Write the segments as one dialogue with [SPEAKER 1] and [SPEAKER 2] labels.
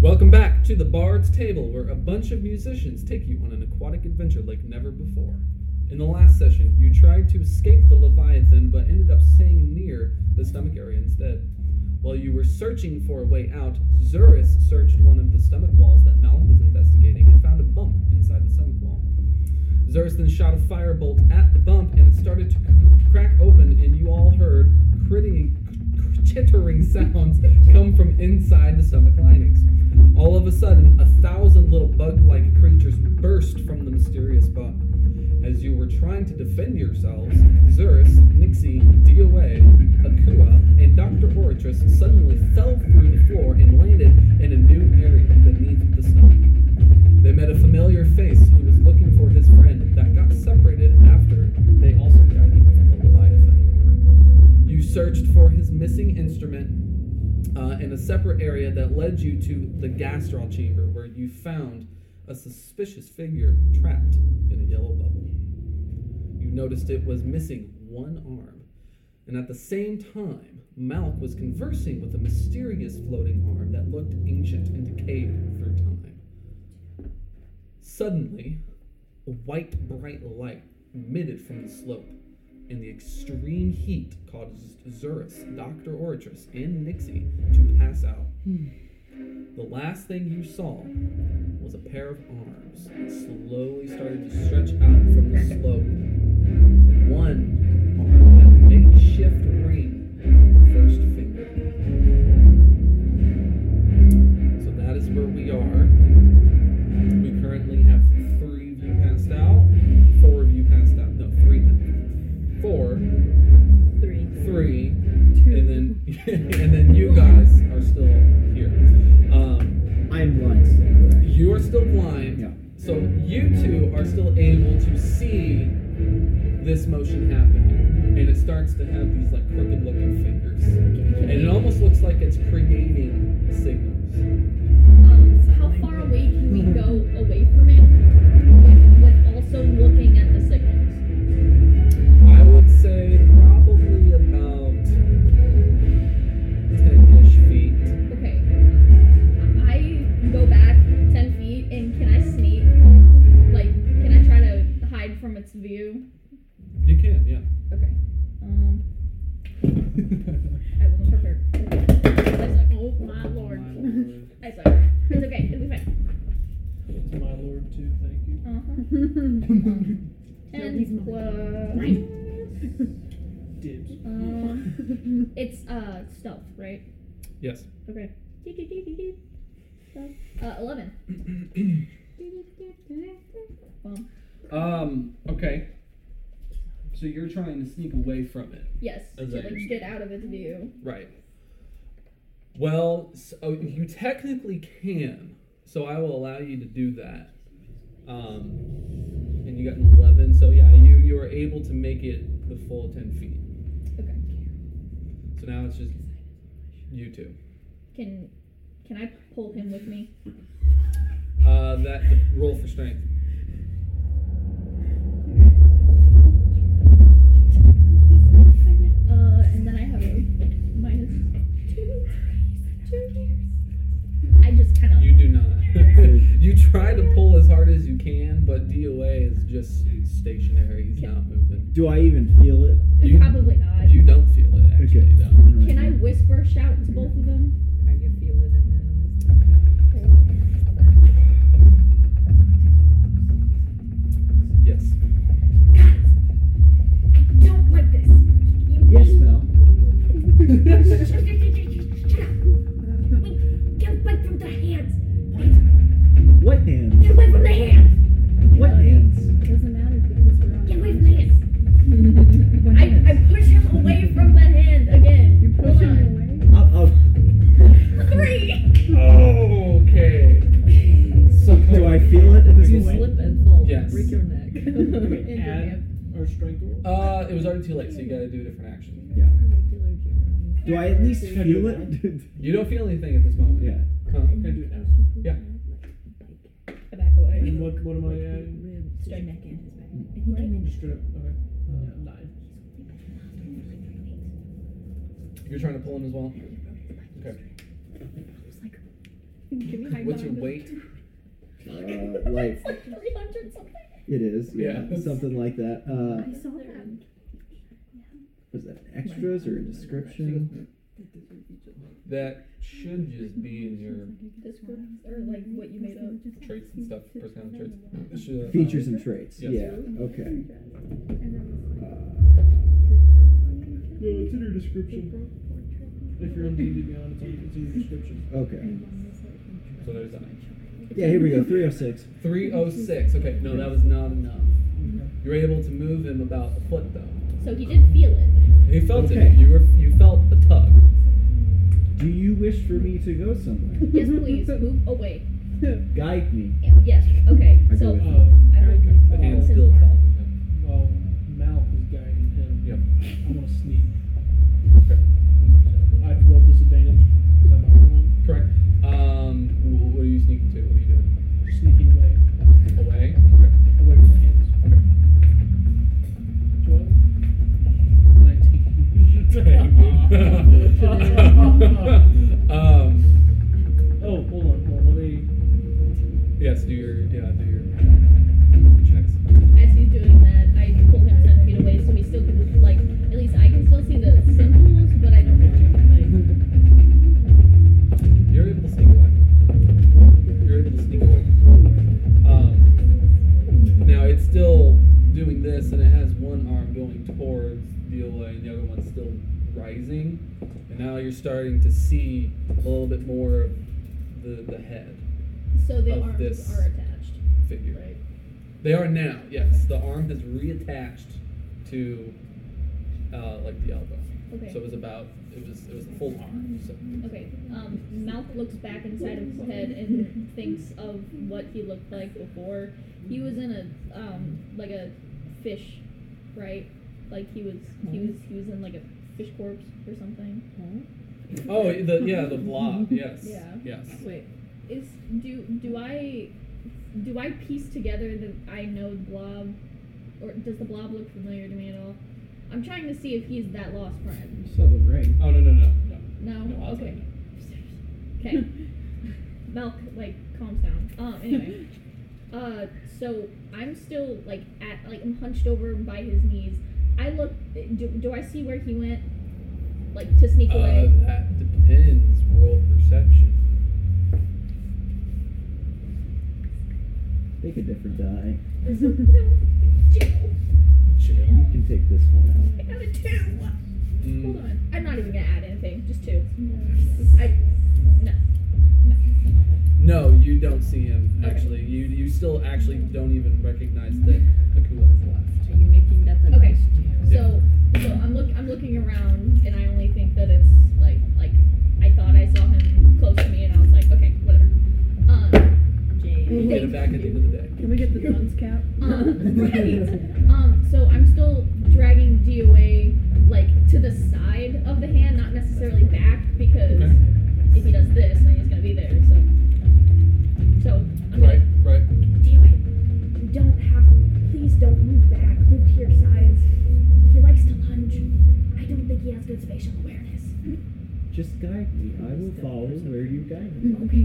[SPEAKER 1] Welcome back to the Bard's Table, where a bunch of musicians take you on an aquatic adventure like never before. In the last session, you tried to escape the Leviathan but ended up staying near the stomach area instead. While you were searching for a way out, Zurus searched one of the stomach walls that Malik was investigating and found a bump inside the stomach wall. Zurus then shot a firebolt at the bump and it started to c- crack open, and you all heard critting, chittering sounds come from inside the stomach linings. All of a sudden, a thousand little bug like creatures burst from the mysterious bump. As you were trying to defend yourselves, Zurus, Nixie, DOA, Akua, and Dr. Oratress suddenly fell through the floor and landed in a new area beneath the stomach. They met a familiar face who was looking for his friend that got separated after they also got eaten from the Leviathan. You searched for his missing instrument uh, in a separate area that led you to the gastral chamber where you found a suspicious figure trapped in a yellow bubble. You noticed it was missing one arm. And at the same time, Malk was conversing with a mysterious floating arm that looked ancient and decayed through time. Suddenly, a white, bright light emitted from the slope, and the extreme heat caused Zurus, Dr. Oratress, and Nixie to pass out. The last thing you saw was a pair of arms that slowly started to stretch out from the slope, and one arm had a makeshift ring on the first finger. So that is where we are. We currently have three of you passed out, four of you passed out. No, three, pa- four,
[SPEAKER 2] Three.
[SPEAKER 1] three, and then and then you guys are still here. Um,
[SPEAKER 3] I am blind still, correct?
[SPEAKER 1] you are still blind,
[SPEAKER 3] Yeah.
[SPEAKER 1] so you two are still able to see this motion happening, and it starts to have these like crooked looking fingers, and it almost looks like it's creating signals.
[SPEAKER 2] Um, so how far away can we go away from it with, with also looking at the signals?
[SPEAKER 1] I would say probably about ten-ish feet.
[SPEAKER 2] Okay. I go back 10 feet and can I sneak? Like, can I try to hide from its view?
[SPEAKER 1] You can, yeah.
[SPEAKER 2] Okay. Um, I wasn't prepared. I suck. Oh my lord. I suck. It's okay. It'll be fine.
[SPEAKER 4] It's my lord too, thank you.
[SPEAKER 2] Uh-huh.
[SPEAKER 5] he's
[SPEAKER 2] Ten
[SPEAKER 5] mine.
[SPEAKER 2] Uh-huh. plus.
[SPEAKER 4] Dibs.
[SPEAKER 2] Um, it's uh stealth, right?
[SPEAKER 1] Yes.
[SPEAKER 2] Okay. Uh, eleven. Um,
[SPEAKER 1] Um. Okay. So you're trying to sneak away from it,
[SPEAKER 2] yes, to
[SPEAKER 1] As I
[SPEAKER 2] like get out of its view.
[SPEAKER 1] right? Well, so you technically can. So I will allow you to do that. Um, and you got an eleven. So yeah, you you are able to make it the full ten feet.
[SPEAKER 2] Okay.
[SPEAKER 1] So now it's just you two.
[SPEAKER 2] Can can I pull him with me?
[SPEAKER 1] Uh, that the roll for strength.
[SPEAKER 2] Uh, and then I have a minus two. Two. I just kind of.
[SPEAKER 1] You do not. you try to pull as hard as you can, but DOA is just stationary. He's not moving.
[SPEAKER 3] Do I even feel it?
[SPEAKER 1] You-
[SPEAKER 2] probably not.
[SPEAKER 1] You don't feel it actually,
[SPEAKER 3] Okay.
[SPEAKER 1] though.
[SPEAKER 2] can I whisper shout to both of them?
[SPEAKER 5] Are you feeling it now, Mr.
[SPEAKER 1] Yes.
[SPEAKER 2] I don't like this.
[SPEAKER 3] Yes, Mel.
[SPEAKER 2] Shut up. Get away from the hands.
[SPEAKER 3] What hands?
[SPEAKER 2] away from the hands.
[SPEAKER 3] What hands?
[SPEAKER 5] Doesn't matter because we're on.
[SPEAKER 2] hands.
[SPEAKER 5] One
[SPEAKER 2] I,
[SPEAKER 5] hand.
[SPEAKER 2] I push him away from the hand again.
[SPEAKER 5] You're
[SPEAKER 2] Hold
[SPEAKER 5] pushing
[SPEAKER 2] on.
[SPEAKER 5] away.
[SPEAKER 3] I'll, I'll-
[SPEAKER 2] Three.
[SPEAKER 3] Oh.
[SPEAKER 1] Okay. So
[SPEAKER 3] do I feel it at this
[SPEAKER 5] You
[SPEAKER 3] point?
[SPEAKER 5] slip and fall.
[SPEAKER 1] Yes.
[SPEAKER 5] Break your neck.
[SPEAKER 4] Okay, add our strength roll.
[SPEAKER 1] Uh, it was already too late, so you got to do a different action.
[SPEAKER 3] Yeah. Do I at least feel it?
[SPEAKER 1] You don't feel anything at this moment.
[SPEAKER 3] yeah.
[SPEAKER 1] Huh.
[SPEAKER 4] Can I do it now?
[SPEAKER 1] Yeah.
[SPEAKER 2] I back away.
[SPEAKER 4] And what, what am I adding?
[SPEAKER 5] Straight neck in his back.
[SPEAKER 4] Straight up, okay. Uh, nine.
[SPEAKER 1] You're trying to pull him as well. Okay.
[SPEAKER 5] Give me
[SPEAKER 1] What's your weight?
[SPEAKER 3] Uh, life.
[SPEAKER 2] It's like 300 something.
[SPEAKER 3] It is. Yeah.
[SPEAKER 1] Yeah.
[SPEAKER 3] Something like that. Uh,
[SPEAKER 5] I saw that.
[SPEAKER 3] was that extras or a description?
[SPEAKER 1] That should just be in your
[SPEAKER 2] Descriptions or like what you made up.
[SPEAKER 1] traits and stuff, personality traits. It should, uh,
[SPEAKER 3] Features and traits.
[SPEAKER 1] Yes.
[SPEAKER 3] Yeah. Okay.
[SPEAKER 4] No, it's in your description. If you're on D&D Beyond, it's, on, it's in your description.
[SPEAKER 3] Uh, okay.
[SPEAKER 1] So there's that.
[SPEAKER 3] Yeah. Here we go. Three oh six.
[SPEAKER 1] 306. Okay, no, that was not enough. You were able to move him about a foot, though.
[SPEAKER 2] So he did feel it.
[SPEAKER 1] He felt
[SPEAKER 3] Okay.
[SPEAKER 1] it. You were you felt the tug.
[SPEAKER 3] Do you wish for me to go somewhere?
[SPEAKER 2] Yes, please move away.
[SPEAKER 3] Guide me.
[SPEAKER 2] Yes. Okay.
[SPEAKER 3] I
[SPEAKER 2] So
[SPEAKER 3] do it.
[SPEAKER 4] Um,
[SPEAKER 2] I don't
[SPEAKER 4] okay.
[SPEAKER 2] think-
[SPEAKER 1] The hand
[SPEAKER 2] Oh.
[SPEAKER 4] Well,
[SPEAKER 1] still followed him.
[SPEAKER 4] well, Mal is guiding him.
[SPEAKER 1] Yep.
[SPEAKER 4] I'm gonna sneak.
[SPEAKER 1] Okay.
[SPEAKER 4] I have to roll disadvantage because I'm outrun.
[SPEAKER 1] Correct. Um, wh- what are you sneaking to? What are you doing?
[SPEAKER 4] Sneaking away,
[SPEAKER 1] Away. Okay.
[SPEAKER 4] away from the hands. Twelve. Nineteen.
[SPEAKER 1] um,
[SPEAKER 4] oh, hold on, hold on. Let me.
[SPEAKER 1] yes, do your yeah, do your checks.
[SPEAKER 2] As he's doing that, I pull him ten feet away so he still can like at least I can still see the symbols, but I don't know. Like,
[SPEAKER 1] You're able to sneak away. You're able to sneak away. Um, now it's still doing this, and it has one arm going towards the away, and the other one's still rising. And now you're starting to see a little bit more of the the head
[SPEAKER 2] so the
[SPEAKER 1] Of
[SPEAKER 2] arms
[SPEAKER 1] this.
[SPEAKER 2] are attached,
[SPEAKER 1] figure.
[SPEAKER 2] right?
[SPEAKER 1] They are now. Yes, the arm has reattached to uh, like the elbow.
[SPEAKER 2] Okay.
[SPEAKER 1] So it was about it was it was a full arm. So
[SPEAKER 2] Okay. Um, Mouth looks back inside of his head and thinks of what he looked like before. He was in a um like a fish, right? Like he was he was he was in like a fish corpse or something.
[SPEAKER 1] oh the yeah the blob yes
[SPEAKER 2] Yeah.
[SPEAKER 1] yes.
[SPEAKER 5] Wait.
[SPEAKER 2] Is do do I do I piece together that I know Blob, or does the Blob look familiar to me at all? I'm trying to see if he's that lost friend.
[SPEAKER 3] You saw the ring.
[SPEAKER 1] Oh no no no no.
[SPEAKER 2] No.
[SPEAKER 1] No, I'll
[SPEAKER 2] okay.
[SPEAKER 1] say
[SPEAKER 2] Okay. Milk, like, calms down. Um. Anyway. Uh. So I'm still like at like I'm hunched over by his knees. I look. Do, do I see where he went? Like to sneak
[SPEAKER 1] Uh,
[SPEAKER 2] away.
[SPEAKER 1] that depends. Roll perception.
[SPEAKER 3] Take a different die.
[SPEAKER 2] I
[SPEAKER 3] You can take this one
[SPEAKER 2] got a two. Hold
[SPEAKER 1] Mm,
[SPEAKER 2] on. I'm not even gonna add anything. Just two. I. No.
[SPEAKER 1] no, you don't see him.
[SPEAKER 2] Okay.
[SPEAKER 1] Actually, you you still actually don't even recognize that Nakua has left.
[SPEAKER 5] Are you making that the
[SPEAKER 2] Okay.
[SPEAKER 5] next year?
[SPEAKER 2] So, so I'm look I'm looking around and I only think that it's like like I thought I saw him close to me and I was like okay whatever. Um,
[SPEAKER 1] We'll
[SPEAKER 5] Jane.
[SPEAKER 1] get him back at the end of the day.
[SPEAKER 5] Can we get the dunce cap?
[SPEAKER 2] um, right.
[SPEAKER 3] out.
[SPEAKER 2] Um, so I'm still dragging D away like to the side of the hand, not necessarily back because
[SPEAKER 1] Okay.
[SPEAKER 2] if he does this then he's gonna be there. So, so I'm gonna
[SPEAKER 1] Right, right.
[SPEAKER 2] Damn it. You don't have. Please don't move back. Move to your sides. He likes to lunge. I don't think he has good spatial awareness.
[SPEAKER 3] Just guide me. I will follow where you guide me.
[SPEAKER 2] Okay.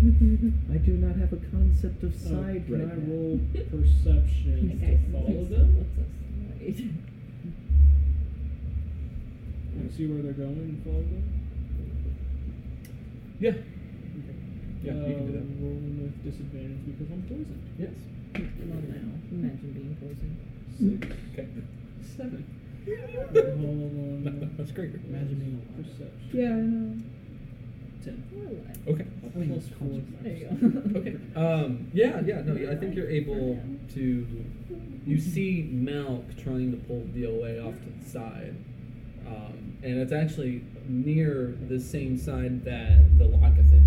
[SPEAKER 3] I do not have a concept of
[SPEAKER 4] Uh,
[SPEAKER 3] side
[SPEAKER 4] can
[SPEAKER 3] right
[SPEAKER 4] I
[SPEAKER 3] now.
[SPEAKER 4] roll perception
[SPEAKER 2] Okay.
[SPEAKER 4] to follow them
[SPEAKER 5] What's us?
[SPEAKER 4] and see where they're going and follow them?
[SPEAKER 1] Yeah.
[SPEAKER 4] Okay.
[SPEAKER 1] Yeah, you can do
[SPEAKER 4] Um, Rolling with disadvantage because I'm poisoned.
[SPEAKER 1] that. Yes.
[SPEAKER 5] Well, now, imagine being poisoned.
[SPEAKER 4] Six.
[SPEAKER 1] Okay. Seven.
[SPEAKER 4] Hold on.
[SPEAKER 1] No, that's great.
[SPEAKER 4] Imagine being a perception.
[SPEAKER 5] Yeah, I know.
[SPEAKER 4] Ten.
[SPEAKER 1] Okay.
[SPEAKER 4] Plus four.
[SPEAKER 5] There you go.
[SPEAKER 1] Okay. Um. Yeah. Yeah. No. I think you're able to. You see Malk trying to pull DOA off to the side, um, and it's actually near the same side that the Lockathan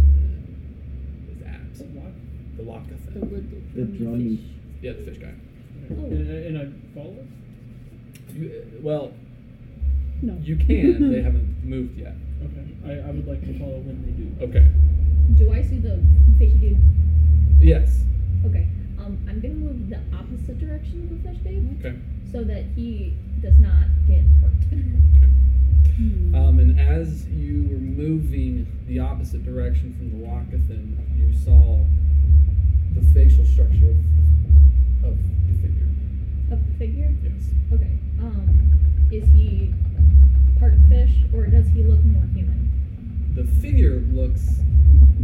[SPEAKER 1] is at.
[SPEAKER 4] What?
[SPEAKER 1] The Lockathan.
[SPEAKER 5] The little
[SPEAKER 3] The drum.
[SPEAKER 5] fish.
[SPEAKER 1] Yeah, the fish guy.
[SPEAKER 2] Oh.
[SPEAKER 4] And, and I follow?
[SPEAKER 1] You, uh, well,
[SPEAKER 5] No.
[SPEAKER 1] you can. they haven't moved yet.
[SPEAKER 4] Okay. I, I would like to follow when they do.
[SPEAKER 1] Okay.
[SPEAKER 2] Do I see the fish dude?
[SPEAKER 1] Yes.
[SPEAKER 2] Okay. Um, I'm gonna move the opposite direction of the fish dude
[SPEAKER 1] Okay.
[SPEAKER 2] so that he does not get hurt.
[SPEAKER 1] Uh. Um, and as you were moving the opposite. opposite direction from the Wakathan, you saw the facial structure of, of the figure.
[SPEAKER 2] Of the figure?
[SPEAKER 1] Yes.
[SPEAKER 2] Okay. Um, is he part fish or does he look more human?
[SPEAKER 1] The figure looks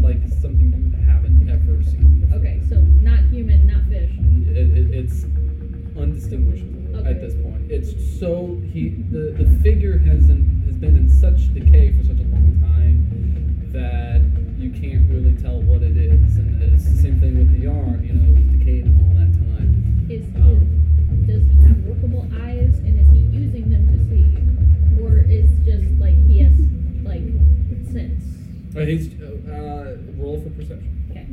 [SPEAKER 1] like something you haven't ever seen. before.
[SPEAKER 2] Okay, so not human, not fish.
[SPEAKER 1] It, it, it's undistinguishable
[SPEAKER 2] Okay.
[SPEAKER 1] at this point. It's so he the, the figure has in, has been in such decay for such a long time that you can't really tell what it is. And it's the same thing with the arm. You know, it was decayed in all that time.
[SPEAKER 2] Is,
[SPEAKER 1] Um,
[SPEAKER 2] is does he have workable eyes and is he using them to see, or is just like he has like sense?
[SPEAKER 1] uh, he's uh, roll for perception.
[SPEAKER 2] Okay.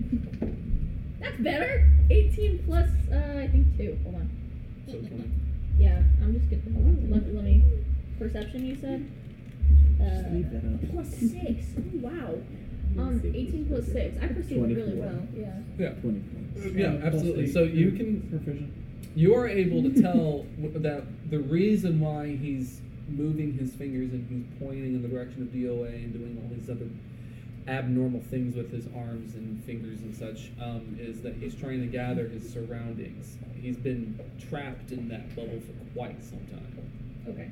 [SPEAKER 2] That's better. 18 plus, uh, I think two. Hold on.
[SPEAKER 1] So can I-
[SPEAKER 2] Yeah, I'm just gonna hold on. Let, let me. Perception, you said.
[SPEAKER 3] Just leave that up.
[SPEAKER 2] Uh, Plus six. Oh, wow. Um, 18 plus six. I perceive really
[SPEAKER 3] 24.
[SPEAKER 2] well. Yeah.
[SPEAKER 1] Yeah.
[SPEAKER 3] 24.
[SPEAKER 1] Yeah, absolutely. So you can
[SPEAKER 4] proficient.
[SPEAKER 1] you are able to tell w- that the reason why he's moving his fingers and he's pointing in the direction of DOA and doing all these other abnormal things with his arms and fingers and such um, is that he's trying to gather his surroundings. He's been trapped in that bubble for quite some time.
[SPEAKER 2] Okay.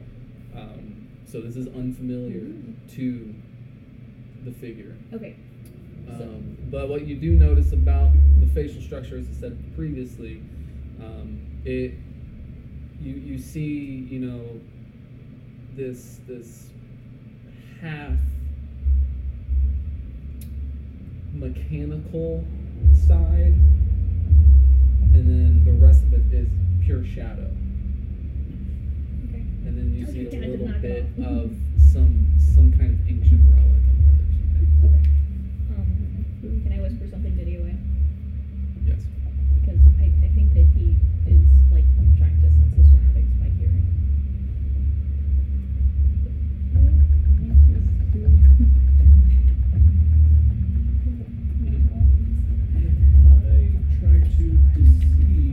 [SPEAKER 1] Um, so this is unfamiliar to the figure.
[SPEAKER 2] Okay.
[SPEAKER 1] Um, but what you do notice about the facial structure, as I said previously, um, it you you see you know this this half mechanical side, and then the rest of it is pure shadow,
[SPEAKER 2] Okay.
[SPEAKER 1] and then you see
[SPEAKER 2] Okay,
[SPEAKER 1] a
[SPEAKER 2] Oh, I did
[SPEAKER 1] little
[SPEAKER 2] not
[SPEAKER 1] bit
[SPEAKER 2] know.
[SPEAKER 1] of some some kind of ancient relic on the other side.
[SPEAKER 2] Okay. Um, can I whisper something to DOA?
[SPEAKER 1] Yes.
[SPEAKER 2] Because I, I think that he is, like, trying to sense his surroundings by hearing.
[SPEAKER 4] I try to deceive the thing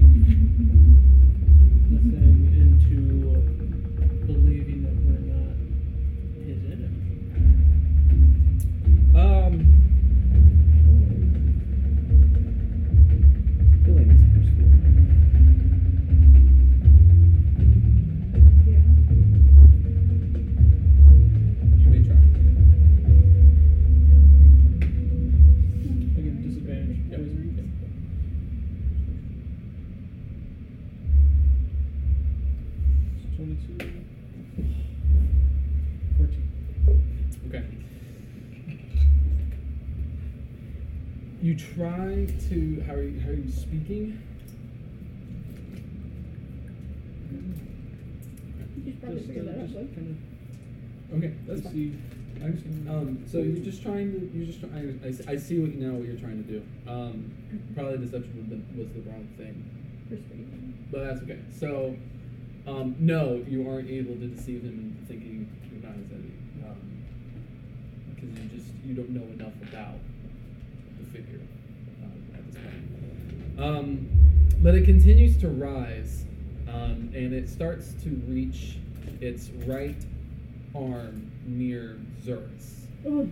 [SPEAKER 4] into believing that we're not his enemy.
[SPEAKER 1] Um.
[SPEAKER 3] I feel like it's preschool.
[SPEAKER 2] Yeah.
[SPEAKER 1] You may try.
[SPEAKER 4] Again, disadvantage.
[SPEAKER 1] Yep.
[SPEAKER 4] Poison. It's 22. 14.
[SPEAKER 1] Okay. You try to. How are you, how are you speaking?
[SPEAKER 2] You should probably
[SPEAKER 4] Just,
[SPEAKER 2] figure
[SPEAKER 4] uh,
[SPEAKER 2] that out,
[SPEAKER 4] just
[SPEAKER 2] though.
[SPEAKER 4] kind
[SPEAKER 1] Okay,
[SPEAKER 4] of
[SPEAKER 1] that's fine.
[SPEAKER 4] deceive.
[SPEAKER 1] I understand. Um, so you're just trying to. You're just. trying. I, I see- I see what now. What you're trying to do. Um, probably deception was the, was the wrong thing,
[SPEAKER 2] Persuasion.
[SPEAKER 1] but that's okay. So, um, no, you aren't able to deceive him into thinking you're not his enemy. Um, because you just you don't know enough about the figure um, at this point. Um, but it continues to rise, um, and it starts to reach its right arm near Xerus,
[SPEAKER 2] Uh,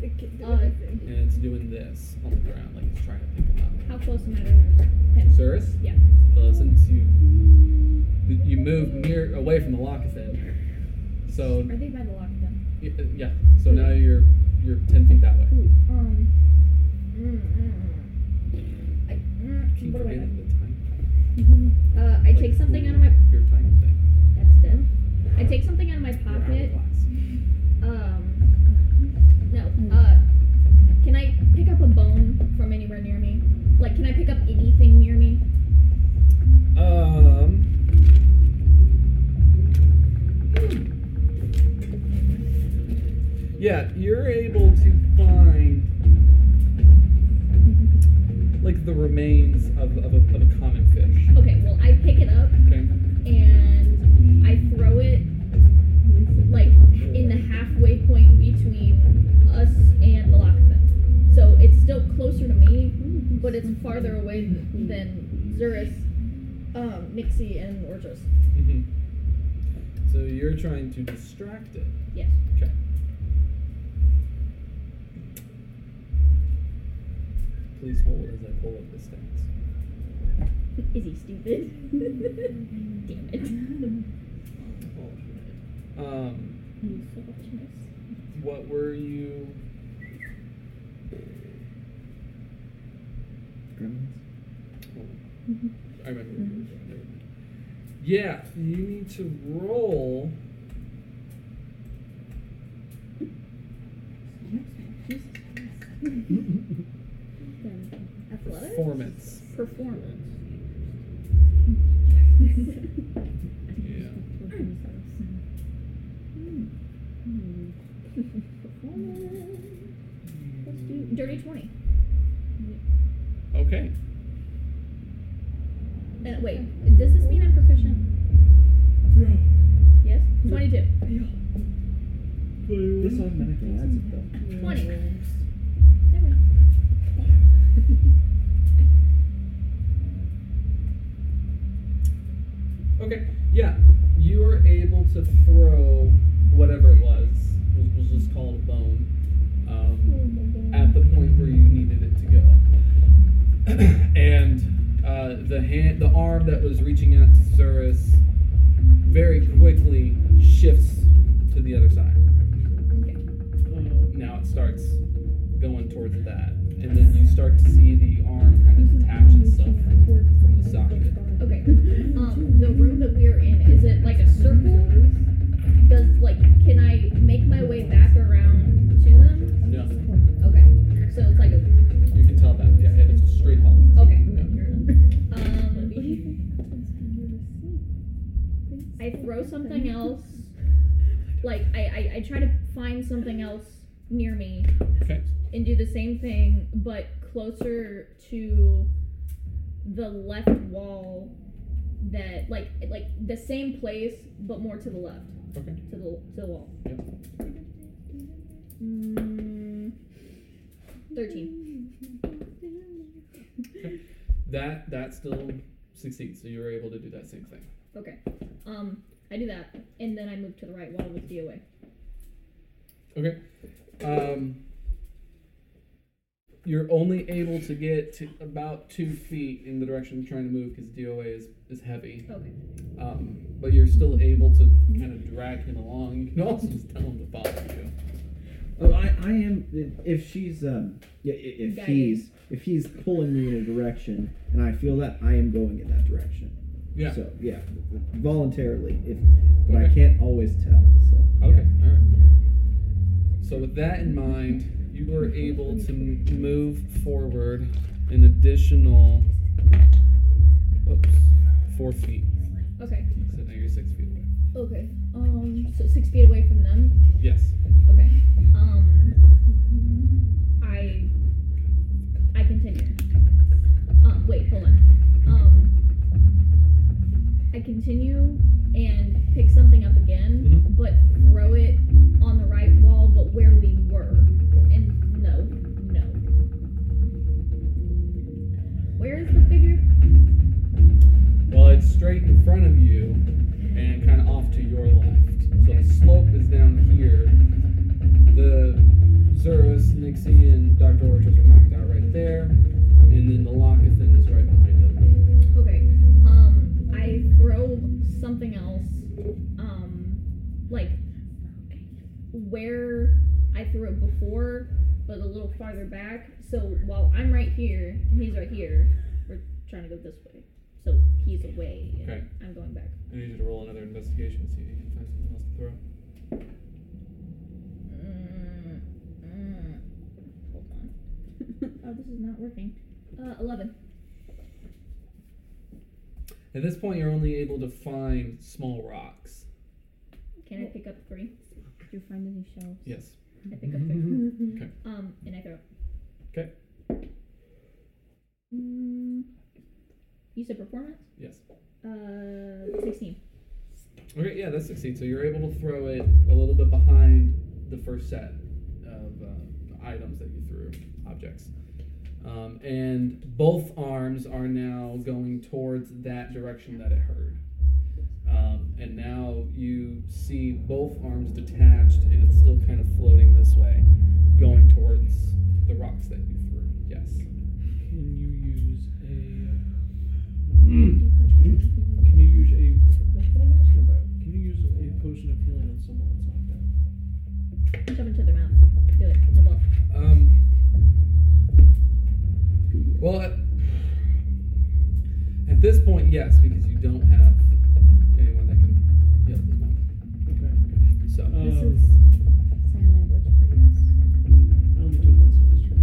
[SPEAKER 1] and it's doing this on the ground, like it's trying to pick him
[SPEAKER 2] How close am I to him?
[SPEAKER 1] up. Xerus,
[SPEAKER 2] Yeah.
[SPEAKER 1] uh, since you you moved near away from the Lockathin, so
[SPEAKER 2] Are they by the lock then?
[SPEAKER 1] y- uh, yeah, so now you're you're ten feet that way.
[SPEAKER 2] Um. Mm, mm, mm. I, mm,
[SPEAKER 1] Keep
[SPEAKER 2] what do I
[SPEAKER 1] forgetting
[SPEAKER 2] do?
[SPEAKER 1] the time.
[SPEAKER 2] Uh, I take something out of my.
[SPEAKER 1] your time thing.
[SPEAKER 2] That's dead. I take something out of my
[SPEAKER 1] Your
[SPEAKER 2] pocket.
[SPEAKER 1] hourglass.
[SPEAKER 2] Um. No. Uh. Can I pick up a bone from anywhere near me? Like, can I pick up anything near me?
[SPEAKER 1] Um. Yeah, you're able to find like the remains of, of, a, of a common fish.
[SPEAKER 2] Okay. Well, I pick it up
[SPEAKER 1] Okay.
[SPEAKER 2] and I throw it like in the halfway point between us and the Lockfin. So it's still closer to me, but it's farther away th- than Zurus, um, Nixie, and Orchis.
[SPEAKER 1] hmm So you're trying to distract it.
[SPEAKER 2] Yes.
[SPEAKER 1] Okay. Please hold as I pull up the stats.
[SPEAKER 2] Is he stupid? Damn it.
[SPEAKER 1] Um,
[SPEAKER 2] He's so much
[SPEAKER 1] what were you?
[SPEAKER 3] Gremlins?
[SPEAKER 1] hold on.
[SPEAKER 2] nice.
[SPEAKER 1] I remember. where you were going, never mind. Yeah, you need to roll.
[SPEAKER 2] Athletics?
[SPEAKER 1] Performance.
[SPEAKER 2] Performance.
[SPEAKER 1] Yeah.
[SPEAKER 2] Performance. Let's do dirty twenty.
[SPEAKER 1] Okay.
[SPEAKER 2] Uh, wait, does this mean I'm proficient? Yes. Twenty-two.
[SPEAKER 3] This automatically adds it though.
[SPEAKER 2] Twenty.
[SPEAKER 1] Okay. Yeah, you are able to throw whatever it was. We'll, we'll just call it a bone. Um, at the point where you needed it to go. and uh, the hand, the arm that was reaching out to Zurus very quickly shifts to the other side. Now it starts going towards that, and then you start to see the arm kind of detach itself from, from the socket.
[SPEAKER 2] Okay. Um, the room that we are in is it like a circle? Does like can I make my way back around to them?
[SPEAKER 1] No,
[SPEAKER 2] Okay. So it's like a
[SPEAKER 1] you can tell that. Yeah, it's a straight hollow.
[SPEAKER 2] okay.
[SPEAKER 1] Yeah.
[SPEAKER 2] Um, I throw something else. Like I, I, I try to find something else near me
[SPEAKER 1] Okay.
[SPEAKER 2] and do the same thing, but closer to the left wall. That like like the same place, but more to the left.
[SPEAKER 1] Okay.
[SPEAKER 2] To the to the wall.
[SPEAKER 1] Yep.
[SPEAKER 2] Mm, Thirteen.
[SPEAKER 1] That that still succeeds, so you were able to do that same thing.
[SPEAKER 2] Okay. Um, I do that, and then I move to the right wall with DOA.
[SPEAKER 1] Okay. Um, you're only able to get to about two feet in the direction you're trying to move because DOA is, is heavy.
[SPEAKER 2] Okay.
[SPEAKER 1] Um, but you're still able to kind of drag him along. You can also just tell him to follow you.
[SPEAKER 3] Oh, I, I am. If she's, um, yeah, i- if
[SPEAKER 2] Guided.
[SPEAKER 3] he's, if he's pulling me in a direction, and I feel that, I am going in that direction.
[SPEAKER 1] Yeah.
[SPEAKER 3] So yeah, voluntarily. If, but I
[SPEAKER 1] Okay.
[SPEAKER 3] can't always tell. So.
[SPEAKER 1] Okay. All right. So with that in mind, you were able to m- move forward an additional, oops, four feet.
[SPEAKER 2] Okay.
[SPEAKER 1] So now you're six feet away.
[SPEAKER 2] Okay. Um. So six feet away from them.
[SPEAKER 1] Yes.
[SPEAKER 2] Okay. Um. I. I continue. Um. Wait. Hold on. Um. I continue and pick something up again,
[SPEAKER 1] Mhm.
[SPEAKER 2] but throw it on the right wall, but where we were. And no, no. Where is the figure?
[SPEAKER 1] Well, it's straight in front of you and kind of off to your left. So the slope is down here. The Zerus, Nixie, and Dr. Orchard are knocked out right there. And then the Locathan is right behind them.
[SPEAKER 2] Okay. Um, I throw something else. Um, like where I threw it before, but a little farther back. So while I'm right here and he's right here, we're trying to go this way. So he's away. and
[SPEAKER 1] Okay.
[SPEAKER 2] I'm going back.
[SPEAKER 1] I need you to roll another investigation, see if you can find something else to throw.
[SPEAKER 2] Mm, mm. Hold on. oh, this is not working. Uh, eleven.
[SPEAKER 1] At this point, you're only able to find small rocks.
[SPEAKER 2] Can I pick up three?
[SPEAKER 5] Did you find any shells?
[SPEAKER 1] Yes.
[SPEAKER 2] I pick up three.
[SPEAKER 1] Okay.
[SPEAKER 2] Um, and I throw.
[SPEAKER 1] 'Kay.
[SPEAKER 2] Mm, you said performance?
[SPEAKER 1] Yes.
[SPEAKER 2] Uh, 16.
[SPEAKER 1] Okay, yeah, that succeeds. So you're able to throw it a little bit behind the first set of uh, items that you threw, objects. Um, and both arms are now going towards that direction that it heard. Um, and now you see both arms detached and it's still kind of floating this way, going towards the rocks that you threw. Yes.
[SPEAKER 4] potion of healing on someone that's knocked out.
[SPEAKER 2] Shove it to their mouth. Do it. It's a ball.
[SPEAKER 1] Um, well, at, at this point, yes, because you don't have anyone that can heal at the moment.
[SPEAKER 4] Okay.
[SPEAKER 1] So,
[SPEAKER 4] Um,
[SPEAKER 5] This is sign language for yes.
[SPEAKER 4] I only took one semester,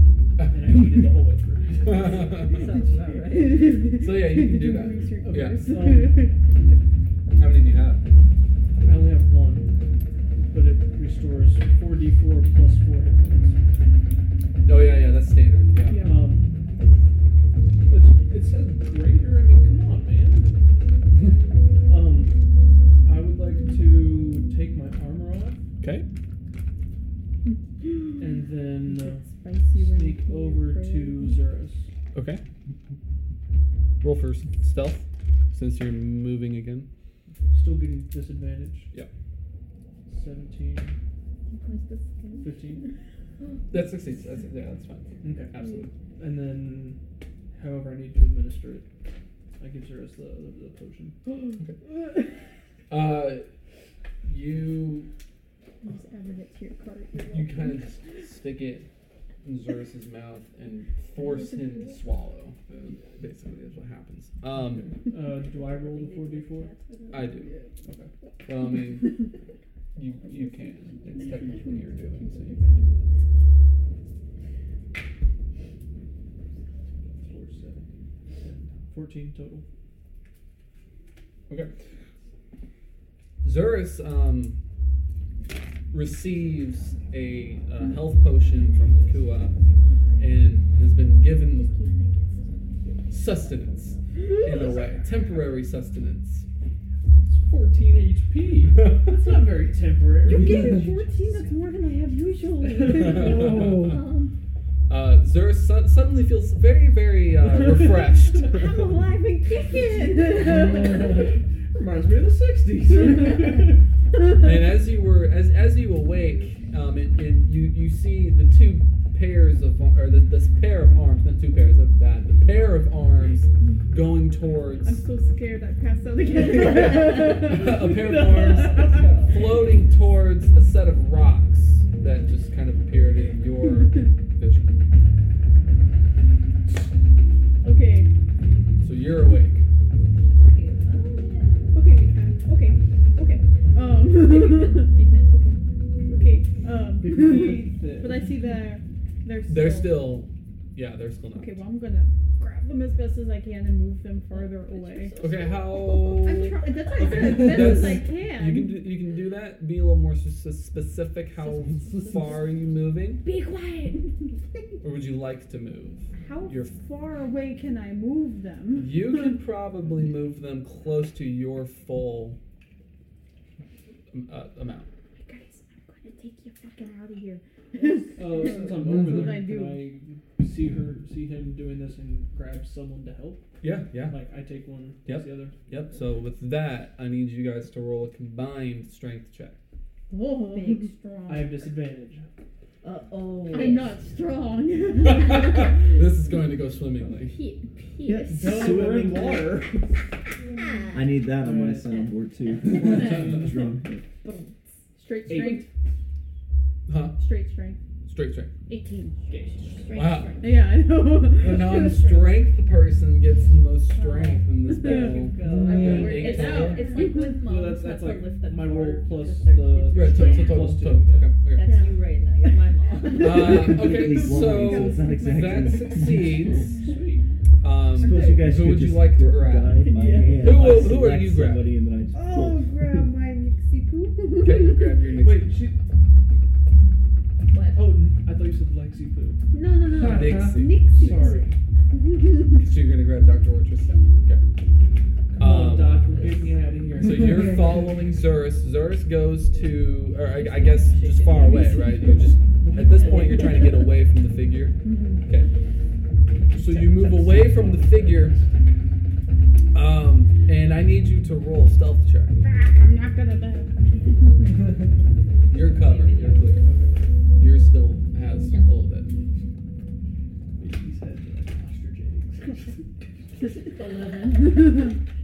[SPEAKER 4] and I hated the whole way through.
[SPEAKER 1] Sounds about right. So, yeah, you can do that.
[SPEAKER 5] Research
[SPEAKER 1] Yeah.
[SPEAKER 5] course.
[SPEAKER 4] Um,
[SPEAKER 1] how many do you have?
[SPEAKER 4] I only have one, but it restores 4d4 plus 4 hit points.
[SPEAKER 1] Oh yeah, yeah, that's standard. Yeah.
[SPEAKER 4] Um, but it says greater. I mean, come on, man. Um, I would like to take my armor off
[SPEAKER 1] Okay.
[SPEAKER 4] and then
[SPEAKER 5] Spicy
[SPEAKER 4] uh,
[SPEAKER 5] rum
[SPEAKER 4] sneak
[SPEAKER 5] cleaner
[SPEAKER 4] over
[SPEAKER 5] bread.
[SPEAKER 4] to Zerus.
[SPEAKER 1] Okay. Roll for s- stealth, since you're moving again.
[SPEAKER 4] Still getting disadvantage.
[SPEAKER 1] Yep.
[SPEAKER 4] 17,
[SPEAKER 5] Like this guy.
[SPEAKER 4] 15.
[SPEAKER 1] That succeeds. That's, yeah, that's fine.
[SPEAKER 4] Okay.
[SPEAKER 1] Absolutely.
[SPEAKER 4] Mm-hmm. And then, however, I need to administer it. I give Zerus the, the, the potion.
[SPEAKER 1] Uh, you
[SPEAKER 5] You Just added it to your cart.
[SPEAKER 1] you kind of just stick it in Zerus's mouth and force him to swallow. Uh, Basically, is what happens. Um,
[SPEAKER 4] Uh, do I roll the 4d4?
[SPEAKER 1] I do.
[SPEAKER 4] Okay.
[SPEAKER 1] Well, I mean, you you can. It's technically you're doing, so you may do that.
[SPEAKER 4] 4, 7, 14 total.
[SPEAKER 1] Okay. Zerus um, receives a, uh health potion from the Kua and has been given sustenance in a way, temporary sustenance.
[SPEAKER 4] It's 14 HP. That's not very temporary.
[SPEAKER 5] You gave me 14, that's more than I have usually.
[SPEAKER 4] Oh.
[SPEAKER 5] um,
[SPEAKER 1] Uh, Zerus su- suddenly feels very, very uh, refreshed.
[SPEAKER 5] I'm alive and kicking!
[SPEAKER 4] Reminds me of the 60s.
[SPEAKER 1] and as you were as as you awake, um, and, and you you see the two pairs of or the, this pair of arms, not two pairs, that's bad. The pair of arms going
[SPEAKER 5] I'm
[SPEAKER 1] towards
[SPEAKER 5] so scared I passed out again.
[SPEAKER 1] a pair of arms floating towards a set of rocks that just kind of appeared in your vision.
[SPEAKER 5] Okay.
[SPEAKER 1] So you're awake.
[SPEAKER 5] Okay, Beakman. Okay. Okay. Um. okay. Um. but I see they're they're still.
[SPEAKER 1] They're still, yeah, they're still not.
[SPEAKER 5] Okay. Well, I'm gonna grab them as best as I can and move them farther away.
[SPEAKER 1] Okay, how?
[SPEAKER 5] I'm trying. That's what I said.
[SPEAKER 1] Okay,
[SPEAKER 5] As best as I
[SPEAKER 1] that's-
[SPEAKER 5] can.
[SPEAKER 1] You can do, you can do that. Be a little more s- specific. How far are you moving,
[SPEAKER 2] Be quiet.
[SPEAKER 1] or would you like to move?
[SPEAKER 5] How
[SPEAKER 1] You're-
[SPEAKER 5] far away can I move them?
[SPEAKER 1] You can probably move them close to your full um, uh, amount.
[SPEAKER 5] Guys, I'm gonna take you fucking out of here.
[SPEAKER 4] Uh,
[SPEAKER 1] Hmm.
[SPEAKER 4] since I'm
[SPEAKER 3] That's
[SPEAKER 4] over
[SPEAKER 5] what
[SPEAKER 4] there,
[SPEAKER 5] I do.
[SPEAKER 4] can I see her, see him doing this and grab someone to help?
[SPEAKER 1] Yeah, yeah.
[SPEAKER 4] Like I take one,
[SPEAKER 1] Yep.
[SPEAKER 4] takes the other.
[SPEAKER 1] Yep. So with that, I need you guys to roll a combined strength check.
[SPEAKER 5] Whoa.
[SPEAKER 2] Big strong.
[SPEAKER 4] I have disadvantage.
[SPEAKER 6] Uh oh.
[SPEAKER 5] I'm not strong.
[SPEAKER 1] Ah, this is going to go swimmingly.
[SPEAKER 2] Pe-
[SPEAKER 3] Yeah,
[SPEAKER 2] penis.
[SPEAKER 3] duh, we're in water. I need that on my soundboard too.
[SPEAKER 1] Um,
[SPEAKER 3] Drum.
[SPEAKER 5] Straight
[SPEAKER 4] Eight.
[SPEAKER 5] strength.
[SPEAKER 1] Huh?
[SPEAKER 5] Straight strength.
[SPEAKER 1] Straight strength.
[SPEAKER 6] 18.
[SPEAKER 1] Wow.
[SPEAKER 5] Yeah, I know.
[SPEAKER 1] The non-strength person gets the most strength in
[SPEAKER 4] Oh,
[SPEAKER 1] this battle.
[SPEAKER 6] I'm
[SPEAKER 1] Eight.
[SPEAKER 2] It's, like- it's like with mom.
[SPEAKER 4] Well, that's that's
[SPEAKER 6] that's what
[SPEAKER 4] like
[SPEAKER 6] lift them
[SPEAKER 4] my
[SPEAKER 6] for,
[SPEAKER 4] roll plus
[SPEAKER 6] because they're
[SPEAKER 4] the
[SPEAKER 6] kids.
[SPEAKER 1] Right. So, so
[SPEAKER 4] strength
[SPEAKER 1] total.
[SPEAKER 4] plus two.
[SPEAKER 1] total.
[SPEAKER 4] yeah.
[SPEAKER 1] Okay. Okay.
[SPEAKER 6] That's
[SPEAKER 5] Yeah.
[SPEAKER 6] you right now. You're my mom.
[SPEAKER 1] Uh, okay,
[SPEAKER 3] Completely blind,
[SPEAKER 1] so
[SPEAKER 3] it's not exactly-
[SPEAKER 1] that succeeds.
[SPEAKER 4] Sweet.
[SPEAKER 1] Um,
[SPEAKER 3] Suppose you guys
[SPEAKER 1] who
[SPEAKER 3] could
[SPEAKER 1] would you
[SPEAKER 3] just
[SPEAKER 1] like to
[SPEAKER 3] gr-
[SPEAKER 1] grab?
[SPEAKER 3] guide my
[SPEAKER 5] Yeah.
[SPEAKER 3] hand.
[SPEAKER 1] Who
[SPEAKER 3] I
[SPEAKER 1] will- who are
[SPEAKER 3] select
[SPEAKER 1] you grabbing?
[SPEAKER 3] Somebody and then I just
[SPEAKER 5] Oh,
[SPEAKER 3] pull.
[SPEAKER 5] grab my Nixie poo.
[SPEAKER 1] Okay, you grab your next.
[SPEAKER 4] Wait, she.
[SPEAKER 2] What?
[SPEAKER 4] Oh, n- I thought you said Lexi poo.
[SPEAKER 5] No, no, no.
[SPEAKER 1] Nixie.
[SPEAKER 5] Nixie.
[SPEAKER 4] Sorry.
[SPEAKER 1] So you're gonna grab Dr. Orchis. Okay.
[SPEAKER 4] Come on,
[SPEAKER 1] Um,
[SPEAKER 4] Doc, we're getting out of here.
[SPEAKER 1] So you're following Zerus. Zerus goes to, or I, I guess just far away, right? You just at this point you're trying to get away from the figure.
[SPEAKER 3] Mm-hmm.
[SPEAKER 1] Okay. So you move away from the figure, um, and I need you to roll a stealth check.
[SPEAKER 5] I'm not gonna bet.
[SPEAKER 1] You're covered. You're clear. You're still has a little bit.
[SPEAKER 4] He said uh, ostrich eggs.
[SPEAKER 2] Eleven.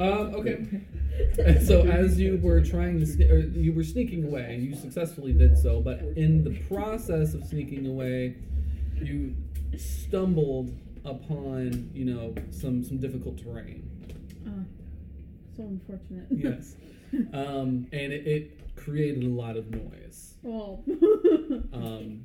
[SPEAKER 1] Um, okay. And so as you were trying to, sne- or you were sneaking away, you successfully did so, but in the process of sneaking away, you stumbled upon, you know, some some difficult terrain.
[SPEAKER 5] Uh, so unfortunate.
[SPEAKER 1] Yes. Um, and it, it created a lot of noise.
[SPEAKER 5] Oh.
[SPEAKER 1] Um,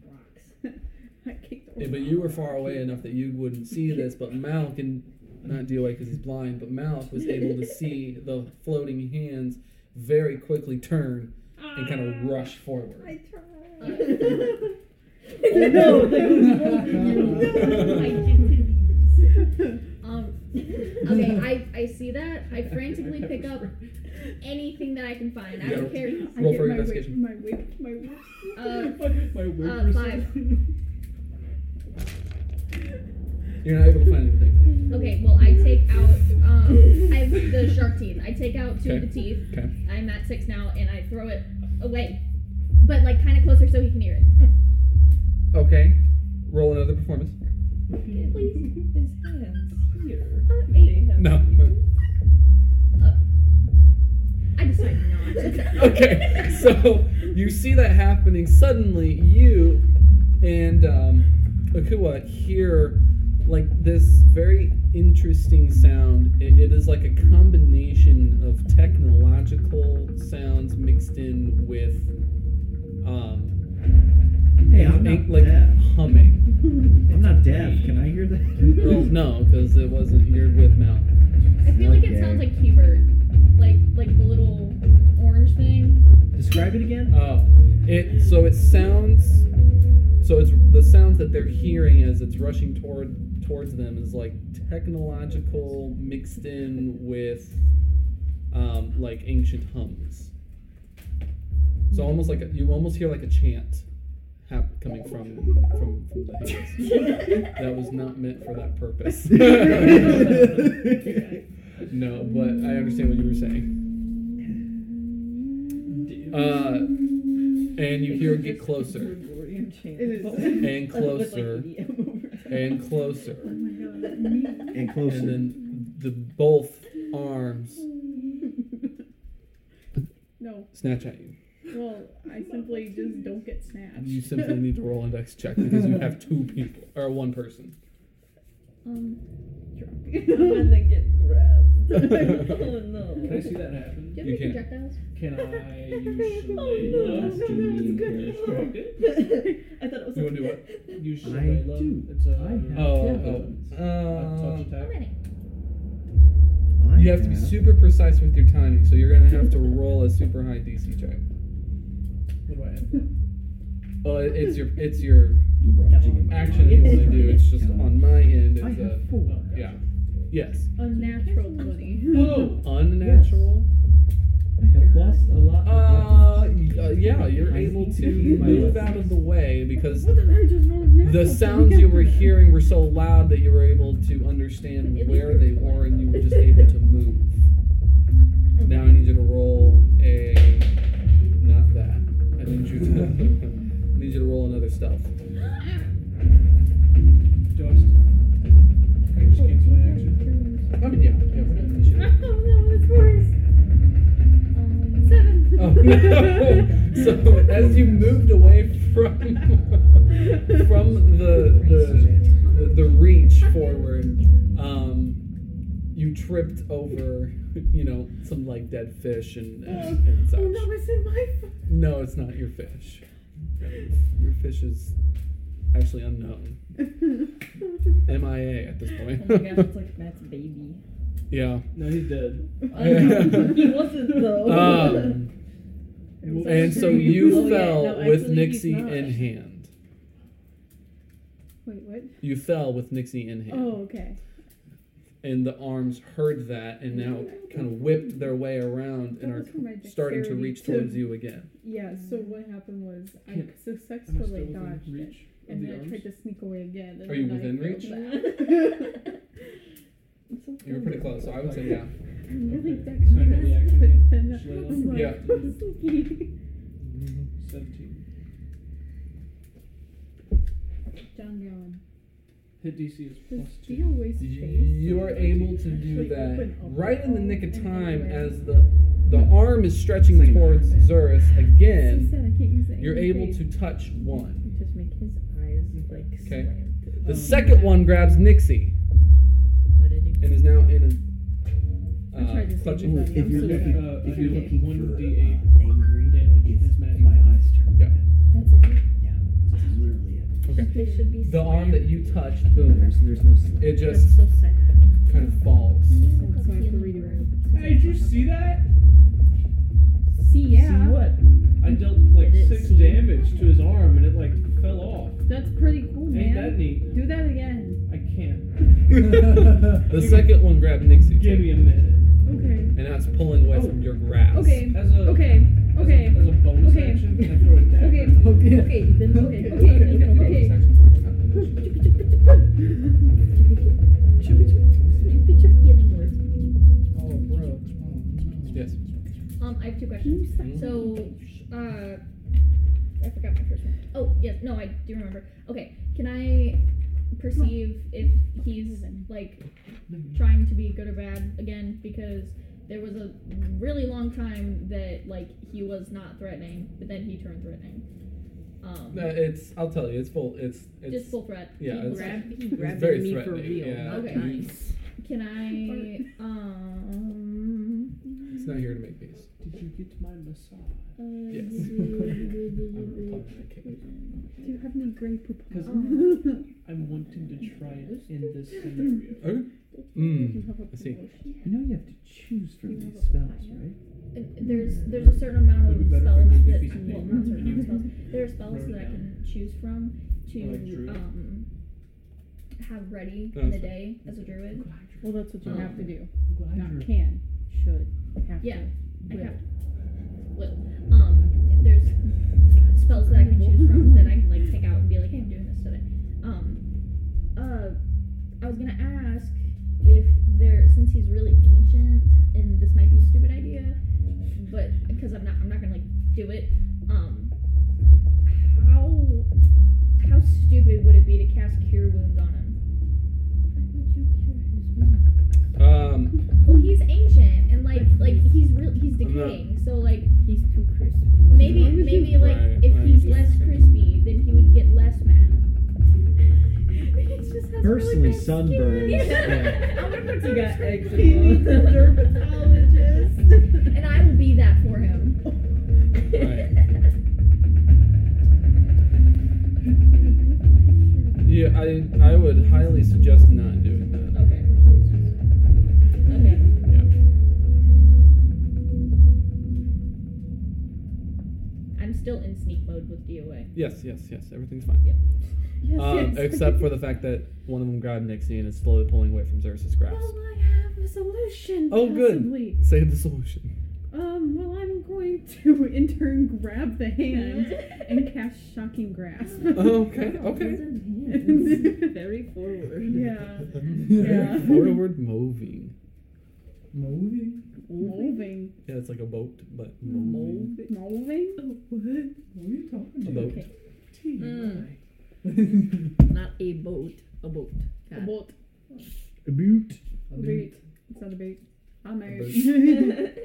[SPEAKER 5] I kicked the
[SPEAKER 1] but you were far away enough that you wouldn't see this, but Malik and not DOA because he's blind, but Malik was able to see the floating hands very quickly turn and kind of rush forward.
[SPEAKER 6] I
[SPEAKER 2] tried.
[SPEAKER 6] no, they
[SPEAKER 5] No.
[SPEAKER 6] I didn't.
[SPEAKER 2] Um, okay, I, I see that. I frantically pick up anything that I can find. I don't care.
[SPEAKER 5] I
[SPEAKER 1] Roll
[SPEAKER 5] get
[SPEAKER 1] for
[SPEAKER 5] my
[SPEAKER 1] investigation.
[SPEAKER 5] Whip, my whip, my whip.
[SPEAKER 2] Uh,
[SPEAKER 4] my whip
[SPEAKER 2] uh,
[SPEAKER 4] was-
[SPEAKER 2] five.
[SPEAKER 1] You're not able to find anything.
[SPEAKER 2] Okay, well, I take out um, I have the shark teeth. I take out two of the
[SPEAKER 1] Okay.
[SPEAKER 2] teeth.
[SPEAKER 1] Okay.
[SPEAKER 2] I'm at six now, and I throw it away, but like kind of closer so he can hear it.
[SPEAKER 1] Okay. Roll another performance.
[SPEAKER 2] Please.
[SPEAKER 6] His hands here.
[SPEAKER 2] Uh, eight.
[SPEAKER 6] They have
[SPEAKER 1] No.
[SPEAKER 2] I decide not. to.
[SPEAKER 1] Okay. So you see that happening. Suddenly, you and um, Akua hear like this very interesting sound. It, it is like a combination of technological sounds mixed in with um,
[SPEAKER 3] Hey, I'm
[SPEAKER 1] an-
[SPEAKER 3] not
[SPEAKER 1] like
[SPEAKER 3] deaf.
[SPEAKER 1] humming.
[SPEAKER 3] I'm not deaf. Can I hear that?
[SPEAKER 1] Well, no, because it wasn't. You're with Mal.
[SPEAKER 2] I feel like it
[SPEAKER 3] Okay.
[SPEAKER 2] sounds like Hubert, like like the little orange thing.
[SPEAKER 3] Describe it again.
[SPEAKER 1] Oh, it so it sounds. So it's the sounds that they're hearing as it's rushing toward towards them is like technological mixed in with um, like ancient hums. So almost like a, you almost hear like a chant hap- coming from from from the hands. That was not meant for that purpose. no, but I understand what you were saying. Uh, and you hear it get closer and closer and
[SPEAKER 5] Oh
[SPEAKER 1] closer,
[SPEAKER 3] and closer.
[SPEAKER 1] and then the both arms
[SPEAKER 5] No.
[SPEAKER 1] snatch at you.
[SPEAKER 5] Well, I simply just don't get
[SPEAKER 1] You
[SPEAKER 5] snatched.
[SPEAKER 1] simply need to roll a dex check because you have two people or one person.
[SPEAKER 2] Um,
[SPEAKER 6] When they get grabbed. oh
[SPEAKER 4] Can I
[SPEAKER 6] no.
[SPEAKER 4] see that happen?
[SPEAKER 2] do you have
[SPEAKER 1] You
[SPEAKER 2] any
[SPEAKER 1] can't.
[SPEAKER 2] projectiles?
[SPEAKER 4] Can I
[SPEAKER 6] Oh, no.
[SPEAKER 3] That's
[SPEAKER 4] use Shillelagh?
[SPEAKER 3] too mean.
[SPEAKER 4] Distracted?
[SPEAKER 6] I thought it was
[SPEAKER 1] You
[SPEAKER 6] a
[SPEAKER 1] wanna do what?
[SPEAKER 4] Use
[SPEAKER 3] I
[SPEAKER 4] Shillelagh.
[SPEAKER 3] do.
[SPEAKER 4] It's a
[SPEAKER 3] I have
[SPEAKER 1] Oh, oh,
[SPEAKER 4] a touch
[SPEAKER 1] uh,
[SPEAKER 2] How
[SPEAKER 4] attack.
[SPEAKER 2] many?
[SPEAKER 3] I
[SPEAKER 1] you have to be super precise with your timing, so you're gonna have to roll a super high DC check.
[SPEAKER 4] What do I have?
[SPEAKER 1] Well, it- it's your it's your
[SPEAKER 3] You brought
[SPEAKER 6] Double
[SPEAKER 3] chicken.
[SPEAKER 1] action you want to do. It's just on uh, my end.
[SPEAKER 3] I
[SPEAKER 1] It's a
[SPEAKER 3] have four.
[SPEAKER 4] Oh,
[SPEAKER 1] yeah, yes,
[SPEAKER 5] Unnatural 20.
[SPEAKER 4] Oh,
[SPEAKER 1] unnatural.
[SPEAKER 3] I have lost a lot.
[SPEAKER 1] Uh,
[SPEAKER 3] of
[SPEAKER 1] y- uh, yeah, you're
[SPEAKER 3] I
[SPEAKER 1] able
[SPEAKER 3] need
[SPEAKER 1] to
[SPEAKER 3] to use my
[SPEAKER 1] move
[SPEAKER 3] lessons.
[SPEAKER 1] out of the way because
[SPEAKER 5] What did I just roll natural
[SPEAKER 1] the
[SPEAKER 5] 20?
[SPEAKER 1] sounds you were hearing were so loud that you were able to understand
[SPEAKER 2] At least
[SPEAKER 1] where
[SPEAKER 2] you're
[SPEAKER 1] they
[SPEAKER 2] polite,
[SPEAKER 1] were and you
[SPEAKER 2] though.
[SPEAKER 1] were just able to move. Now I need you to roll a. Not that. I need you to. I need you to roll another stealth.
[SPEAKER 4] do I just, can I just cancel my action?
[SPEAKER 1] I mean, yeah, yeah, we're not
[SPEAKER 6] Oh
[SPEAKER 1] gonna
[SPEAKER 6] no, it's worse.
[SPEAKER 2] Um,
[SPEAKER 6] Seven.
[SPEAKER 1] Oh no! So as you moved away from from the the the, the reach forward, um, you tripped over, you know, some like dead fish and, and, and such.
[SPEAKER 6] Oh no, it's in my
[SPEAKER 1] No, it's not your fish. Your fish is actually unknown. MIA at this point.
[SPEAKER 6] Oh my gosh, it's like Matt's baby.
[SPEAKER 1] yeah.
[SPEAKER 4] No, he's dead.
[SPEAKER 6] he wasn't though.
[SPEAKER 1] Um, and so you
[SPEAKER 6] Oh, yeah,
[SPEAKER 1] fell
[SPEAKER 6] no,
[SPEAKER 1] with
[SPEAKER 6] actually, he's
[SPEAKER 1] Nixie
[SPEAKER 6] not.
[SPEAKER 1] in hand.
[SPEAKER 5] Wait, what?
[SPEAKER 1] You fell with Nixie in hand.
[SPEAKER 5] Oh, okay.
[SPEAKER 1] And the arms heard that and now kind of whipped their way around and
[SPEAKER 5] That
[SPEAKER 1] are
[SPEAKER 5] was for my
[SPEAKER 1] starting to
[SPEAKER 5] dexterity
[SPEAKER 1] reach
[SPEAKER 5] to-
[SPEAKER 1] towards you again.
[SPEAKER 5] Yeah, so what happened was I
[SPEAKER 4] Can- Am I still
[SPEAKER 5] successfully
[SPEAKER 4] within
[SPEAKER 5] dodged it.
[SPEAKER 4] reach of
[SPEAKER 5] And
[SPEAKER 4] the
[SPEAKER 5] then I
[SPEAKER 4] arms?
[SPEAKER 5] tried to sneak away again. and
[SPEAKER 1] Are you
[SPEAKER 5] then I
[SPEAKER 1] within
[SPEAKER 5] failed
[SPEAKER 1] reach?
[SPEAKER 5] that.
[SPEAKER 1] You were pretty close, so I would say yeah.
[SPEAKER 5] I'm really
[SPEAKER 4] Okay.
[SPEAKER 5] dexterous,
[SPEAKER 4] Sorry, maybe I can
[SPEAKER 5] but
[SPEAKER 4] get
[SPEAKER 5] then
[SPEAKER 4] Shillelagh.
[SPEAKER 5] I'm like,
[SPEAKER 1] Yeah.
[SPEAKER 5] "Oh, sneaky."
[SPEAKER 4] 17.
[SPEAKER 5] John Gowan.
[SPEAKER 4] Hit DC is
[SPEAKER 5] Does
[SPEAKER 4] plus two.
[SPEAKER 5] Dealway's face?
[SPEAKER 1] You are able to do
[SPEAKER 5] actually
[SPEAKER 1] that
[SPEAKER 5] open up
[SPEAKER 1] right in the nick of
[SPEAKER 5] and
[SPEAKER 1] time
[SPEAKER 5] anywhere?
[SPEAKER 1] as the the arm is stretching
[SPEAKER 3] It's like an
[SPEAKER 1] towards
[SPEAKER 3] Iron Man.
[SPEAKER 1] Zurus
[SPEAKER 6] He
[SPEAKER 1] again.
[SPEAKER 6] said I can't use the
[SPEAKER 1] You're
[SPEAKER 6] angry
[SPEAKER 1] able
[SPEAKER 6] face.
[SPEAKER 1] to touch one.
[SPEAKER 6] Just make his eyes
[SPEAKER 4] Mm-hmm.
[SPEAKER 6] like
[SPEAKER 1] Okay.
[SPEAKER 6] slanted.
[SPEAKER 1] The
[SPEAKER 5] Oh,
[SPEAKER 4] Um,
[SPEAKER 1] second one grabs Nixie
[SPEAKER 6] What did he
[SPEAKER 1] and is now in a
[SPEAKER 6] I tried
[SPEAKER 1] uh,
[SPEAKER 6] to
[SPEAKER 1] clutching.
[SPEAKER 6] save
[SPEAKER 3] Ooh,
[SPEAKER 6] everybody.
[SPEAKER 3] if you're looking,
[SPEAKER 6] I'm so
[SPEAKER 4] Uh,
[SPEAKER 3] if
[SPEAKER 4] I
[SPEAKER 3] you're
[SPEAKER 4] do
[SPEAKER 3] looking
[SPEAKER 4] one
[SPEAKER 3] for
[SPEAKER 4] D8
[SPEAKER 3] uh, angry
[SPEAKER 4] damage.
[SPEAKER 3] it's
[SPEAKER 4] It's
[SPEAKER 3] my
[SPEAKER 4] magic.
[SPEAKER 3] eyes turn
[SPEAKER 1] Yeah.
[SPEAKER 3] red.
[SPEAKER 6] That's it.
[SPEAKER 3] Yeah, that's literally it.
[SPEAKER 1] Okay.
[SPEAKER 6] They should be
[SPEAKER 1] The arm that
[SPEAKER 6] slanted.
[SPEAKER 1] you touched, boom,
[SPEAKER 3] There's, there's no. sl-
[SPEAKER 1] it just
[SPEAKER 6] That's so sad.
[SPEAKER 1] kind of falls.
[SPEAKER 5] So I have to redirect.
[SPEAKER 4] Hey, did you see that?
[SPEAKER 5] See, yeah.
[SPEAKER 4] See what? I dealt like
[SPEAKER 6] Did it
[SPEAKER 4] six
[SPEAKER 6] see?
[SPEAKER 4] damage to his arm and it like fell off.
[SPEAKER 5] That's pretty cool,
[SPEAKER 4] Ain't that
[SPEAKER 5] man.
[SPEAKER 4] neat?
[SPEAKER 5] Do that again.
[SPEAKER 4] I can't.
[SPEAKER 1] The second one grabbed Nixie
[SPEAKER 4] Give
[SPEAKER 1] too,
[SPEAKER 4] me a minute.
[SPEAKER 5] Okay.
[SPEAKER 1] and that's pulling away from your grasp.
[SPEAKER 5] Okay.
[SPEAKER 4] As a
[SPEAKER 5] Okay.
[SPEAKER 4] as a-
[SPEAKER 5] Okay.
[SPEAKER 4] As a bonus
[SPEAKER 5] Okay.
[SPEAKER 4] action, can I throw a dagger?
[SPEAKER 5] Okay.
[SPEAKER 3] Okay.
[SPEAKER 6] Okay, then okay.
[SPEAKER 1] Okay,
[SPEAKER 5] Okay, okay,
[SPEAKER 1] bonus
[SPEAKER 5] okay.
[SPEAKER 1] action, we're not in initiative.
[SPEAKER 2] healing words.
[SPEAKER 7] Oh, bro. Oh, no.
[SPEAKER 1] Yes.
[SPEAKER 2] Um, I have two
[SPEAKER 6] Hmm?
[SPEAKER 2] questions. So, uh, I forgot my first one. Oh, yes. No, I do remember. Okay, can I perceive if he's like trying to be good or bad again? Because there was a really long time that like he was not threatening, but then he turned threatening. Um,
[SPEAKER 1] No, Uh, it's. I'll tell you. It's full. It's. It's.
[SPEAKER 2] just full threat.
[SPEAKER 1] yeah.
[SPEAKER 6] He
[SPEAKER 1] It's,
[SPEAKER 6] grabbed, he
[SPEAKER 1] it's
[SPEAKER 6] grabbed
[SPEAKER 1] very
[SPEAKER 6] me for
[SPEAKER 1] threatening,
[SPEAKER 6] real.
[SPEAKER 1] yeah.
[SPEAKER 6] Not
[SPEAKER 2] Okay.
[SPEAKER 6] nice.
[SPEAKER 2] Can I? Um,
[SPEAKER 1] it's not here to make peace.
[SPEAKER 4] Did you get my massage?
[SPEAKER 1] Yes. I'm
[SPEAKER 2] uh,
[SPEAKER 1] fucking a kid.
[SPEAKER 5] Do you have any gray purple?
[SPEAKER 4] Because
[SPEAKER 1] Mm,
[SPEAKER 4] I'm wanting to try it in this scenario.
[SPEAKER 1] Okay.
[SPEAKER 5] Mm-hmm.
[SPEAKER 1] Mm. I see.
[SPEAKER 3] You know you have to choose from these spells, right?
[SPEAKER 2] There's there's a certain amount
[SPEAKER 4] Would
[SPEAKER 2] of
[SPEAKER 4] it be
[SPEAKER 2] spells
[SPEAKER 4] better
[SPEAKER 2] that
[SPEAKER 4] if
[SPEAKER 2] well not
[SPEAKER 4] I gave you a piece of
[SPEAKER 2] certain
[SPEAKER 4] paper and
[SPEAKER 2] amount
[SPEAKER 4] you
[SPEAKER 2] of spells. There are spells
[SPEAKER 4] wrote it
[SPEAKER 2] that I
[SPEAKER 4] down?
[SPEAKER 2] can choose from to
[SPEAKER 4] Or like druid?
[SPEAKER 2] um have ready
[SPEAKER 1] No,
[SPEAKER 2] in the
[SPEAKER 1] that's
[SPEAKER 2] day as a druid.
[SPEAKER 6] Well, that's what
[SPEAKER 2] you have to
[SPEAKER 6] do.
[SPEAKER 3] Not
[SPEAKER 6] can, should, have
[SPEAKER 2] Yeah, I
[SPEAKER 6] Will.
[SPEAKER 2] have will. Um, there's spells that I can choose from that I can like pick out and be like, hey, I'm doing this today. Um, uh, I was gonna ask if there, since he's really ancient, and this might be a stupid idea, but because I'm not, I'm not gonna like do it. Um, how how stupid would it be to cast Cure Wounds on him?
[SPEAKER 1] Um.
[SPEAKER 2] Well, he's ancient, and like like he's real, he's decaying, so like.
[SPEAKER 6] He's too crisp.
[SPEAKER 2] Maybe maybe like
[SPEAKER 1] Right,
[SPEAKER 2] if
[SPEAKER 1] right.
[SPEAKER 2] he's less crispy, then he would get less mad. He just has
[SPEAKER 3] Personally,
[SPEAKER 2] bad
[SPEAKER 3] sunburns,
[SPEAKER 2] skin.
[SPEAKER 3] yeah.
[SPEAKER 2] I'm gonna
[SPEAKER 6] You
[SPEAKER 2] pretend
[SPEAKER 6] got
[SPEAKER 2] it's
[SPEAKER 6] eczema.
[SPEAKER 2] crispy.
[SPEAKER 5] dermatologist.
[SPEAKER 2] and I will be that for him.
[SPEAKER 1] Right. Yeah. I. I would highly suggest not doing that.
[SPEAKER 2] Okay. Okay.
[SPEAKER 1] Yeah.
[SPEAKER 2] I'm still in sneak mode with DOA.
[SPEAKER 1] Yes. Yes. Yes. Everything's fine.
[SPEAKER 5] Yes,
[SPEAKER 1] Um,
[SPEAKER 5] yes.
[SPEAKER 1] except for the fact that one of them grabbed Nixie and is slowly pulling away from Zerus's grasp.
[SPEAKER 5] Well, I have a solution.
[SPEAKER 1] Oh, good.
[SPEAKER 5] possibly.
[SPEAKER 1] Say the solution.
[SPEAKER 5] Um, well, I'm going to in turn grab the hand and cast shocking grasp.
[SPEAKER 1] Okay. Okay.
[SPEAKER 6] Very forward.
[SPEAKER 5] yeah.
[SPEAKER 1] Very Forward moving.
[SPEAKER 7] Moving?
[SPEAKER 5] Mm-hmm. Moving.
[SPEAKER 1] Yeah, it's like a boat, but
[SPEAKER 5] Mm-hmm.
[SPEAKER 1] moving.
[SPEAKER 5] Moving. Moving.
[SPEAKER 6] Oh,
[SPEAKER 7] What? What are you talking
[SPEAKER 1] A
[SPEAKER 7] about?
[SPEAKER 1] boat.
[SPEAKER 6] Okay.
[SPEAKER 7] Gee,
[SPEAKER 6] Mm.
[SPEAKER 2] Hmm.
[SPEAKER 7] why?
[SPEAKER 6] Not a boat, a boat.
[SPEAKER 5] A
[SPEAKER 6] God.
[SPEAKER 5] boat.
[SPEAKER 3] A boot.
[SPEAKER 5] A boot. It's not a boot. I'm
[SPEAKER 1] A
[SPEAKER 5] married.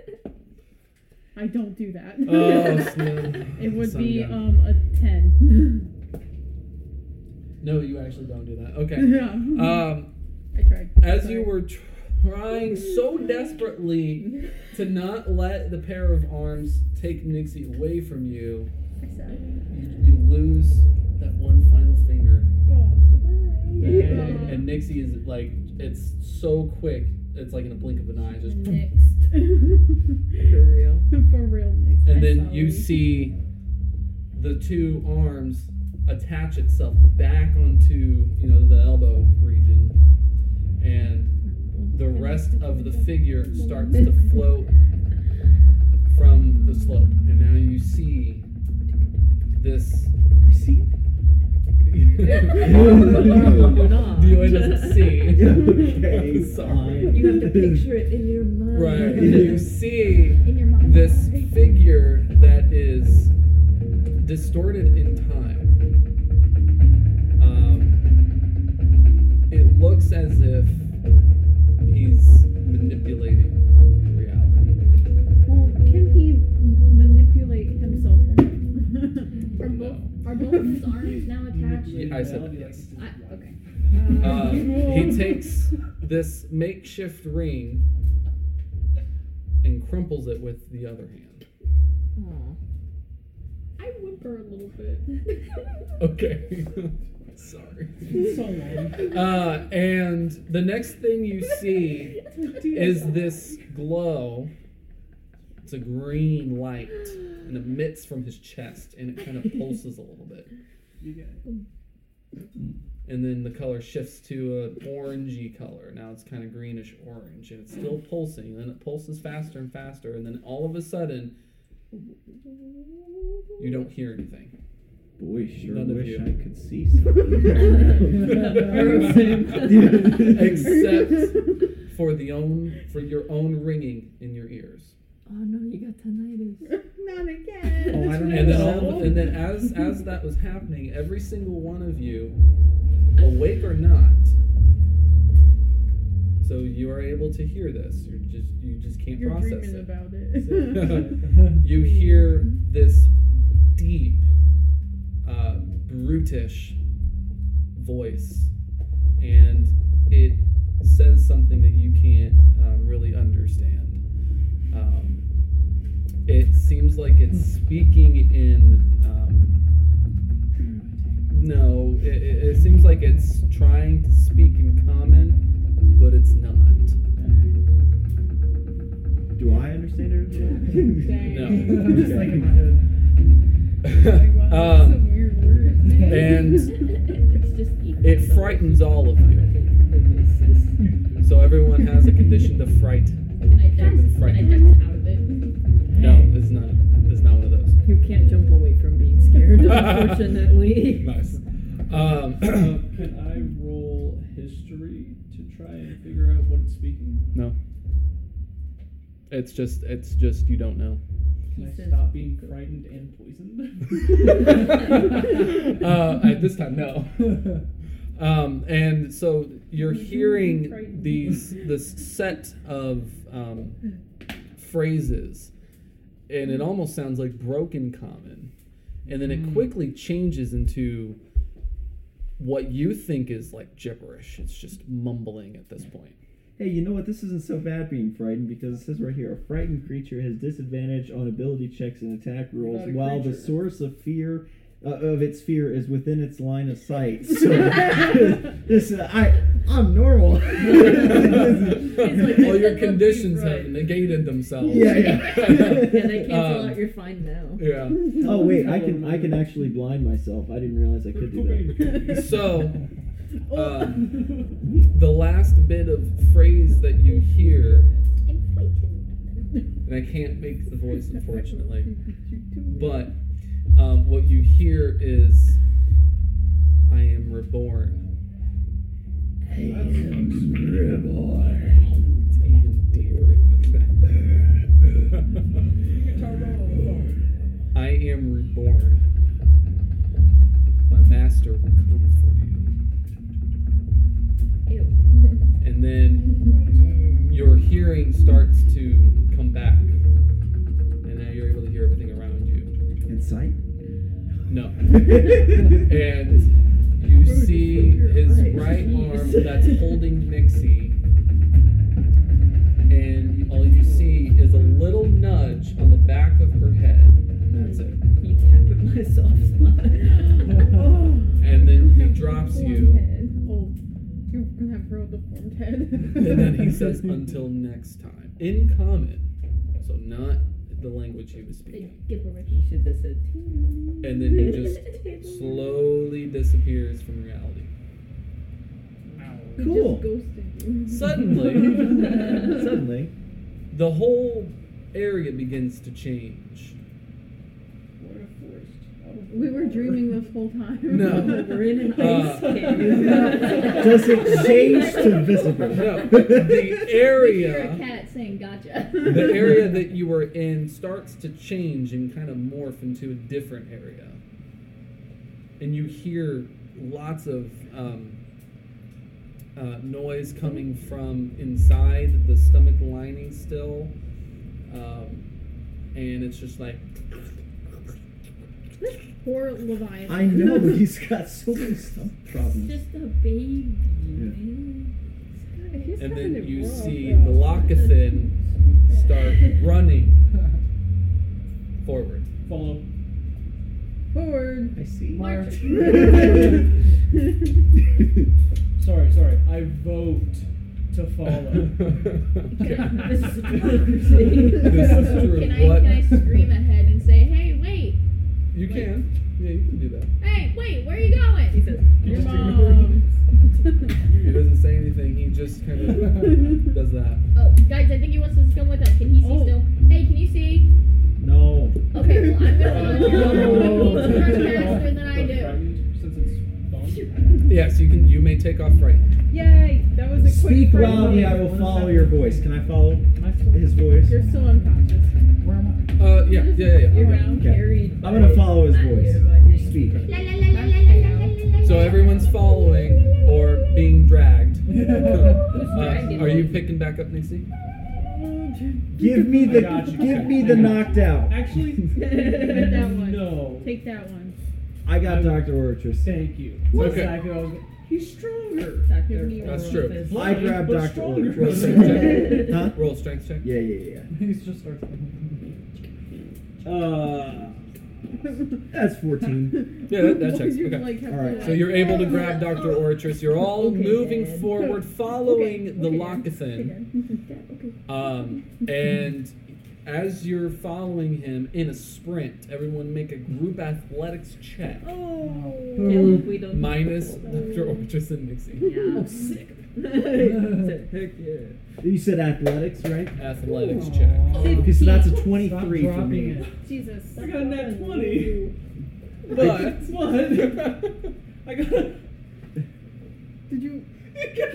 [SPEAKER 5] I don't do that.
[SPEAKER 1] Oh, snap.
[SPEAKER 5] it would
[SPEAKER 1] Sun
[SPEAKER 5] be
[SPEAKER 1] god.
[SPEAKER 5] um a ten.
[SPEAKER 1] No, you actually don't do that. Okay.
[SPEAKER 5] yeah.
[SPEAKER 1] Um,
[SPEAKER 5] I tried.
[SPEAKER 1] as
[SPEAKER 5] Sorry.
[SPEAKER 1] you were trying so desperately to not let the pair of arms take Nixie away from you, you, you lose that one final finger.
[SPEAKER 5] Oh.
[SPEAKER 1] And,
[SPEAKER 5] Uh-huh.
[SPEAKER 1] and Nixie is like, it's so quick, it's like in a blink of an eye. Just
[SPEAKER 2] Next.
[SPEAKER 6] For real.
[SPEAKER 5] For real, Nick.
[SPEAKER 1] and
[SPEAKER 5] I
[SPEAKER 1] then
[SPEAKER 5] saw
[SPEAKER 1] you
[SPEAKER 5] it.
[SPEAKER 1] see the two arms attach itself back onto you know the elbow region and the rest of the figure starts to float from the slope and now you see this
[SPEAKER 3] I see.
[SPEAKER 6] You're not.
[SPEAKER 1] DOA doesn't see
[SPEAKER 3] okay.
[SPEAKER 1] Sorry.
[SPEAKER 3] fine.
[SPEAKER 6] You have to picture it in your mind.
[SPEAKER 1] right you see
[SPEAKER 2] In your mind.
[SPEAKER 1] this figure that is distorted in time. Um, looks as if he's manipulating reality.
[SPEAKER 5] Well, can he manipulate himself?
[SPEAKER 2] Are both,
[SPEAKER 1] No.
[SPEAKER 2] are both of his arms now attached?
[SPEAKER 1] Yeah, I said yes.
[SPEAKER 2] I, okay.
[SPEAKER 1] Uh, he takes this makeshift ring and crumples it with the other hand.
[SPEAKER 6] Aw.
[SPEAKER 2] I whimper a little bit.
[SPEAKER 1] Okay. Sorry.
[SPEAKER 7] so long.
[SPEAKER 1] Uh, and the next thing you see is this glow. It's a green light and emits from his chest and it kind of pulses a little bit.
[SPEAKER 4] You got it.
[SPEAKER 1] And then the color shifts to an orangey color. Now it's kind of greenish orange and it's still pulsing. And then it pulses faster and faster. And then all of a sudden, you don't hear anything.
[SPEAKER 3] Boy, sure
[SPEAKER 1] None of
[SPEAKER 3] wish
[SPEAKER 1] you.
[SPEAKER 3] I could see something.
[SPEAKER 1] Except for the own for your own ringing in your ears.
[SPEAKER 6] Oh no, you got tinnitus.
[SPEAKER 5] Not again.
[SPEAKER 3] Oh, I don't
[SPEAKER 1] And then,
[SPEAKER 3] know.
[SPEAKER 1] all, and then as as that was happening, every single one of you, awake or not, so you are able to hear this. You just you just can't
[SPEAKER 5] You're
[SPEAKER 1] process
[SPEAKER 5] dreaming
[SPEAKER 1] it.
[SPEAKER 5] about it.
[SPEAKER 1] you hear this deep, uh, brutish voice, and it says something that you can't um, really understand. Um, it seems like it's speaking in. Um, no, it, it, it seems like it's trying to speak in common, but it's not.
[SPEAKER 3] Do I understand everything?
[SPEAKER 1] No.
[SPEAKER 7] Just like in my head.
[SPEAKER 5] Like, wow, that's
[SPEAKER 1] um,
[SPEAKER 5] some weird words, man.
[SPEAKER 1] and-
[SPEAKER 6] it's just evil.
[SPEAKER 1] it frightens all of you. So everyone has a condition to fright.
[SPEAKER 2] Can I just, can I just out of it?
[SPEAKER 1] No, it's not. It's not one of those.
[SPEAKER 6] You can't jump away from being scared, unfortunately.
[SPEAKER 1] Nice.
[SPEAKER 4] Uh,
[SPEAKER 1] Um,
[SPEAKER 4] can I roll history to try and figure out what it's speaking?
[SPEAKER 1] no. It's just. It's just. You don't know.
[SPEAKER 4] Can
[SPEAKER 6] He
[SPEAKER 4] I
[SPEAKER 6] says-
[SPEAKER 4] stop being frightened and poisoned?
[SPEAKER 1] uh, at this time, no. Um, and so you're hearing these this set of um, phrases, and it almost sounds like broken common, and then
[SPEAKER 6] Mm.
[SPEAKER 1] it quickly changes into what you think is like gibberish. It's just mumbling at this point.
[SPEAKER 3] Hey, you know what? This isn't so bad being frightened because it says right here a frightened creature has disadvantage on ability checks and attack rolls
[SPEAKER 7] Not a
[SPEAKER 3] while the
[SPEAKER 7] creature.
[SPEAKER 3] source of fear uh, of its fear is within its line of sight. So this uh, I I'm normal.
[SPEAKER 6] like,
[SPEAKER 1] All your
[SPEAKER 6] "That must be
[SPEAKER 1] conditions
[SPEAKER 6] right."
[SPEAKER 1] have negated themselves.
[SPEAKER 3] yeah, yeah.
[SPEAKER 6] and I cancel
[SPEAKER 1] Um,
[SPEAKER 6] out your fine now.
[SPEAKER 1] yeah.
[SPEAKER 3] oh wait, I can I can actually blind myself. I didn't realize I could do that.
[SPEAKER 1] So, uh, the last bit of phrase that you hear, and I can't make the voice unfortunately, but um, what you hear is, I am reborn. It's even deeper than that. I am reborn. My master will come for you.
[SPEAKER 2] Ew.
[SPEAKER 1] And then your hearing starts to come back, and now you're able to hear everything around you.
[SPEAKER 3] In sight?
[SPEAKER 1] No, and you see his right arm that's holding Nixie, and all you see is a little nudge on the back of her head, and that's it.
[SPEAKER 6] He tapping my soft spot.
[SPEAKER 5] Oh.
[SPEAKER 1] And then he
[SPEAKER 5] You have
[SPEAKER 1] drops
[SPEAKER 5] deformed
[SPEAKER 1] you,
[SPEAKER 5] head. Oh, you're gonna have real deformed head.
[SPEAKER 1] and then he says, "Until next time," in common, so not the language he was
[SPEAKER 2] The
[SPEAKER 1] speaking.
[SPEAKER 2] gibberish.
[SPEAKER 6] he should have said.
[SPEAKER 1] And then he just slowly disappears from reality.
[SPEAKER 5] He
[SPEAKER 3] Cool.
[SPEAKER 5] Just ghosted you.
[SPEAKER 1] Suddenly,
[SPEAKER 3] Suddenly.
[SPEAKER 1] the whole area begins to change.
[SPEAKER 5] We were dreaming this whole time.
[SPEAKER 1] No.
[SPEAKER 6] We're in an
[SPEAKER 1] Uh,
[SPEAKER 6] ice cave.
[SPEAKER 3] Does it change to visible?
[SPEAKER 1] No, the
[SPEAKER 2] You're a
[SPEAKER 1] area,
[SPEAKER 2] cat saying gotcha.
[SPEAKER 1] the area that you were in starts to change and kind of morph into a different area. And you hear lots of um, uh, uh, noise coming from inside the stomach lining still, um, and it's just like
[SPEAKER 5] Poor Leviathan.
[SPEAKER 3] I know he's got so many stomach problems.
[SPEAKER 2] Just a baby. man.
[SPEAKER 1] and then you see the Locathan start running forward.
[SPEAKER 4] Follow.
[SPEAKER 6] Forward.
[SPEAKER 3] I see.
[SPEAKER 7] March.
[SPEAKER 4] Sorry, sorry. I vote to follow.
[SPEAKER 1] Okay.
[SPEAKER 6] This is a democracy.
[SPEAKER 1] This is true.
[SPEAKER 2] Can I
[SPEAKER 1] What?
[SPEAKER 2] can I scream ahead and say, hey, wait,
[SPEAKER 1] You can, yeah, you can do that.
[SPEAKER 2] hey, wait, where are you going?
[SPEAKER 6] He says,
[SPEAKER 4] Your
[SPEAKER 6] "Your
[SPEAKER 4] mom."
[SPEAKER 6] mom."
[SPEAKER 1] He doesn't say anything. He just kind of does that.
[SPEAKER 2] Oh, guys, I think he wants us to come with us. Can he see
[SPEAKER 5] Oh.
[SPEAKER 2] still? Hey, can you see?
[SPEAKER 3] No.
[SPEAKER 2] Okay, well, I'm gonna run.
[SPEAKER 4] Oh.
[SPEAKER 2] You run faster than I do.
[SPEAKER 4] Frightened, Since it's
[SPEAKER 1] Yes, you can. You may take off right.
[SPEAKER 5] Yay! That was a quick
[SPEAKER 3] Speak
[SPEAKER 5] break.
[SPEAKER 3] loudly. I will follow your voice. Can I follow his voice?
[SPEAKER 5] You're still unconscious.
[SPEAKER 7] Where am I?
[SPEAKER 1] Uh, yeah, yeah, yeah. yeah.
[SPEAKER 6] You're
[SPEAKER 5] Okay.
[SPEAKER 6] now
[SPEAKER 3] Okay.
[SPEAKER 6] carried.
[SPEAKER 3] I'm gonna
[SPEAKER 6] by-
[SPEAKER 3] follow his
[SPEAKER 6] not
[SPEAKER 3] voice.
[SPEAKER 6] you, but his-
[SPEAKER 3] Speak.
[SPEAKER 2] La, la, la, la, la, la, la, la, la,
[SPEAKER 1] So
[SPEAKER 2] la.
[SPEAKER 1] everyone's following or being dragged. Uh,
[SPEAKER 6] dragging?
[SPEAKER 1] are you picking back up, Nixie?
[SPEAKER 3] Give me
[SPEAKER 4] I
[SPEAKER 3] the
[SPEAKER 4] got you.
[SPEAKER 3] give me
[SPEAKER 4] I
[SPEAKER 3] the
[SPEAKER 4] got you.
[SPEAKER 3] knocked out.
[SPEAKER 4] Actually,
[SPEAKER 5] that one.
[SPEAKER 4] no.
[SPEAKER 5] Take that one.
[SPEAKER 3] I got Dr. Orchis.
[SPEAKER 4] Thank you.
[SPEAKER 1] What?
[SPEAKER 4] Exactly what I was gonna- He's stronger.
[SPEAKER 6] Doctor.
[SPEAKER 5] me
[SPEAKER 1] That's
[SPEAKER 6] Orofis.
[SPEAKER 1] true.
[SPEAKER 3] I grabbed
[SPEAKER 4] But
[SPEAKER 3] Dr.
[SPEAKER 4] stronger.
[SPEAKER 1] Roll strength
[SPEAKER 3] Orchis.
[SPEAKER 1] check.
[SPEAKER 3] Huh?
[SPEAKER 1] Roll strength check.
[SPEAKER 3] Yeah, yeah,
[SPEAKER 4] He's just starts.
[SPEAKER 3] yeah. Uh that's fourteen.
[SPEAKER 1] Yeah, that, that checks.
[SPEAKER 5] You're,
[SPEAKER 1] Okay.
[SPEAKER 5] like, have
[SPEAKER 3] All right.
[SPEAKER 1] So you're able to grab Dr. Oratrice. You're all
[SPEAKER 6] Okay,
[SPEAKER 1] moving
[SPEAKER 6] Dad.
[SPEAKER 1] forward, following the
[SPEAKER 5] okay,
[SPEAKER 1] Lockathan. Um, and as you're following him in a sprint, everyone make a group athletics check.
[SPEAKER 5] Oh.
[SPEAKER 6] Yeah, we don't.
[SPEAKER 1] Minus Dr. Orchis and Nixie.
[SPEAKER 6] Yeah.
[SPEAKER 7] Oh, sick.
[SPEAKER 5] oh
[SPEAKER 6] Said, Heck yeah.
[SPEAKER 3] You said athletics, right?
[SPEAKER 1] Athletics check.
[SPEAKER 3] Okay, so that's a
[SPEAKER 7] Stop
[SPEAKER 3] twenty-three for
[SPEAKER 7] dropping
[SPEAKER 3] me.
[SPEAKER 7] it.
[SPEAKER 5] Jesus.
[SPEAKER 4] I got a nat 20.
[SPEAKER 1] But-
[SPEAKER 4] what? I got a.
[SPEAKER 5] Did you?
[SPEAKER 4] I got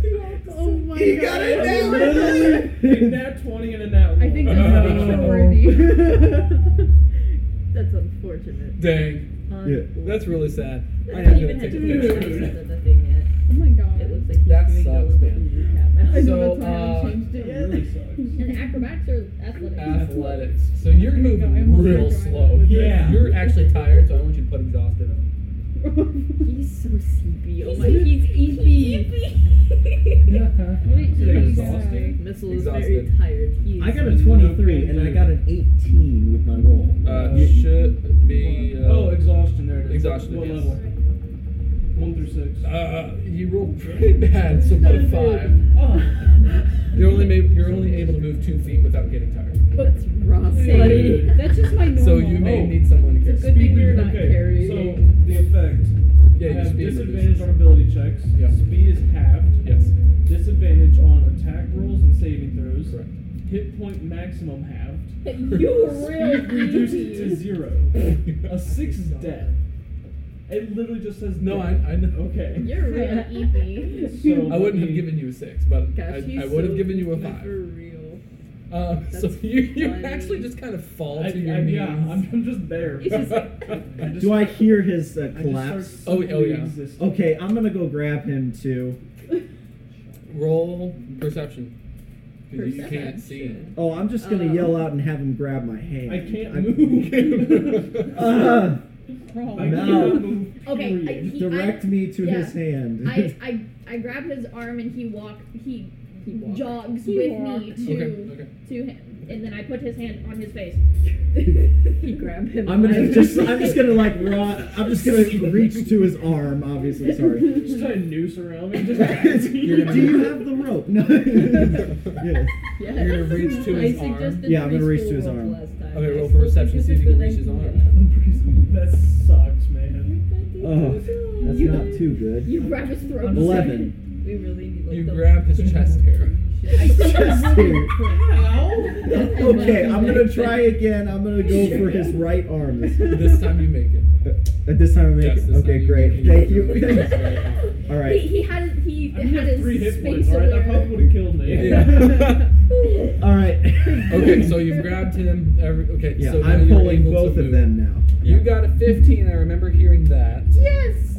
[SPEAKER 4] the opposite.
[SPEAKER 5] Oh my
[SPEAKER 3] He
[SPEAKER 5] god.
[SPEAKER 3] got
[SPEAKER 4] I
[SPEAKER 3] it
[SPEAKER 4] was
[SPEAKER 3] now.
[SPEAKER 4] literally a nat 20 and a nat 1.
[SPEAKER 5] I think that's
[SPEAKER 1] Oh.
[SPEAKER 5] eviction worthy.
[SPEAKER 6] That's unfortunate.
[SPEAKER 1] Dang,
[SPEAKER 6] Unfortunate.
[SPEAKER 1] that's really sad. I
[SPEAKER 6] Doesn't
[SPEAKER 1] am
[SPEAKER 6] even
[SPEAKER 1] gonna
[SPEAKER 6] have
[SPEAKER 1] take
[SPEAKER 6] to
[SPEAKER 1] a
[SPEAKER 6] be the
[SPEAKER 1] picture.
[SPEAKER 6] size of the thing
[SPEAKER 5] oh my
[SPEAKER 6] yet.
[SPEAKER 5] god.
[SPEAKER 6] It looks like he's
[SPEAKER 1] That
[SPEAKER 6] doing
[SPEAKER 1] sucks,
[SPEAKER 6] the little
[SPEAKER 1] man.
[SPEAKER 6] you have
[SPEAKER 5] I
[SPEAKER 6] now.
[SPEAKER 5] think
[SPEAKER 1] So,
[SPEAKER 5] that's why I
[SPEAKER 1] uh,
[SPEAKER 5] haven't changed it
[SPEAKER 4] That
[SPEAKER 5] yet.
[SPEAKER 4] really sucks.
[SPEAKER 2] And acrobatics or athletics?
[SPEAKER 1] Athletics. So you're
[SPEAKER 5] There you go, I
[SPEAKER 1] moving
[SPEAKER 5] almost
[SPEAKER 1] real
[SPEAKER 5] forgot
[SPEAKER 1] slow.
[SPEAKER 5] that.
[SPEAKER 1] You're-
[SPEAKER 4] Yeah.
[SPEAKER 1] You're actually tired, so I want you to put exhausted on.
[SPEAKER 6] He's so sleepy. Oh
[SPEAKER 2] He's
[SPEAKER 6] my. He's sleepy.
[SPEAKER 1] Exhausted.
[SPEAKER 6] Missile is
[SPEAKER 1] Exhausted.
[SPEAKER 6] very tired. He is
[SPEAKER 3] I got a twenty-three and I got an eighteen with my roll.
[SPEAKER 1] Uh, should be. Uh,
[SPEAKER 4] oh, exhaustion. There it is.
[SPEAKER 1] Exhaustion,
[SPEAKER 4] What
[SPEAKER 1] yes.
[SPEAKER 4] level? One through six.
[SPEAKER 1] Uh, you rolled pretty bad, so put a five. You're only ma- you're only able to move two feet without getting tired.
[SPEAKER 6] That's rough,
[SPEAKER 4] Hey.
[SPEAKER 6] buddy.
[SPEAKER 5] That's just my normal.
[SPEAKER 1] So you may
[SPEAKER 4] Oh.
[SPEAKER 1] need someone to
[SPEAKER 6] It's a
[SPEAKER 1] carry.
[SPEAKER 6] good thing you're not
[SPEAKER 4] okay,
[SPEAKER 6] carrying.
[SPEAKER 4] So the effect.
[SPEAKER 1] Yeah,
[SPEAKER 4] I
[SPEAKER 1] you
[SPEAKER 4] have
[SPEAKER 1] speed
[SPEAKER 4] disadvantage
[SPEAKER 1] reduces.
[SPEAKER 4] on ability checks.
[SPEAKER 1] Yeah.
[SPEAKER 4] Speed is halved.
[SPEAKER 1] Yes,
[SPEAKER 4] Disadvantage on attack rolls and saving throws.
[SPEAKER 1] correct.
[SPEAKER 4] Hit point maximum halved.
[SPEAKER 2] You were
[SPEAKER 4] Speed
[SPEAKER 2] real E
[SPEAKER 4] reduced to
[SPEAKER 2] easy.
[SPEAKER 4] zero. A six is death. It literally just says
[SPEAKER 1] No, I,
[SPEAKER 4] death.
[SPEAKER 1] I know.
[SPEAKER 4] Okay.
[SPEAKER 2] You're real E easy.
[SPEAKER 4] So
[SPEAKER 1] I wouldn't
[SPEAKER 4] let
[SPEAKER 1] have
[SPEAKER 4] me-
[SPEAKER 1] given you a six, but
[SPEAKER 6] Gosh,
[SPEAKER 1] I,
[SPEAKER 6] he's
[SPEAKER 1] I would have
[SPEAKER 6] so
[SPEAKER 1] given you a
[SPEAKER 6] sleepy For
[SPEAKER 1] five.
[SPEAKER 6] real.
[SPEAKER 1] Um, so
[SPEAKER 6] That's
[SPEAKER 1] you, you
[SPEAKER 6] funny.
[SPEAKER 1] actually just kind of fall
[SPEAKER 4] I,
[SPEAKER 1] to your
[SPEAKER 4] I,
[SPEAKER 1] knees.
[SPEAKER 4] yeah, I'm, I'm just there.
[SPEAKER 6] It's just-
[SPEAKER 4] I just-
[SPEAKER 3] Do I hear his uh,
[SPEAKER 4] I just
[SPEAKER 3] collapse?
[SPEAKER 1] Oh,
[SPEAKER 4] start
[SPEAKER 1] oh, yeah.
[SPEAKER 4] existing.
[SPEAKER 3] Okay, I'm gonna go grab him too.
[SPEAKER 1] Roll perception. 'Cause You can't see.
[SPEAKER 6] Perception.
[SPEAKER 3] Oh, I'm just
[SPEAKER 2] Uh.
[SPEAKER 3] gonna
[SPEAKER 6] Oh.
[SPEAKER 3] yell out and have him grab my hand.
[SPEAKER 4] I can't
[SPEAKER 3] I-
[SPEAKER 4] move.
[SPEAKER 3] Uh,
[SPEAKER 5] Wrong.
[SPEAKER 4] I
[SPEAKER 3] No.
[SPEAKER 4] cannot move.
[SPEAKER 2] Okay, I,
[SPEAKER 4] period.
[SPEAKER 2] he,
[SPEAKER 3] direct
[SPEAKER 2] I,
[SPEAKER 3] me to
[SPEAKER 2] yeah.
[SPEAKER 3] his hand.
[SPEAKER 2] I, I, I grabbed his arm and he walked. He
[SPEAKER 6] He walked.
[SPEAKER 2] jogs
[SPEAKER 5] He
[SPEAKER 2] with
[SPEAKER 5] walked.
[SPEAKER 2] me to
[SPEAKER 1] Okay, okay.
[SPEAKER 2] to him, and then I put his hand on his face.
[SPEAKER 6] He grabbed him.
[SPEAKER 3] I'm
[SPEAKER 6] by
[SPEAKER 3] gonna
[SPEAKER 6] the-
[SPEAKER 3] just I'm just gonna like raw I'm just gonna reach to his arm, obviously, sorry.
[SPEAKER 4] Just tie a noose around me. Just
[SPEAKER 3] Do you have the rope? No. yeah.
[SPEAKER 6] Yes.
[SPEAKER 1] You're gonna reach to his
[SPEAKER 6] I suggested
[SPEAKER 1] arm.
[SPEAKER 3] Yeah, I'm gonna reach to
[SPEAKER 6] preschool
[SPEAKER 3] his
[SPEAKER 6] rolls
[SPEAKER 3] arm.
[SPEAKER 6] last time.
[SPEAKER 1] Okay,
[SPEAKER 6] I
[SPEAKER 1] roll
[SPEAKER 6] still
[SPEAKER 1] for
[SPEAKER 6] think
[SPEAKER 1] reception.
[SPEAKER 6] it's
[SPEAKER 1] See if
[SPEAKER 6] a
[SPEAKER 1] you can
[SPEAKER 6] good
[SPEAKER 1] reach his
[SPEAKER 6] idea.
[SPEAKER 1] arm.
[SPEAKER 4] that sucks, man.
[SPEAKER 3] Oh, that's
[SPEAKER 6] You-
[SPEAKER 3] not too good.
[SPEAKER 2] You grab his throat.
[SPEAKER 6] I'm
[SPEAKER 3] Eleven.
[SPEAKER 6] We really need like
[SPEAKER 1] You
[SPEAKER 6] the-
[SPEAKER 1] grab his chest hair.
[SPEAKER 3] Just here.
[SPEAKER 6] Ow.
[SPEAKER 3] Okay, I'm gonna try again. I'm gonna go for his right arm this time.
[SPEAKER 1] This time you make it.
[SPEAKER 3] At this time I make
[SPEAKER 1] Yes,
[SPEAKER 3] it.
[SPEAKER 1] this time
[SPEAKER 3] Okay,
[SPEAKER 1] you
[SPEAKER 3] great.
[SPEAKER 1] make it.
[SPEAKER 3] Thank you.
[SPEAKER 1] Yes, right arm.
[SPEAKER 3] All right.
[SPEAKER 2] He, he had he
[SPEAKER 4] I
[SPEAKER 2] had
[SPEAKER 4] had
[SPEAKER 2] his
[SPEAKER 4] three hit
[SPEAKER 2] space
[SPEAKER 4] points, alright? That
[SPEAKER 2] aware.
[SPEAKER 4] probably would have killed me.
[SPEAKER 1] Yeah.
[SPEAKER 3] All right.
[SPEAKER 1] okay, so you've grabbed him. Every, okay,
[SPEAKER 3] Yeah,
[SPEAKER 1] so now
[SPEAKER 3] I'm
[SPEAKER 1] you're
[SPEAKER 3] pulling
[SPEAKER 1] able to
[SPEAKER 3] both of
[SPEAKER 1] move.
[SPEAKER 3] them now.
[SPEAKER 1] You got a 15. I remember hearing that.
[SPEAKER 2] Yes.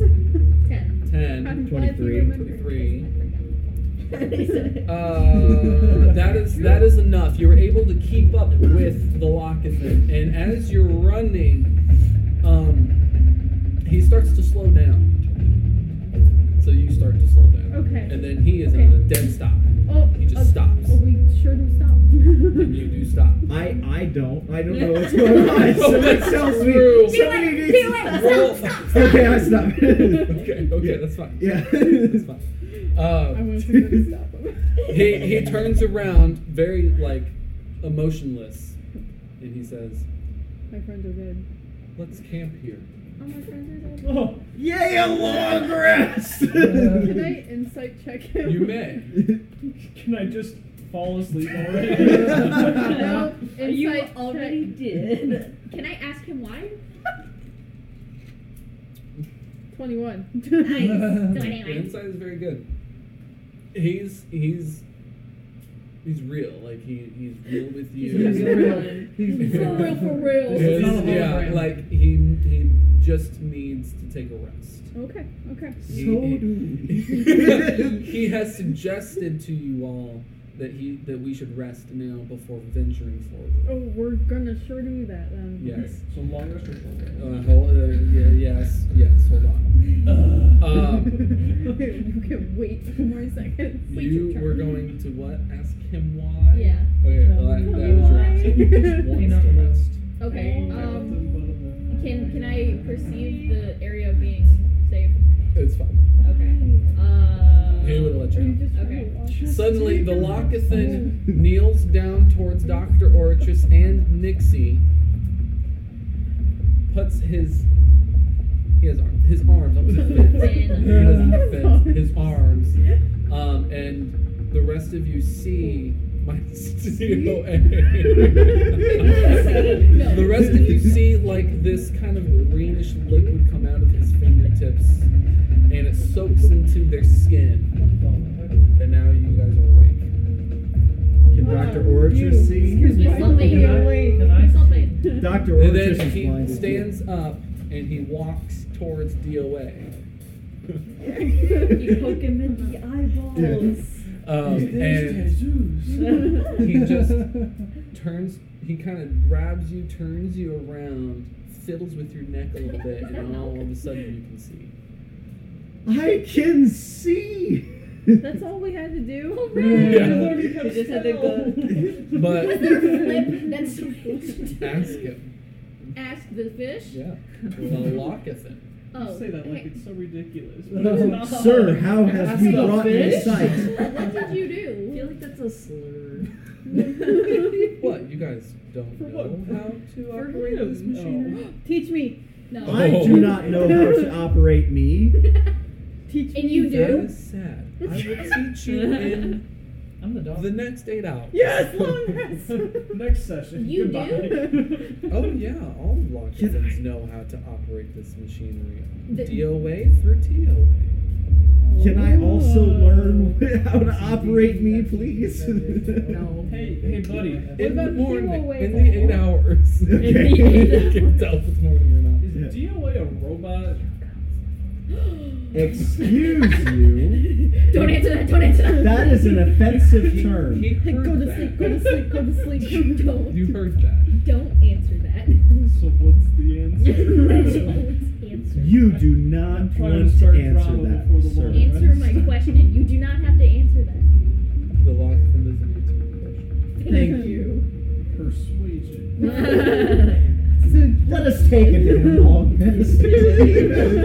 [SPEAKER 2] Ten.
[SPEAKER 1] Ten.
[SPEAKER 2] I'm glad you
[SPEAKER 3] 23.
[SPEAKER 2] remembered.
[SPEAKER 1] 23.
[SPEAKER 2] Twenty-three.
[SPEAKER 1] Uh, that is that is enough. You were able to keep up with the Lockathan, and as you're running, um, he starts to slow down. So you start to slow down.
[SPEAKER 5] Okay.
[SPEAKER 1] And then he is
[SPEAKER 5] Okay.
[SPEAKER 1] in a dead stop.
[SPEAKER 5] Oh,
[SPEAKER 1] He just stops.
[SPEAKER 5] Oh, we sure do stop.
[SPEAKER 1] And you do stop.
[SPEAKER 3] I I don't. I don't know what's going on.
[SPEAKER 1] Oh,
[SPEAKER 3] Someone
[SPEAKER 1] that's
[SPEAKER 3] tells me.
[SPEAKER 1] true.
[SPEAKER 2] Be
[SPEAKER 3] Somebody
[SPEAKER 2] like-
[SPEAKER 3] needs
[SPEAKER 2] be like-
[SPEAKER 1] Roll.
[SPEAKER 3] Okay, I stop.
[SPEAKER 1] Okay. Okay. That's fine.
[SPEAKER 3] Yeah.
[SPEAKER 1] That's fine.
[SPEAKER 5] I
[SPEAKER 1] Uh,
[SPEAKER 5] want to stop him.
[SPEAKER 1] he he turns around, very like emotionless, and he says,
[SPEAKER 5] My friends are dead.
[SPEAKER 1] "Let's camp here."
[SPEAKER 2] Oh, my friends are
[SPEAKER 7] Oh,
[SPEAKER 3] Yay, a long rest.
[SPEAKER 5] Can I insight check him?
[SPEAKER 1] You may.
[SPEAKER 7] can I just fall asleep already?
[SPEAKER 5] no, insight
[SPEAKER 6] you
[SPEAKER 5] check.
[SPEAKER 6] already did.
[SPEAKER 2] dead. Can I ask him why?
[SPEAKER 5] 21.
[SPEAKER 2] Nice. So
[SPEAKER 1] The
[SPEAKER 2] anyway.
[SPEAKER 1] inside is very good. He's he's he's real. Like he he's real with you.
[SPEAKER 6] He's real.
[SPEAKER 2] For real, for real.
[SPEAKER 1] He's-
[SPEAKER 7] It's not a
[SPEAKER 1] yeah,
[SPEAKER 7] hologram.
[SPEAKER 1] like he he just needs to take a rest.
[SPEAKER 5] Okay, okay.
[SPEAKER 3] So do we.
[SPEAKER 1] he has suggested to you all that he that we should rest now before venturing forward.
[SPEAKER 5] Oh, we're gonna sure do that um. then.
[SPEAKER 1] Yes.
[SPEAKER 4] So long rest or short rest?
[SPEAKER 1] Uh, hold, uh, yeah, yes. Yes. Hold on. Uh, um,
[SPEAKER 5] you can wait two more seconds. Wait your
[SPEAKER 1] You
[SPEAKER 5] turn.
[SPEAKER 1] were going to what? Ask him why?
[SPEAKER 2] Yeah.
[SPEAKER 1] Okay. Well, that, that was your answer. He just
[SPEAKER 7] Why?
[SPEAKER 1] wants to rest.
[SPEAKER 2] Okay.
[SPEAKER 5] Oh.
[SPEAKER 2] Um. Can can I perceive the area being safe?
[SPEAKER 1] It's fine.
[SPEAKER 2] Okay. Uh.
[SPEAKER 1] He would have let
[SPEAKER 5] Are you
[SPEAKER 1] you
[SPEAKER 5] just trying
[SPEAKER 2] Okay.
[SPEAKER 5] to watch
[SPEAKER 1] know.
[SPEAKER 5] us?
[SPEAKER 1] Suddenly, the Lockathan kneels down towards Dr. Orchis and Nixie, puts his he has arm, his arms on his fence. He has a fence, his arms. Um, and the rest of you see my zero
[SPEAKER 5] No.
[SPEAKER 1] The rest of you see like this kind of greenish liquid come out of his fingertips and it soaks into their skin. And now you guys are awake.
[SPEAKER 3] Can Dr. Orchard see?
[SPEAKER 7] Excuse me.
[SPEAKER 2] Yes, I'll be
[SPEAKER 7] Can I-
[SPEAKER 5] here.
[SPEAKER 7] Can I
[SPEAKER 2] Yes, I'll
[SPEAKER 7] see?
[SPEAKER 2] be-
[SPEAKER 3] Dr.
[SPEAKER 1] And
[SPEAKER 3] Orchard
[SPEAKER 1] then
[SPEAKER 3] is
[SPEAKER 1] he
[SPEAKER 3] blinded.
[SPEAKER 1] stands up and he walks towards DOA.
[SPEAKER 6] You poke him in the eyeballs.
[SPEAKER 1] Um, and he just
[SPEAKER 7] Oh,
[SPEAKER 1] turns, he kind of grabs you, turns you around, fiddles with your neck a little bit, and then all of a sudden you can see.
[SPEAKER 3] I can see.
[SPEAKER 5] That's all we had to do.
[SPEAKER 1] Yeah.
[SPEAKER 6] They just had to go.
[SPEAKER 1] But
[SPEAKER 2] Was there flip that switch?
[SPEAKER 1] ask him.
[SPEAKER 2] Ask the fish.
[SPEAKER 1] Yeah. Well, Lockathan.
[SPEAKER 2] Oh.
[SPEAKER 4] say that like
[SPEAKER 2] okay.
[SPEAKER 4] it's so ridiculous.
[SPEAKER 3] Sir, how have you
[SPEAKER 6] Ask the
[SPEAKER 3] brought me
[SPEAKER 6] fish.
[SPEAKER 3] sight?
[SPEAKER 2] what did you do?
[SPEAKER 6] I feel like that's a slur.
[SPEAKER 1] What? You guys don't
[SPEAKER 4] For
[SPEAKER 1] know
[SPEAKER 4] what?
[SPEAKER 1] how to
[SPEAKER 4] For
[SPEAKER 1] operate
[SPEAKER 4] him.
[SPEAKER 1] this machinery?
[SPEAKER 3] Oh.
[SPEAKER 5] Teach me.
[SPEAKER 2] No.
[SPEAKER 3] I
[SPEAKER 1] Oh.
[SPEAKER 3] do not know how to operate me.
[SPEAKER 5] Teach me.
[SPEAKER 2] And you
[SPEAKER 1] Oh, That
[SPEAKER 2] do?
[SPEAKER 1] is sad. I will teach you in
[SPEAKER 7] I'm the dog.
[SPEAKER 1] the next eight hours.
[SPEAKER 5] Yes, long rest.
[SPEAKER 7] Next session.
[SPEAKER 2] You
[SPEAKER 7] Goodbye.
[SPEAKER 5] do?
[SPEAKER 1] Oh yeah, all Lockatons know how to operate this machinery. DOA through TOA.
[SPEAKER 3] Can I also
[SPEAKER 5] Oh.
[SPEAKER 3] learn how to operate me, please?
[SPEAKER 6] No.
[SPEAKER 7] Hey, hey, buddy.
[SPEAKER 5] What
[SPEAKER 1] In the
[SPEAKER 5] about
[SPEAKER 1] morning,
[SPEAKER 5] TOA?
[SPEAKER 1] in the eight hours.
[SPEAKER 3] Okay.
[SPEAKER 1] You can tell if it's morning
[SPEAKER 7] Is DOA a robot?
[SPEAKER 3] Excuse you.
[SPEAKER 2] Don't answer that. Don't answer that.
[SPEAKER 3] That is an offensive
[SPEAKER 1] or not.
[SPEAKER 3] term.
[SPEAKER 1] He heard
[SPEAKER 5] Go to
[SPEAKER 1] that.
[SPEAKER 5] sleep, go to sleep, go to sleep.
[SPEAKER 2] don't.
[SPEAKER 1] You heard that.
[SPEAKER 2] Don't answer that.
[SPEAKER 7] So what's the
[SPEAKER 2] Let's
[SPEAKER 7] answer?
[SPEAKER 2] always answer.
[SPEAKER 3] You do not
[SPEAKER 7] I'm trying to
[SPEAKER 3] want to
[SPEAKER 7] start
[SPEAKER 3] answer
[SPEAKER 7] drama
[SPEAKER 3] that.
[SPEAKER 7] before the
[SPEAKER 3] sir.
[SPEAKER 7] war.
[SPEAKER 2] Answer my question. You do not have to answer that.
[SPEAKER 1] The Lockathan doesn't answer your question.
[SPEAKER 6] Thank you.
[SPEAKER 7] Persuasion.
[SPEAKER 3] Let us take it to the long rest.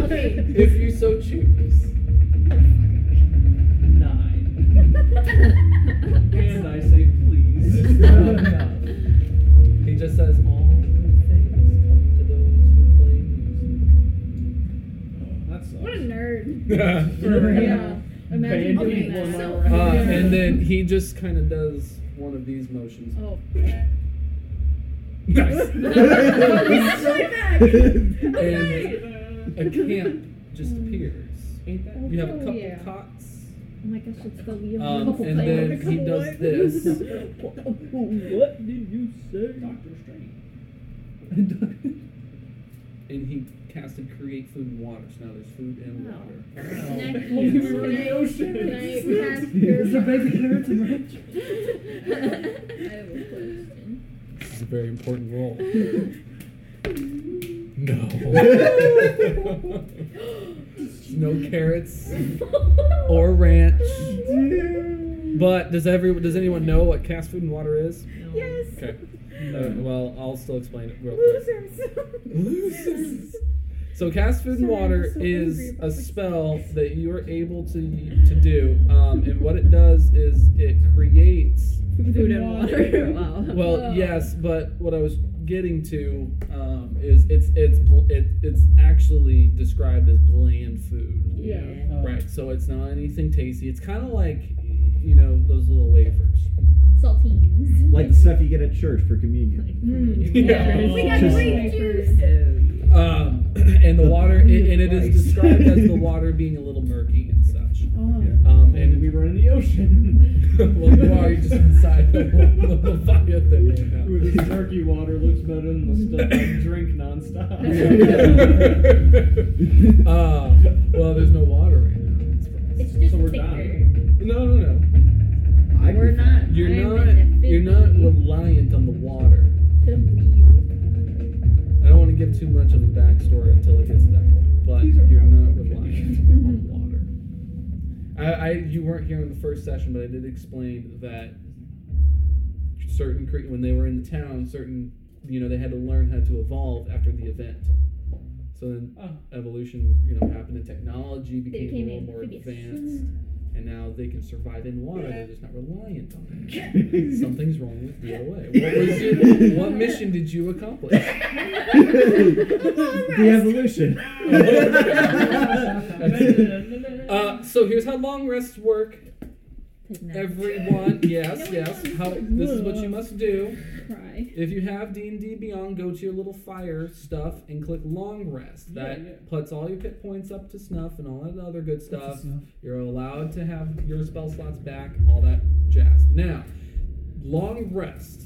[SPEAKER 2] Okay.
[SPEAKER 1] If you so choose.
[SPEAKER 7] Nine.
[SPEAKER 2] Oh
[SPEAKER 7] And I say Oh, please.
[SPEAKER 1] He just says all good things come to those who play music.
[SPEAKER 7] That's
[SPEAKER 2] what a nerd.
[SPEAKER 5] yeah. Imagine
[SPEAKER 7] Band-aid
[SPEAKER 5] doing
[SPEAKER 2] one
[SPEAKER 5] that.
[SPEAKER 2] hour
[SPEAKER 1] uh,
[SPEAKER 5] Yeah.
[SPEAKER 1] and then he just kind of does one of these motions.
[SPEAKER 5] Oh.
[SPEAKER 1] Nice.
[SPEAKER 5] Okay.
[SPEAKER 1] and a camp just appears. You have a couple
[SPEAKER 5] yeah.
[SPEAKER 1] cots.
[SPEAKER 6] Oh my gosh, it's the Leo.
[SPEAKER 1] Um, and
[SPEAKER 5] things.
[SPEAKER 1] then he
[SPEAKER 5] Couple
[SPEAKER 1] does
[SPEAKER 5] what?
[SPEAKER 1] this.
[SPEAKER 7] What did you say? Doctor Strange.
[SPEAKER 1] and he casted create food and water. So now there's food and
[SPEAKER 5] Oh.
[SPEAKER 2] Wow.
[SPEAKER 1] water.
[SPEAKER 2] Can I,
[SPEAKER 7] Oh, we were in
[SPEAKER 2] can I-
[SPEAKER 7] the ocean.
[SPEAKER 2] Can I
[SPEAKER 7] There's a
[SPEAKER 2] cast
[SPEAKER 3] baby carrot in
[SPEAKER 2] I have a question.
[SPEAKER 1] This is a very important role.
[SPEAKER 3] No.
[SPEAKER 1] no carrots or ranch. But does every does anyone know what cast food and water is?
[SPEAKER 6] No.
[SPEAKER 5] Yes.
[SPEAKER 1] Okay. Uh, well, I'll still explain it real quick.
[SPEAKER 5] Losers.
[SPEAKER 1] Losers. So cast food and
[SPEAKER 5] Sorry, I'm
[SPEAKER 1] water
[SPEAKER 5] so angry
[SPEAKER 1] is
[SPEAKER 5] about
[SPEAKER 1] a
[SPEAKER 5] this.
[SPEAKER 1] spell that you are able to to do, um, and what it does is it creates.
[SPEAKER 6] Food and water. wow.
[SPEAKER 1] Well,
[SPEAKER 5] Oh.
[SPEAKER 2] Whoa.
[SPEAKER 1] yes, but what I was getting to um, is it's it's bl- it, it's actually described as bland food,
[SPEAKER 6] Yeah.
[SPEAKER 4] Uh,
[SPEAKER 1] right? So it's not anything tasty. It's kind of like you know those little wafers.
[SPEAKER 2] Saltines.
[SPEAKER 3] like the stuff you get at church for communion.
[SPEAKER 1] Hmm. Yeah.
[SPEAKER 2] We got
[SPEAKER 3] Just-
[SPEAKER 2] grape juice.
[SPEAKER 1] Um, and the
[SPEAKER 3] The
[SPEAKER 1] water, and, and it
[SPEAKER 3] price.
[SPEAKER 1] is described as the water being a little murky and such.
[SPEAKER 5] Oh.
[SPEAKER 3] Yeah.
[SPEAKER 1] Um,
[SPEAKER 4] and we
[SPEAKER 1] and
[SPEAKER 4] were in the ocean.
[SPEAKER 1] well, you are you're just inside the, the, the Leviathan right now.
[SPEAKER 4] With the turkey water looks better than the stuff I drink nonstop.
[SPEAKER 1] uh, well, there's no water right now. It's fine.
[SPEAKER 2] It's just
[SPEAKER 4] So we're
[SPEAKER 2] thicker.
[SPEAKER 4] dying.
[SPEAKER 1] No, no, no.
[SPEAKER 3] I
[SPEAKER 2] We're not.
[SPEAKER 1] You're
[SPEAKER 2] I'm in
[SPEAKER 1] not.
[SPEAKER 2] the
[SPEAKER 1] You're not
[SPEAKER 2] 50s.
[SPEAKER 1] reliant on the water.
[SPEAKER 2] To leave.
[SPEAKER 1] I don't want to give too much of a backstory until it gets to that point, but
[SPEAKER 4] These are
[SPEAKER 1] you're
[SPEAKER 4] out
[SPEAKER 1] not
[SPEAKER 4] of the
[SPEAKER 1] reliant on water. I, I, you weren't here in the first session, but I did explain that certain cre- when they were in the town, certain you know they had to learn how to evolve after the event. So then
[SPEAKER 4] Oh.
[SPEAKER 1] evolution, you know, happened and technology became
[SPEAKER 2] became
[SPEAKER 1] a little more
[SPEAKER 2] amphibious.
[SPEAKER 1] advanced, and now they can survive in water. They're just not reliant on it.
[SPEAKER 3] Something.
[SPEAKER 1] Something's wrong with the OA. What, was you, what mission did you accomplish?
[SPEAKER 3] the evolution.
[SPEAKER 1] Uh, so here's how long rests work.
[SPEAKER 6] Take naps.
[SPEAKER 1] Everyone, yes,
[SPEAKER 2] No,
[SPEAKER 1] yes.
[SPEAKER 2] no,
[SPEAKER 1] How
[SPEAKER 2] no.
[SPEAKER 1] this is what you must do.
[SPEAKER 2] Cry.
[SPEAKER 1] If you have D and D Beyond, go to your little fire stuff and click long rest.
[SPEAKER 4] Yeah,
[SPEAKER 1] That
[SPEAKER 4] yeah.
[SPEAKER 1] puts all your hit points up to snuff and all that other good stuff. You're allowed to have your spell slots back, all that jazz. Now, long rest.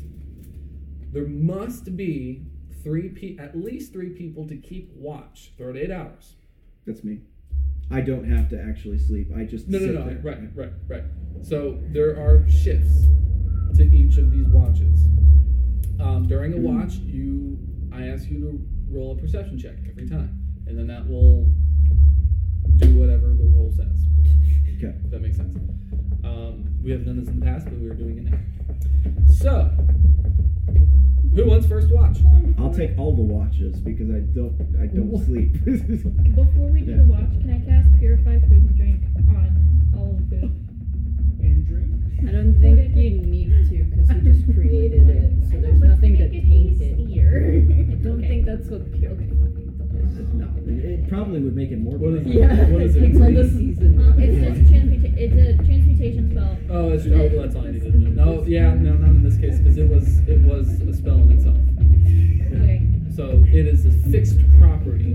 [SPEAKER 1] There must be three pe- at least three people to keep watch throughout eight hours.
[SPEAKER 3] That's me. I don't have to actually sleep. I just
[SPEAKER 1] No, no,
[SPEAKER 3] sit
[SPEAKER 1] no.
[SPEAKER 3] there.
[SPEAKER 1] Right, right, right. So there are shifts to each of these watches. Um, during a watch, you, I ask you to roll a perception check every time, and then that will do whatever the roll says.
[SPEAKER 3] Okay.
[SPEAKER 1] If that makes sense. Um, we have done this in the past, but we are doing it now. So, who wants first watch?
[SPEAKER 3] I'll take all the watches because I don't. I don't
[SPEAKER 1] What?
[SPEAKER 3] sleep.
[SPEAKER 2] Before we do
[SPEAKER 3] Yeah.
[SPEAKER 2] the watch, can I cast purify food and drink on all of food?
[SPEAKER 4] And drink.
[SPEAKER 6] I don't think you need to because we just created it, so
[SPEAKER 2] I know,
[SPEAKER 6] there's
[SPEAKER 2] but to
[SPEAKER 6] nothing to
[SPEAKER 2] make
[SPEAKER 6] taint it.
[SPEAKER 2] easier.
[SPEAKER 6] I don't
[SPEAKER 2] Okay.
[SPEAKER 6] think that's what pure. Okay.
[SPEAKER 3] no, it, it probably would make it more.
[SPEAKER 1] What is
[SPEAKER 3] bland.
[SPEAKER 1] it? Yeah. What is it?
[SPEAKER 6] It's like a
[SPEAKER 2] Uh, it's
[SPEAKER 6] season.
[SPEAKER 2] just transmuta- It's a transmutation spell.
[SPEAKER 1] Oh, that's, oh, that's all I needed to know. No, yeah, no, not in this case, because it was it was a spell in itself.
[SPEAKER 2] Okay.
[SPEAKER 1] So it is a fixed property.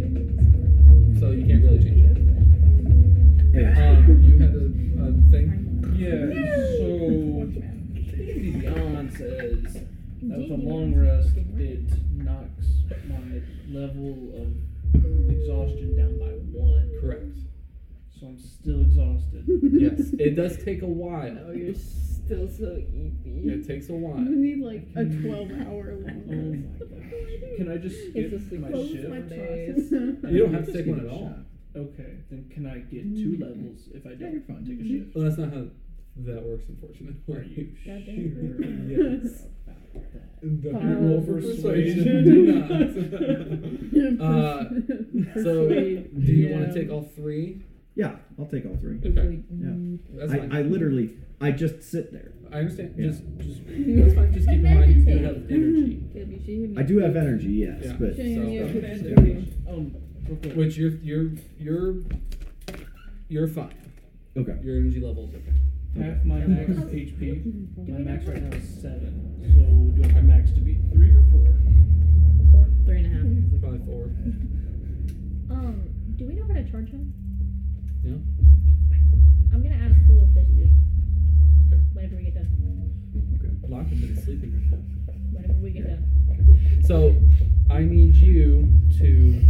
[SPEAKER 1] So you can't really change it.
[SPEAKER 3] Anyway,
[SPEAKER 1] Um, you had a, a thing.
[SPEAKER 4] Yeah. So D&D Beyond says that with a long rest, it knocks my level of exhaustion down by one.
[SPEAKER 1] Correct.
[SPEAKER 4] So I'm still exhausted.
[SPEAKER 1] Yes, it does take a while.
[SPEAKER 6] Oh, you're still so eepy.
[SPEAKER 1] It takes a while.
[SPEAKER 5] You need like a 12 hour long
[SPEAKER 4] Oh
[SPEAKER 5] rest.
[SPEAKER 4] my gosh. Can I just skip
[SPEAKER 6] It's a
[SPEAKER 4] my
[SPEAKER 6] sleep.
[SPEAKER 4] shift?
[SPEAKER 5] my
[SPEAKER 6] Days.
[SPEAKER 5] classes.
[SPEAKER 1] You don't have to take one at all.
[SPEAKER 4] Okay, then can I get two levels if I don't take a shift?
[SPEAKER 1] Well, that's not how that works,
[SPEAKER 4] Are you
[SPEAKER 1] unfortunately.
[SPEAKER 4] sure?
[SPEAKER 1] Yes. Don't
[SPEAKER 6] Fine.
[SPEAKER 1] roll for persuasion. Do not. Uh, so, do you want to take all three?
[SPEAKER 3] yeah, I'll take all three.
[SPEAKER 1] Okay,
[SPEAKER 6] mm,
[SPEAKER 1] that's fine.
[SPEAKER 3] I, I literally, I just sit there.
[SPEAKER 1] I understand.
[SPEAKER 3] Yeah.
[SPEAKER 1] Just, just that's fine. Just keep in mind you do
[SPEAKER 2] Meditate.
[SPEAKER 1] have energy.
[SPEAKER 3] I do have energy, yes,
[SPEAKER 1] Yeah.
[SPEAKER 3] but
[SPEAKER 1] So,
[SPEAKER 4] Um, real quick.
[SPEAKER 1] which you're you're you're you're fine.
[SPEAKER 3] okay.
[SPEAKER 1] Your energy level is okay.
[SPEAKER 4] Half my
[SPEAKER 1] Okay.
[SPEAKER 4] max HP.
[SPEAKER 2] Do
[SPEAKER 4] My
[SPEAKER 2] we
[SPEAKER 4] max
[SPEAKER 2] know
[SPEAKER 4] right now is seven. So do I want my max to be three or four?
[SPEAKER 6] Three and a half.
[SPEAKER 1] Probably four.
[SPEAKER 2] what- Um, do we know how to charge him?
[SPEAKER 1] No.
[SPEAKER 2] I'm gonna ask the little fish dude.
[SPEAKER 1] Okay.
[SPEAKER 2] Whenever we get done.
[SPEAKER 1] Lock has been sleeping right now.
[SPEAKER 2] Whenever we get done.
[SPEAKER 1] So I need you to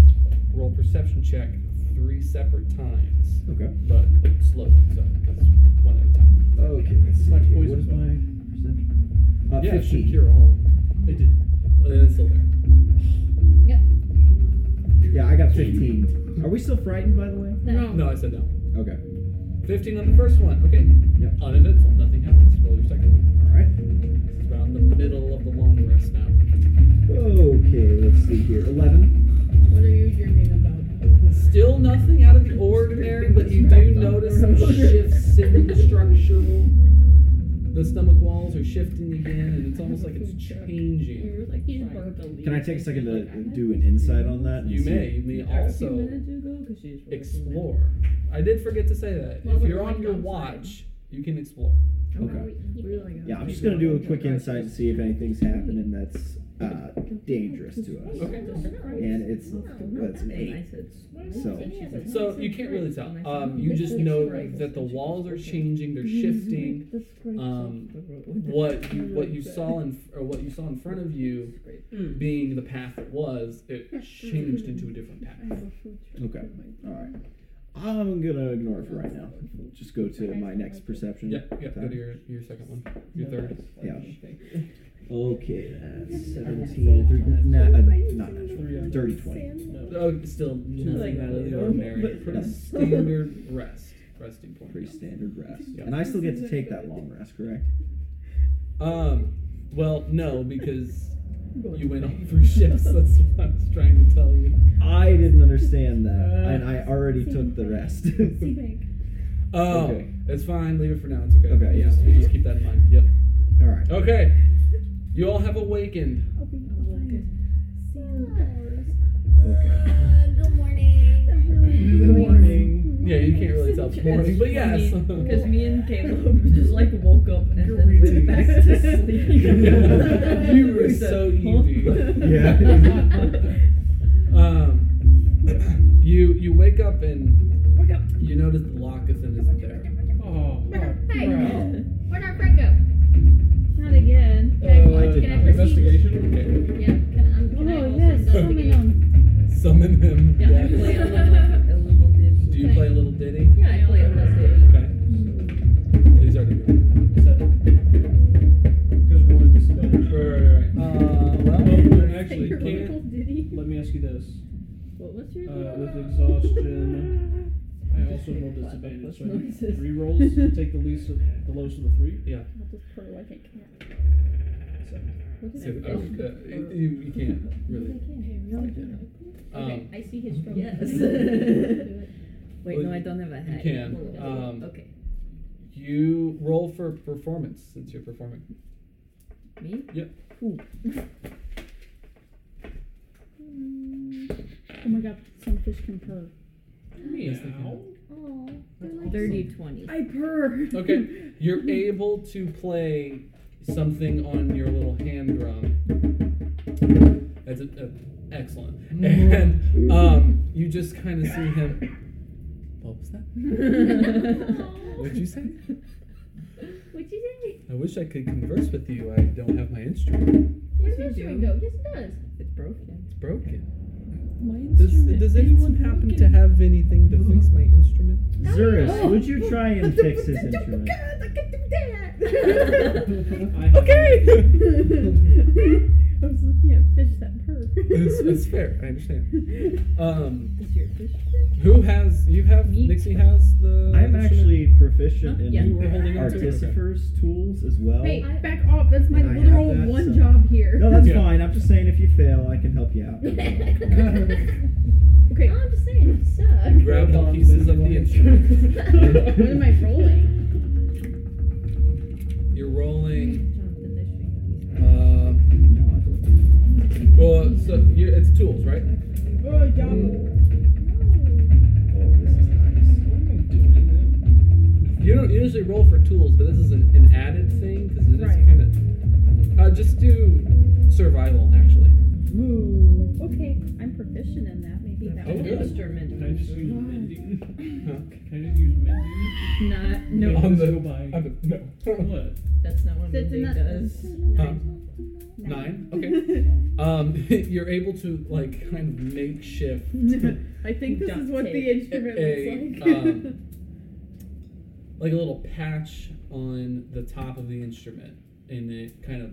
[SPEAKER 1] roll perception check three separate times,
[SPEAKER 3] Okay.
[SPEAKER 1] but like slowly, so because one at a time.
[SPEAKER 3] Okay. Let's
[SPEAKER 4] It's
[SPEAKER 3] see
[SPEAKER 4] like
[SPEAKER 3] here.
[SPEAKER 4] poison
[SPEAKER 3] What is
[SPEAKER 4] spell.
[SPEAKER 3] my perception? Uh,
[SPEAKER 1] yeah, it should
[SPEAKER 3] 15.
[SPEAKER 1] cure all. It did. Well, then it's still there.
[SPEAKER 2] Yep.
[SPEAKER 3] Yeah, I got 15. Are we still frightened, by the way?
[SPEAKER 2] No.
[SPEAKER 1] No, I said no.
[SPEAKER 3] Okay.
[SPEAKER 1] 15 on the first one. Okay.
[SPEAKER 3] Yep.
[SPEAKER 1] Uneventful. Nothing happens. Roll your second one.
[SPEAKER 3] All right.
[SPEAKER 1] This is around the middle of the long rest now.
[SPEAKER 3] Okay. Let's see here. 11.
[SPEAKER 6] What are you dreaming about?
[SPEAKER 1] Still nothing out of the ordinary, but you do notice some shifts in the structural. The stomach walls are shifting again, and it's almost like it's changing.
[SPEAKER 6] You're like
[SPEAKER 2] He's
[SPEAKER 6] trying to
[SPEAKER 2] broke.
[SPEAKER 6] believe
[SPEAKER 3] Can I take a second to
[SPEAKER 6] Like, I-
[SPEAKER 3] do an insight on that? and
[SPEAKER 1] You
[SPEAKER 3] see-
[SPEAKER 1] may, you may
[SPEAKER 6] Or a few
[SPEAKER 1] also
[SPEAKER 6] minutes ago, 'cause she's really
[SPEAKER 1] explore. I did forget to say that.
[SPEAKER 2] Well,
[SPEAKER 1] if
[SPEAKER 2] we're
[SPEAKER 1] you're on
[SPEAKER 2] going
[SPEAKER 1] your
[SPEAKER 2] outside.
[SPEAKER 1] watch, you can explore.
[SPEAKER 3] Okay.
[SPEAKER 6] familiar. Really
[SPEAKER 3] Yeah, I'm just gonna do a quick insight to see if anything's happening that's uh, dangerous to us.
[SPEAKER 1] Okay.
[SPEAKER 3] And
[SPEAKER 7] Oh,
[SPEAKER 3] it's that's an eight. So-
[SPEAKER 1] So you can't really tell. Um, you just know that the walls are changing, they're shifting. um, What you, what you saw in or what you saw in front of you, being the path it was, it changed into a different path.
[SPEAKER 3] Okay. All right. I'm gonna ignore it for right now. Just go to my next perception.
[SPEAKER 1] Yep, yep. Go to your, your second one, your third.
[SPEAKER 3] Yeah. Okay, that's 17 and three. Nah, uh, not natural. Dirty 20.
[SPEAKER 1] Oh, still nothing out of the
[SPEAKER 7] no,
[SPEAKER 1] ordinary.
[SPEAKER 7] but-
[SPEAKER 1] Pretty standard rest, resting point.
[SPEAKER 3] Pretty standard rest.
[SPEAKER 1] Yeah.
[SPEAKER 3] And I still get to take that long rest, correct?
[SPEAKER 1] Um, well, no, because you went on for shifts. That's what I was trying to tell you.
[SPEAKER 3] I didn't understand that,
[SPEAKER 7] Uh,
[SPEAKER 3] and I already took the rest.
[SPEAKER 1] Oh,
[SPEAKER 3] Okay.
[SPEAKER 1] it's fine. Leave it for now. It's okay.
[SPEAKER 3] Okay,
[SPEAKER 1] We'll
[SPEAKER 3] yeah.
[SPEAKER 1] Just, we'll just keep that in mind. Yep.
[SPEAKER 3] All right.
[SPEAKER 1] Okay. You all have awakened.
[SPEAKER 3] Okay.
[SPEAKER 2] Good morning.
[SPEAKER 7] Good morning.
[SPEAKER 1] Yeah, you can't really tell it's morning, but yes.
[SPEAKER 6] Because me and Caleb just like woke up and then
[SPEAKER 7] Greetings.
[SPEAKER 6] went back to sleep.
[SPEAKER 1] You were so easy.
[SPEAKER 3] Yeah.
[SPEAKER 1] um, you you wake up and you notice the Locathan isn't there.
[SPEAKER 4] Oh,
[SPEAKER 2] Hey.
[SPEAKER 4] crap.
[SPEAKER 2] Where'd our friend go?
[SPEAKER 5] Not again.
[SPEAKER 2] Can I,
[SPEAKER 4] Uh,
[SPEAKER 2] can I proceed?
[SPEAKER 4] investigation.
[SPEAKER 2] Yeah. Can, um, can I
[SPEAKER 5] Oh
[SPEAKER 2] also
[SPEAKER 5] yes, summon
[SPEAKER 2] investigate?
[SPEAKER 5] them.
[SPEAKER 1] Summon him.
[SPEAKER 6] Yeah, I play a little, a little bit.
[SPEAKER 1] Do you
[SPEAKER 2] Okay.
[SPEAKER 1] play a little ditty?
[SPEAKER 2] Yeah, I play investigate.
[SPEAKER 1] Okay. These are the
[SPEAKER 4] Seven. Because we're on disadvantage.
[SPEAKER 1] Right, right, right. Uh, well,
[SPEAKER 4] Well, actually,
[SPEAKER 5] Your
[SPEAKER 1] can't-
[SPEAKER 5] Uncle Diddy.
[SPEAKER 4] let me ask you this.
[SPEAKER 6] What was your?
[SPEAKER 4] Uh, with exhaustion, I also roll disadvantage. So I make three rolls. Take the least of the lowest of the three.
[SPEAKER 1] yeah.
[SPEAKER 5] I'll just put it like a cat.
[SPEAKER 4] Seven.
[SPEAKER 6] What did
[SPEAKER 1] So,
[SPEAKER 6] I
[SPEAKER 1] uh, uh,
[SPEAKER 6] roll?
[SPEAKER 1] you, you can't really.
[SPEAKER 2] Okay,
[SPEAKER 1] Um,
[SPEAKER 2] I see his struggle.
[SPEAKER 6] Yes. Wait,
[SPEAKER 1] Well,
[SPEAKER 6] no, I don't have a hat.
[SPEAKER 1] can,
[SPEAKER 6] Oh,
[SPEAKER 1] um,
[SPEAKER 6] okay.
[SPEAKER 1] you roll for performance since you're performing.
[SPEAKER 6] Me?
[SPEAKER 1] Yep.
[SPEAKER 5] Oh my god, some fish can purr.
[SPEAKER 1] Meow.
[SPEAKER 2] Aw, they're like
[SPEAKER 6] Dirty twenty.
[SPEAKER 5] I purr.
[SPEAKER 1] Okay, you're able to play something on your little hand drum. That's a, a- excellent. And um, you just kind of see him. What was that? What'd you say?
[SPEAKER 2] What'd you say?
[SPEAKER 1] I wish I could converse with you. I don't have my instrument.
[SPEAKER 2] Where's
[SPEAKER 6] you
[SPEAKER 2] your string
[SPEAKER 6] do.
[SPEAKER 2] go? Yes, it does.
[SPEAKER 6] It's broken.
[SPEAKER 1] It's broken.
[SPEAKER 6] My
[SPEAKER 1] Does, does anyone happen to have anything to fix my instrument?
[SPEAKER 5] Oh.
[SPEAKER 3] Zurus, would you try and fix his instrument?
[SPEAKER 2] God, I can do that.
[SPEAKER 4] I have
[SPEAKER 5] I was looking at fish that purr.
[SPEAKER 1] it's, it's fair. I understand. Um,
[SPEAKER 6] Is your fish?
[SPEAKER 1] who has you have?
[SPEAKER 6] Me.
[SPEAKER 1] Nixie has the.
[SPEAKER 3] I'm
[SPEAKER 1] instrument?
[SPEAKER 3] actually proficient in
[SPEAKER 6] Yeah.
[SPEAKER 1] You were holding on to it. Okay.
[SPEAKER 3] Artificer's tools as well.
[SPEAKER 5] Hey, back off. That's my
[SPEAKER 3] I have
[SPEAKER 5] literal
[SPEAKER 3] that,
[SPEAKER 5] one
[SPEAKER 3] so-
[SPEAKER 5] job here.
[SPEAKER 3] No, that's
[SPEAKER 1] Yeah.
[SPEAKER 3] fine. I'm just saying if you fail, I can help you out.
[SPEAKER 5] Okay,
[SPEAKER 2] I'm just saying, you suck.
[SPEAKER 1] You grab the pieces of the instrument.
[SPEAKER 5] what am I rolling?
[SPEAKER 1] You're rolling.
[SPEAKER 6] Jonathan, this thing.
[SPEAKER 1] Uh,
[SPEAKER 3] No, I don't.
[SPEAKER 1] well, so you're, it's tools, right?
[SPEAKER 5] Oh, job.
[SPEAKER 3] Oh, this is nice.
[SPEAKER 1] You don't usually roll for tools, but this is an, an added thing because it is
[SPEAKER 5] Right.
[SPEAKER 1] kind of. Uh, just do survival, actually.
[SPEAKER 5] Ooh. Okay, I'm proficient in that. Maybe that
[SPEAKER 1] Oh,
[SPEAKER 5] will
[SPEAKER 1] good.
[SPEAKER 4] Can I just use
[SPEAKER 6] Instrument.
[SPEAKER 4] mending? Can I just use mending?
[SPEAKER 6] Not.
[SPEAKER 4] Can
[SPEAKER 6] No.
[SPEAKER 4] I
[SPEAKER 1] On
[SPEAKER 4] just
[SPEAKER 1] the-
[SPEAKER 4] go by.
[SPEAKER 1] on the- no.
[SPEAKER 4] Oh What?
[SPEAKER 6] That's not what
[SPEAKER 5] That's
[SPEAKER 6] mending
[SPEAKER 5] not-
[SPEAKER 6] does.
[SPEAKER 1] Huh. Nine. Okay. Um, you're able to like kind of makeshift
[SPEAKER 5] I think this is what the instrument
[SPEAKER 1] a
[SPEAKER 5] looks like.
[SPEAKER 1] um, like a little patch on the top of the instrument, and it kind of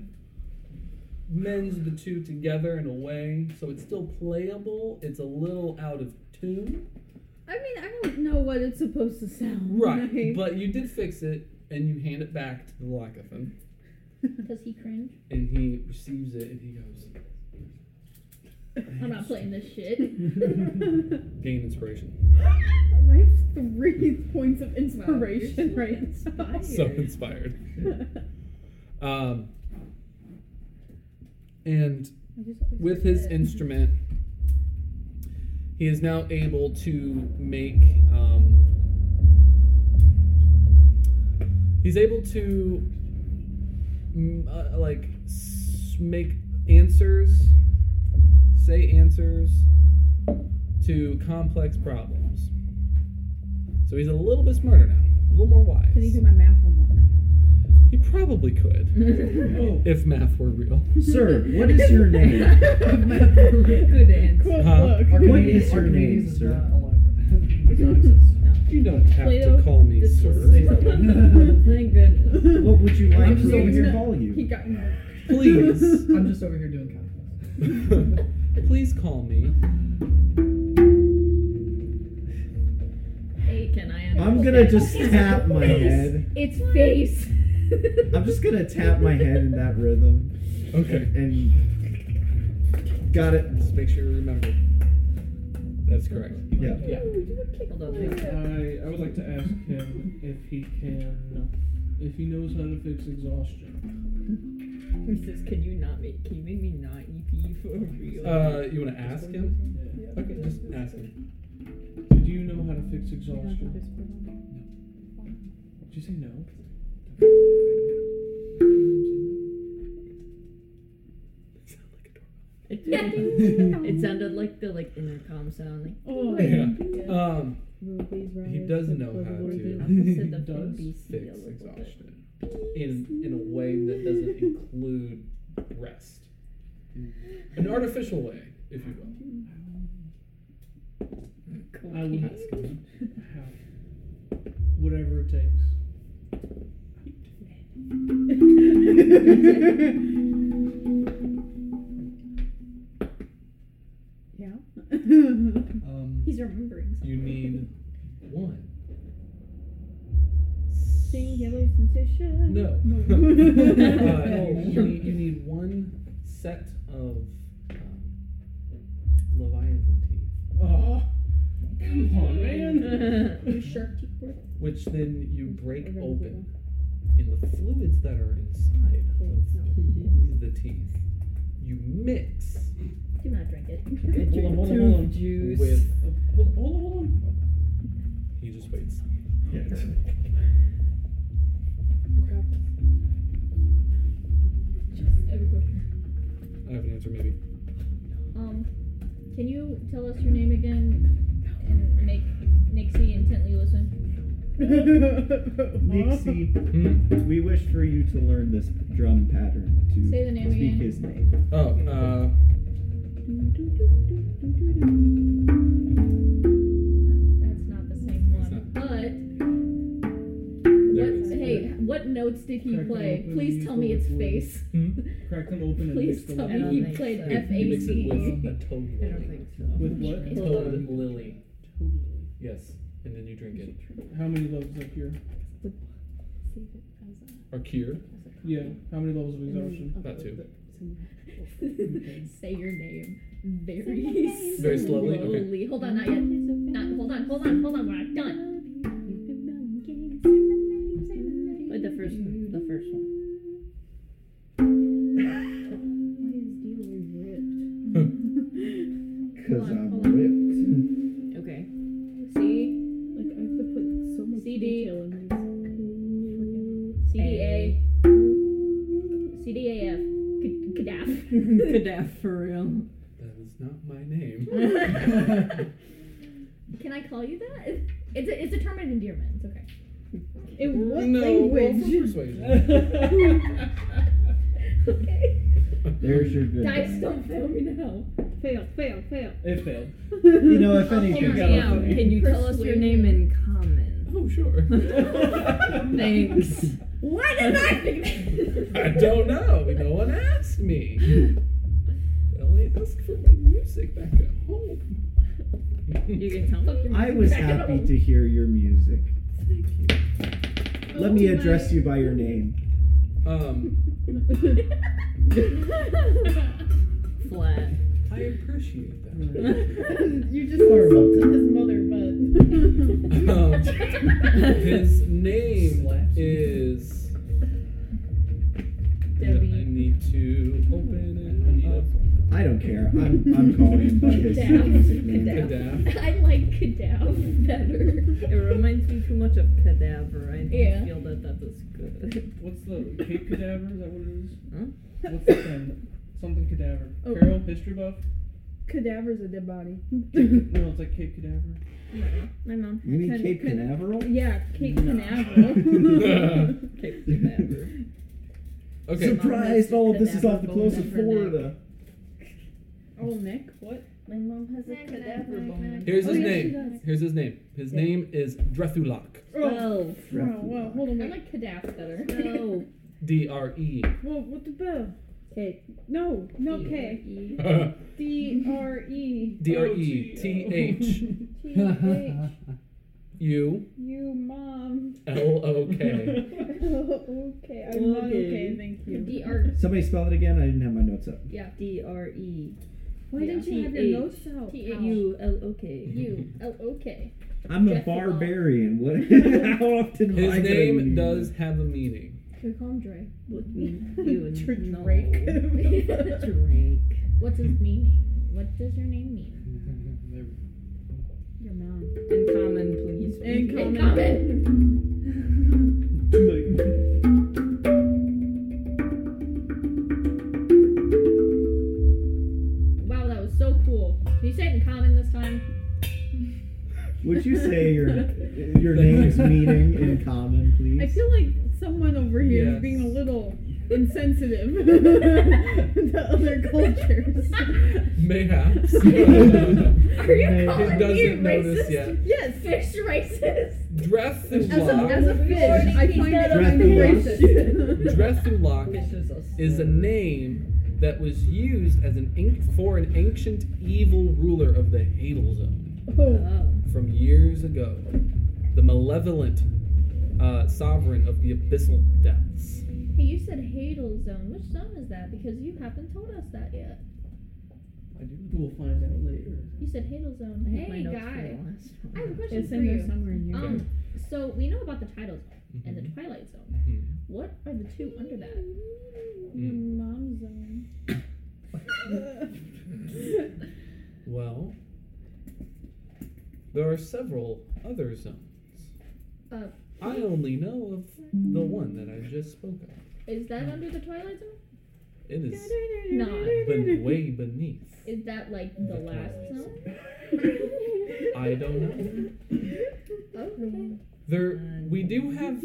[SPEAKER 1] mends the two together in a way, so it's still playable. It's a little out of tune,
[SPEAKER 6] I mean, I don't know what it's supposed to sound.
[SPEAKER 1] right?
[SPEAKER 5] Right.
[SPEAKER 1] But you did fix it, and you hand it back to the Lackathan,
[SPEAKER 2] Does he cringe?
[SPEAKER 1] and he receives it, and he goes,
[SPEAKER 2] I'm not playing this shit.
[SPEAKER 1] "Gain inspiration."
[SPEAKER 5] I have three points of inspiration right now.
[SPEAKER 1] so inspired. Um, and with his instrument, he is now able to make. Um, he's able to mm, uh, like s- make answers, say answers to complex problems. So he's a little bit smarter now, a little more wise.
[SPEAKER 6] Can you do my math Mm-hmm. homework?
[SPEAKER 1] He probably could,
[SPEAKER 4] Oh,
[SPEAKER 1] if math were real.
[SPEAKER 3] Sir, what is your name? Uh,
[SPEAKER 6] Good answer.
[SPEAKER 5] Quote
[SPEAKER 1] Huh?
[SPEAKER 5] look.
[SPEAKER 3] What is your name,
[SPEAKER 7] is
[SPEAKER 3] sir?
[SPEAKER 7] not alive. Does not exist.
[SPEAKER 1] You don't have
[SPEAKER 2] Plato,
[SPEAKER 1] to call me
[SPEAKER 6] This
[SPEAKER 1] sir.
[SPEAKER 6] is Thank goodness.
[SPEAKER 3] What would you
[SPEAKER 7] I'm
[SPEAKER 3] like
[SPEAKER 7] just
[SPEAKER 3] for
[SPEAKER 7] over
[SPEAKER 3] me to
[SPEAKER 7] here.
[SPEAKER 3] call
[SPEAKER 5] He
[SPEAKER 3] you?
[SPEAKER 5] got
[SPEAKER 1] Please.
[SPEAKER 7] I'm just over here doing calculus.
[SPEAKER 1] Please call me.
[SPEAKER 6] Hey, can I?
[SPEAKER 3] I'm gonna just tap my head.
[SPEAKER 2] It's face.
[SPEAKER 3] I'm just gonna tap my head in that rhythm
[SPEAKER 1] Okay.
[SPEAKER 3] and got it.
[SPEAKER 1] Just make sure you remember. That's correct.
[SPEAKER 3] Yeah.
[SPEAKER 1] Yeah.
[SPEAKER 6] Hold on, hang on.
[SPEAKER 4] I, I would like to ask him if he can, if he knows how to fix exhaustion.
[SPEAKER 6] He says, "Can you not make? Can you make me not EP for real?"
[SPEAKER 1] Uh, you want to ask him?
[SPEAKER 4] Yeah.
[SPEAKER 1] Okay, just ask him.
[SPEAKER 4] Do you know how to fix exhaustion? Did you say no?
[SPEAKER 6] It, it sounded like the like intercom sound. Like,
[SPEAKER 5] Oh,
[SPEAKER 1] Yeah. Um,
[SPEAKER 6] he
[SPEAKER 1] does know how to.
[SPEAKER 4] Does
[SPEAKER 1] fix exhaustion in in a way that doesn't include rest, an artificial way, if you will.
[SPEAKER 4] I would ask him how. Whatever it takes.
[SPEAKER 5] yeah.
[SPEAKER 1] Um,
[SPEAKER 2] He's remembering something.
[SPEAKER 1] you need one.
[SPEAKER 5] Sing yellow sensation.
[SPEAKER 1] No.
[SPEAKER 5] No.
[SPEAKER 1] Uh, you, you need, you need one set of um, Leviathan teeth,
[SPEAKER 4] Oh, come on, man.
[SPEAKER 2] Your shark teeth work.
[SPEAKER 1] which then you break open, and the fluids that are inside of the teeth, you mix
[SPEAKER 2] Do not drink it.
[SPEAKER 4] Hold on, hold on, hold on.
[SPEAKER 6] Tooth juice.
[SPEAKER 1] with. oh,
[SPEAKER 4] Hold, hold on, hold on.
[SPEAKER 1] He just waits.
[SPEAKER 2] I have a question.
[SPEAKER 1] I have an answer, maybe.
[SPEAKER 2] Um, can you tell us your name again and make Nixie intently listen?
[SPEAKER 3] Nixie,
[SPEAKER 1] Hmm?
[SPEAKER 3] we wish for you to learn this drum pattern to
[SPEAKER 2] Say the name
[SPEAKER 3] speak
[SPEAKER 2] again.
[SPEAKER 3] his name.
[SPEAKER 1] Oh, uh,
[SPEAKER 2] That's not the same one. But
[SPEAKER 1] there it is.
[SPEAKER 2] what? Hey, what notes did he
[SPEAKER 4] Crack them
[SPEAKER 2] play?
[SPEAKER 4] open,
[SPEAKER 2] Please
[SPEAKER 4] use
[SPEAKER 2] tell
[SPEAKER 4] the
[SPEAKER 2] me it's
[SPEAKER 4] liquid.
[SPEAKER 2] face.
[SPEAKER 1] Hmm?
[SPEAKER 4] Crack them open and
[SPEAKER 2] Please
[SPEAKER 4] mix them
[SPEAKER 2] tell
[SPEAKER 4] up.
[SPEAKER 6] I don't
[SPEAKER 2] me he
[SPEAKER 6] think
[SPEAKER 2] played
[SPEAKER 6] so.
[SPEAKER 1] He mixes it with
[SPEAKER 2] FAC.
[SPEAKER 1] a toad
[SPEAKER 6] I don't
[SPEAKER 1] lily.
[SPEAKER 6] think so.
[SPEAKER 4] With what?
[SPEAKER 2] It's
[SPEAKER 1] Toad lily.
[SPEAKER 4] Totally.
[SPEAKER 1] Yes, and then you drink it.
[SPEAKER 4] How many levels up here?
[SPEAKER 1] Or cure.
[SPEAKER 4] Yeah. How many levels of exhaustion?
[SPEAKER 1] About two.
[SPEAKER 2] Say your name very
[SPEAKER 1] Very slowly? Okay.
[SPEAKER 2] slowly. Hold on, not yet. Not hold on, hold on, hold on. We're not done.
[SPEAKER 6] Like the first, the first one.
[SPEAKER 2] Hold on,
[SPEAKER 3] Because I'm
[SPEAKER 2] hold
[SPEAKER 3] whipped.
[SPEAKER 6] Okay.
[SPEAKER 2] C C D C D A C D A F K- Kadaf.
[SPEAKER 6] Kadaf for real.
[SPEAKER 1] That is not my name.
[SPEAKER 2] Can I call you that? It's a, it's a term of endearment. It's okay.
[SPEAKER 5] In what
[SPEAKER 1] no, roll for
[SPEAKER 5] language?
[SPEAKER 1] persuasion.
[SPEAKER 2] Okay.
[SPEAKER 3] There's your good.
[SPEAKER 2] Dice
[SPEAKER 3] die.
[SPEAKER 2] don't fail me now.
[SPEAKER 5] Fail, fail, fail.
[SPEAKER 4] It failed.
[SPEAKER 3] You know, if
[SPEAKER 2] I'll
[SPEAKER 3] anything,
[SPEAKER 2] hold
[SPEAKER 3] it's
[SPEAKER 2] my
[SPEAKER 3] up
[SPEAKER 2] out.
[SPEAKER 3] to me.
[SPEAKER 6] Can you tell us your name in common?
[SPEAKER 1] Oh, sure.
[SPEAKER 6] Thanks.
[SPEAKER 2] Why did I think
[SPEAKER 1] I don't know. No one asked me. Well, they asked for my music back at home.
[SPEAKER 6] You can tell me.
[SPEAKER 3] I was
[SPEAKER 2] Back it
[SPEAKER 3] happy
[SPEAKER 2] up.
[SPEAKER 3] to hear your music.
[SPEAKER 1] Thank you.
[SPEAKER 3] Let me address you by your name.
[SPEAKER 1] Um,
[SPEAKER 6] Flat.
[SPEAKER 1] I appreciate that.
[SPEAKER 5] you just
[SPEAKER 3] Or
[SPEAKER 5] insulted his mother, but
[SPEAKER 1] Um, his name
[SPEAKER 4] Slaps.
[SPEAKER 1] is.
[SPEAKER 2] Debbie.
[SPEAKER 1] I need to open it.
[SPEAKER 4] Anita.
[SPEAKER 1] up.
[SPEAKER 3] I don't care. I'm, I'm calling him by his
[SPEAKER 2] Kadab.
[SPEAKER 3] music name.
[SPEAKER 1] Kadab.
[SPEAKER 2] Kadab. I like Kadav better.
[SPEAKER 6] It reminds me too much of cadaver. I don't
[SPEAKER 2] Yeah.
[SPEAKER 6] feel that that was good.
[SPEAKER 4] What's the Cape Cadaver? Is that what it is?
[SPEAKER 1] Hmm?
[SPEAKER 6] Huh?
[SPEAKER 4] What's the thing? Something Cadaver.
[SPEAKER 5] Oh.
[SPEAKER 4] Carol, history buff?
[SPEAKER 5] cadaver's a dead body.
[SPEAKER 4] No, it's like Cape Cadaver.
[SPEAKER 6] My mom
[SPEAKER 3] You mean
[SPEAKER 5] Could-
[SPEAKER 3] Cape
[SPEAKER 5] could-
[SPEAKER 3] Canaveral?
[SPEAKER 5] Yeah, Cape
[SPEAKER 4] No.
[SPEAKER 5] Canaveral.
[SPEAKER 6] had Cape cadaver.
[SPEAKER 1] Okay.
[SPEAKER 3] Surprised! All of this is off the
[SPEAKER 6] Canaveral
[SPEAKER 3] coast of
[SPEAKER 6] never
[SPEAKER 3] Florida.
[SPEAKER 5] oh, Nick, what?
[SPEAKER 6] My mom has a cadaver bone.
[SPEAKER 1] Here's
[SPEAKER 5] Oh,
[SPEAKER 1] his
[SPEAKER 5] yes, she
[SPEAKER 1] name.
[SPEAKER 5] does.
[SPEAKER 1] Here's his name. His
[SPEAKER 6] Yeah.
[SPEAKER 1] name is Drethulak.
[SPEAKER 5] Oh,
[SPEAKER 6] Twelve.
[SPEAKER 5] oh wow, hold on.
[SPEAKER 2] I
[SPEAKER 5] Wait.
[SPEAKER 2] like Kadav better.
[SPEAKER 6] No.
[SPEAKER 1] D R E.
[SPEAKER 5] Well, what the bell?
[SPEAKER 6] Okay.
[SPEAKER 5] No, no K.
[SPEAKER 2] E
[SPEAKER 5] D R E
[SPEAKER 1] D R E T H
[SPEAKER 5] T H
[SPEAKER 1] U
[SPEAKER 5] U mom.
[SPEAKER 1] L O K.
[SPEAKER 5] okay, I'm not
[SPEAKER 6] Okay.
[SPEAKER 5] okay, thank you.
[SPEAKER 6] E
[SPEAKER 2] D R. E.
[SPEAKER 3] Somebody spell it again. I didn't have my notes up.
[SPEAKER 2] Yeah.
[SPEAKER 6] D R E
[SPEAKER 5] Why didn't you have your notes out?
[SPEAKER 2] T H U
[SPEAKER 6] U L O K.
[SPEAKER 2] U L O K.
[SPEAKER 3] I'm a
[SPEAKER 2] Jeff Long.
[SPEAKER 3] barbarian. What? How often? am
[SPEAKER 1] His
[SPEAKER 3] I gonna
[SPEAKER 1] name
[SPEAKER 3] need
[SPEAKER 1] does
[SPEAKER 3] this?
[SPEAKER 1] have a meaning.
[SPEAKER 2] Should we call him Dre?
[SPEAKER 6] What you
[SPEAKER 5] Dr-
[SPEAKER 6] know.
[SPEAKER 5] Drake.
[SPEAKER 6] Drake.
[SPEAKER 2] What's his meaning? What does your name mean?
[SPEAKER 5] your mom.
[SPEAKER 6] In common, please.
[SPEAKER 5] In
[SPEAKER 2] In
[SPEAKER 5] common.
[SPEAKER 2] common.
[SPEAKER 4] Too late.
[SPEAKER 2] Wow, that was so cool. Did you say it in common this time?
[SPEAKER 3] Would you say your your name's meaning in common, please?
[SPEAKER 5] I feel like someone over here is
[SPEAKER 1] Yes.
[SPEAKER 5] being a little insensitive to other cultures.
[SPEAKER 1] Mayhaps.
[SPEAKER 2] Are
[SPEAKER 3] Maybe.
[SPEAKER 2] you
[SPEAKER 1] He
[SPEAKER 2] calling me
[SPEAKER 1] doesn't notice
[SPEAKER 2] racist?
[SPEAKER 1] yet.
[SPEAKER 5] yes.
[SPEAKER 2] Fish racist.
[SPEAKER 5] As a, as a
[SPEAKER 1] Drethulak.
[SPEAKER 5] fish,
[SPEAKER 2] Lordy,
[SPEAKER 5] I
[SPEAKER 2] keep
[SPEAKER 5] find
[SPEAKER 2] that
[SPEAKER 5] it
[SPEAKER 3] up
[SPEAKER 5] kind of
[SPEAKER 3] your
[SPEAKER 5] racist.
[SPEAKER 1] Drethulak
[SPEAKER 6] is a
[SPEAKER 1] is a name that was used as an anc- for an ancient evil ruler of the Hadal Zone
[SPEAKER 3] Uh,
[SPEAKER 5] oh,
[SPEAKER 6] Oh.
[SPEAKER 1] from years ago. The malevolent uh, sovereign of the abyssal depths.
[SPEAKER 2] Hey, you said Hadal Zone. Which zone is that? Because you haven't told us that yet.
[SPEAKER 4] I do. We'll find out later.
[SPEAKER 2] You said Hadal Zone.
[SPEAKER 6] I hate my
[SPEAKER 2] hey,
[SPEAKER 6] notes for
[SPEAKER 2] guy.
[SPEAKER 6] the last
[SPEAKER 2] I have a
[SPEAKER 6] one.
[SPEAKER 2] question
[SPEAKER 5] it's
[SPEAKER 2] for
[SPEAKER 5] in there
[SPEAKER 2] you.
[SPEAKER 5] somewhere in your
[SPEAKER 2] Um, so we know about the title zone and the Twilight Zone.
[SPEAKER 1] Mhm.
[SPEAKER 2] What are the two under that?
[SPEAKER 5] Your
[SPEAKER 3] Mm.
[SPEAKER 5] mom's zone.
[SPEAKER 1] Mm-hmm. Well, there are several other zones.
[SPEAKER 2] Uh,
[SPEAKER 1] I only know of the one that I just spoke of.
[SPEAKER 2] Is that under the Twilight Zone?
[SPEAKER 1] It is
[SPEAKER 2] Not.
[SPEAKER 1] been way beneath.
[SPEAKER 2] Is that like the
[SPEAKER 1] The
[SPEAKER 2] last
[SPEAKER 1] Twilight
[SPEAKER 2] zone?
[SPEAKER 1] I don't know.
[SPEAKER 2] Okay.
[SPEAKER 1] There, we do have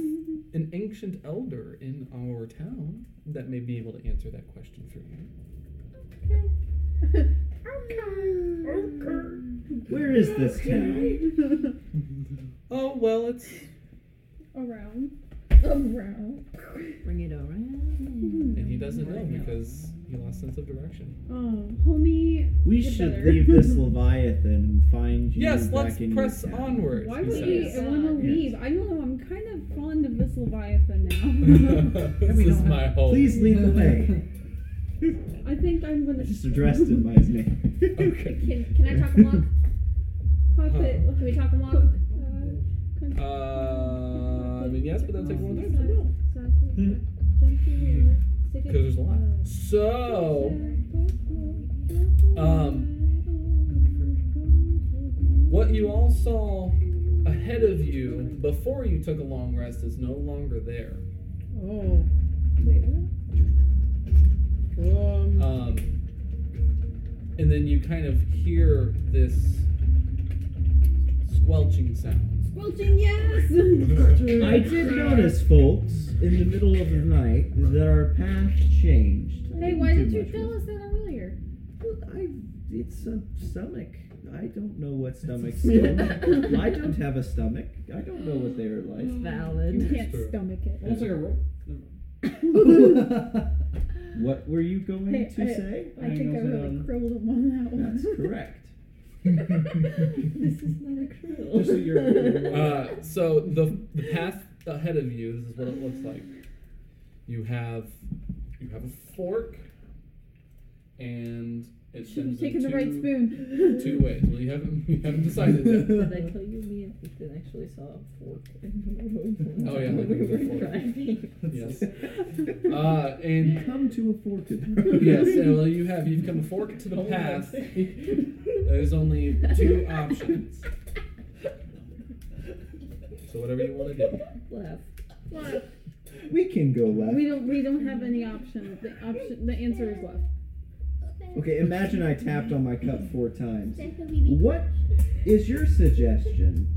[SPEAKER 1] an ancient elder in our town that may be able to answer that question for you.
[SPEAKER 3] Where is this town?
[SPEAKER 1] Oh well, it's
[SPEAKER 5] Around.
[SPEAKER 2] Around.
[SPEAKER 6] Bring it around.
[SPEAKER 1] and he doesn't know because he lost sense of direction.
[SPEAKER 5] Oh, homie.
[SPEAKER 3] We
[SPEAKER 5] Get
[SPEAKER 3] should
[SPEAKER 5] better.
[SPEAKER 3] leave this Leviathan and find you.
[SPEAKER 1] Yes,
[SPEAKER 3] back
[SPEAKER 1] let's
[SPEAKER 3] in your
[SPEAKER 1] press
[SPEAKER 3] town.
[SPEAKER 1] onward.
[SPEAKER 5] Why
[SPEAKER 1] he
[SPEAKER 5] would we
[SPEAKER 1] says.
[SPEAKER 5] want to leave? I don't know. I'm kind of fond of this Leviathan now.
[SPEAKER 1] this is my home.
[SPEAKER 3] Please lead the way.
[SPEAKER 5] I think I'm
[SPEAKER 3] I
[SPEAKER 5] gonna
[SPEAKER 3] just addressed him by his name.
[SPEAKER 1] Okay.
[SPEAKER 2] Can, can I talk a walk?
[SPEAKER 5] puppet.
[SPEAKER 2] Can we talk a walk?
[SPEAKER 1] Uh, I mean yes, but that takes a long time. So no. Because there's a lot. So, um, what you all saw ahead of you before you took a long rest is no longer there.
[SPEAKER 5] Oh.
[SPEAKER 2] Wait, what?
[SPEAKER 5] Um.
[SPEAKER 1] Um, and then you kind of hear this squelching sound.
[SPEAKER 5] Squelching, yes!
[SPEAKER 3] I did notice, folks, in the middle of the night, that our path changed.
[SPEAKER 2] Hey, why didn't you tell us that earlier?
[SPEAKER 3] I, it's a stomach. I don't know what stomachs. do. I don't have a stomach. I don't know what they are
[SPEAKER 6] It's
[SPEAKER 2] Mm.
[SPEAKER 3] like.
[SPEAKER 6] valid.
[SPEAKER 8] You can't
[SPEAKER 1] Sure.
[SPEAKER 8] stomach it.
[SPEAKER 4] Almost like a roll.
[SPEAKER 3] what were you going
[SPEAKER 8] Hey,
[SPEAKER 3] to
[SPEAKER 8] I-
[SPEAKER 3] say?
[SPEAKER 8] I think I
[SPEAKER 4] Angles
[SPEAKER 8] really
[SPEAKER 4] down.
[SPEAKER 8] crowed him on that one.
[SPEAKER 3] That's correct.
[SPEAKER 8] this is not a krill.
[SPEAKER 4] Just so you're- you're-
[SPEAKER 1] Uh, so the the path ahead of you. This is what it looks like. You have you have a fork, and it
[SPEAKER 8] Should have
[SPEAKER 1] sends
[SPEAKER 8] taken
[SPEAKER 1] in
[SPEAKER 8] the
[SPEAKER 1] two,
[SPEAKER 8] right spoon.
[SPEAKER 1] two ways. Well, you haven't you haven't decided yet.
[SPEAKER 6] Did I tell you me and Ethan actually saw a fork in the road?
[SPEAKER 1] Oh, yeah,
[SPEAKER 6] when
[SPEAKER 1] there
[SPEAKER 6] we
[SPEAKER 1] was a
[SPEAKER 6] were
[SPEAKER 1] fork.
[SPEAKER 6] driving.
[SPEAKER 1] Yes. Uh, and
[SPEAKER 3] Come to a fork.
[SPEAKER 1] yes, and well, you have you've come a fork to the path. There's only two options. So whatever you want to do.
[SPEAKER 6] Left.
[SPEAKER 5] Well,
[SPEAKER 3] We can go left.
[SPEAKER 5] we don't we don't have any option. The option the answer is left.
[SPEAKER 3] Okay, imagine I tapped on my cup four times.
[SPEAKER 2] What?
[SPEAKER 3] What is your suggestion?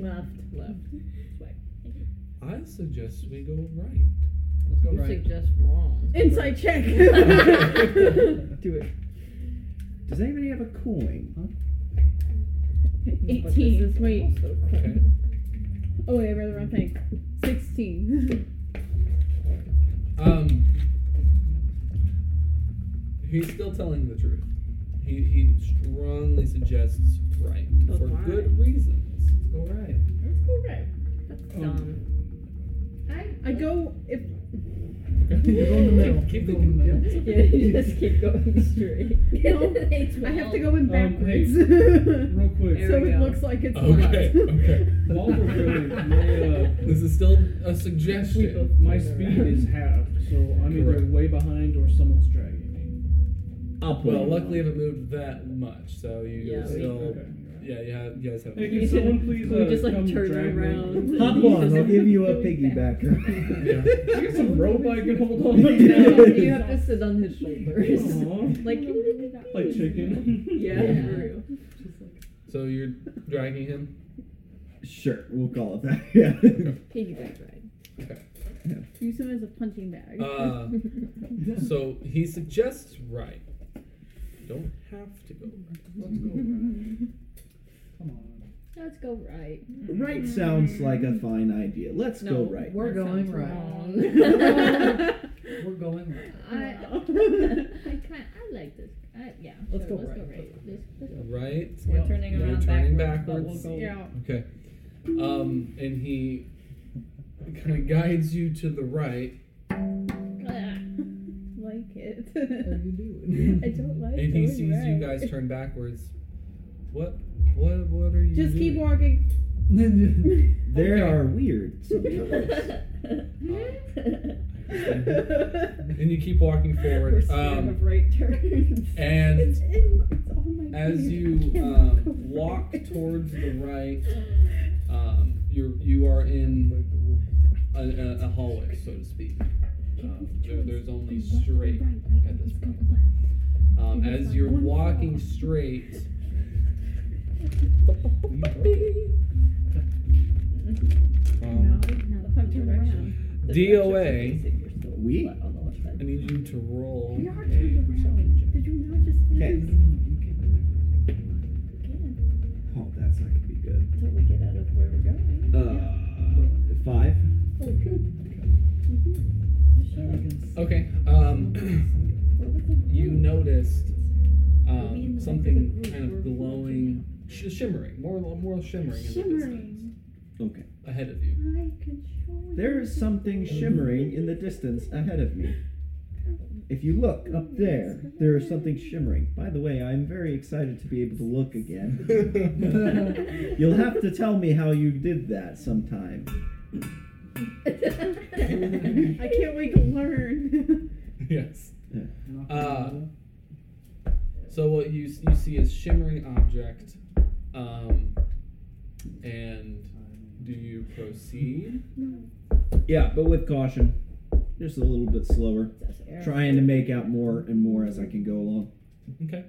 [SPEAKER 6] Left. Left.
[SPEAKER 1] I suggest we go right.
[SPEAKER 4] Let's go
[SPEAKER 6] You
[SPEAKER 4] right.
[SPEAKER 6] suggest wrong.
[SPEAKER 5] Inside check.
[SPEAKER 6] Do it.
[SPEAKER 3] Does anybody have a coin?
[SPEAKER 6] But this
[SPEAKER 5] 18,
[SPEAKER 6] is
[SPEAKER 5] wait.
[SPEAKER 6] also corn.
[SPEAKER 1] Okay.
[SPEAKER 5] oh wait, I read the wrong thing. Sixteen.
[SPEAKER 1] Um, he's still telling the truth. He, he strongly suggests right
[SPEAKER 6] But
[SPEAKER 1] for
[SPEAKER 6] why?
[SPEAKER 1] good reasons.
[SPEAKER 3] All right.
[SPEAKER 8] Let's go right.
[SPEAKER 6] That's
[SPEAKER 4] Oh.
[SPEAKER 1] Um,
[SPEAKER 6] dumb.
[SPEAKER 8] I,
[SPEAKER 5] I go if
[SPEAKER 4] You're going to the middle.
[SPEAKER 1] Keep
[SPEAKER 4] You're going to the middle.
[SPEAKER 6] Yeah, you just keep going straight.
[SPEAKER 5] no,
[SPEAKER 2] It's
[SPEAKER 5] I have to
[SPEAKER 2] well.
[SPEAKER 5] go in
[SPEAKER 4] Um, hey.
[SPEAKER 5] backwards.
[SPEAKER 4] Real quick.
[SPEAKER 6] There
[SPEAKER 5] so
[SPEAKER 6] we
[SPEAKER 5] it
[SPEAKER 6] go.
[SPEAKER 5] looks like it's
[SPEAKER 1] Okay,
[SPEAKER 5] left.
[SPEAKER 1] okay.
[SPEAKER 4] While we're going, my, uh,
[SPEAKER 1] This is still a
[SPEAKER 6] We both
[SPEAKER 1] suggestion.
[SPEAKER 4] my
[SPEAKER 6] turned
[SPEAKER 4] speed
[SPEAKER 6] around.
[SPEAKER 4] is halved, so I'm either
[SPEAKER 1] Correct.
[SPEAKER 4] way behind or someone's dragging me.
[SPEAKER 3] Up.
[SPEAKER 1] Well, luckily, I haven't moved that much, so you
[SPEAKER 6] Yeah,
[SPEAKER 1] you're
[SPEAKER 6] we-
[SPEAKER 1] still.
[SPEAKER 4] Okay.
[SPEAKER 1] Yeah, you, have, you guys have.
[SPEAKER 4] Hey, can someone please
[SPEAKER 6] We
[SPEAKER 4] uh,
[SPEAKER 6] just, like,
[SPEAKER 4] come
[SPEAKER 6] turn
[SPEAKER 4] drag me?
[SPEAKER 6] around.
[SPEAKER 3] Hop on. I'll give you a piggyback.
[SPEAKER 1] Yeah.
[SPEAKER 4] I got some rope I can hold on to.
[SPEAKER 6] No, you have to sit on his shoulders.
[SPEAKER 4] Aw,
[SPEAKER 6] Like,
[SPEAKER 4] Like chicken.
[SPEAKER 6] yeah,
[SPEAKER 1] Yeah.
[SPEAKER 6] for real.
[SPEAKER 1] So you're dragging him.
[SPEAKER 3] Sure, we'll call it that. Yeah.
[SPEAKER 6] Piggyback ride.
[SPEAKER 5] Use him as a punching bag.
[SPEAKER 1] Uh, so he suggests right. You don't have to go right.
[SPEAKER 4] Let's go. Come on.
[SPEAKER 2] Let's go right.
[SPEAKER 3] right sounds like a fine idea. Let's go
[SPEAKER 6] No,
[SPEAKER 3] right.
[SPEAKER 8] We're
[SPEAKER 6] that
[SPEAKER 8] going
[SPEAKER 6] sounds
[SPEAKER 8] right.
[SPEAKER 6] wrong.
[SPEAKER 8] We're going right.
[SPEAKER 2] I I
[SPEAKER 5] Wow.
[SPEAKER 2] kind I like this. I, yeah.
[SPEAKER 6] Let's
[SPEAKER 2] sure,
[SPEAKER 6] go
[SPEAKER 2] let's go
[SPEAKER 6] right.
[SPEAKER 2] right. This, this,
[SPEAKER 1] Right.
[SPEAKER 6] We're
[SPEAKER 1] turning You're around turning backwards, but
[SPEAKER 6] backwards.
[SPEAKER 1] backwards.
[SPEAKER 6] We'll go
[SPEAKER 5] yeah.
[SPEAKER 1] Okay. Um, and he kind of guides you to the right,
[SPEAKER 5] Like it.
[SPEAKER 6] you doing?
[SPEAKER 5] I don't like
[SPEAKER 1] and he
[SPEAKER 5] going
[SPEAKER 1] sees you
[SPEAKER 5] right.
[SPEAKER 1] guys turn backwards. What? What? What are you?
[SPEAKER 5] Just keep
[SPEAKER 1] doing?
[SPEAKER 5] walking.
[SPEAKER 3] They are weird sometimes.
[SPEAKER 1] And you keep walking
[SPEAKER 6] We're
[SPEAKER 1] forward.
[SPEAKER 6] scared
[SPEAKER 1] Um,
[SPEAKER 6] of right turns.
[SPEAKER 1] and
[SPEAKER 5] It's in. It's on my
[SPEAKER 1] as
[SPEAKER 5] feet.
[SPEAKER 1] you
[SPEAKER 5] I cannot
[SPEAKER 1] um,
[SPEAKER 5] go
[SPEAKER 1] walk
[SPEAKER 5] right.
[SPEAKER 1] towards the right, um, you're you are in a, a, a hallway, so to speak. Um, there, there's only straight at this point. Um, as you're walking straight, um,
[SPEAKER 5] I'm turning around.
[SPEAKER 1] DOA.
[SPEAKER 3] We?
[SPEAKER 1] I need you to roll.
[SPEAKER 5] We are
[SPEAKER 1] a
[SPEAKER 5] turning
[SPEAKER 1] perception
[SPEAKER 5] around.
[SPEAKER 1] check.
[SPEAKER 5] Did you not just
[SPEAKER 3] Okay. Oh, that's not gonna be good.
[SPEAKER 8] Until we get out of where we're going.
[SPEAKER 3] Uh, five.
[SPEAKER 1] Okay. Um, you noticed um, something kind of glowing, sh- shimmering, more more shimmering, In the distance
[SPEAKER 5] Shimmering.
[SPEAKER 3] Okay.
[SPEAKER 1] ahead of you.
[SPEAKER 5] I can show you.
[SPEAKER 3] There is something shimmering in the distance ahead of me. If you look up there, there is something shimmering. By the way, I'm very excited to be able to look again. You'll have to tell me how you did that sometime.
[SPEAKER 5] I can't wait to learn.
[SPEAKER 1] yes.
[SPEAKER 4] Knock
[SPEAKER 1] Uh,
[SPEAKER 4] on
[SPEAKER 1] So what you s- you see is shimmering object, um, and do you proceed?
[SPEAKER 3] Yeah, but with caution. Just a little bit slower. Trying to make out more and more as I can go along.
[SPEAKER 1] Okay.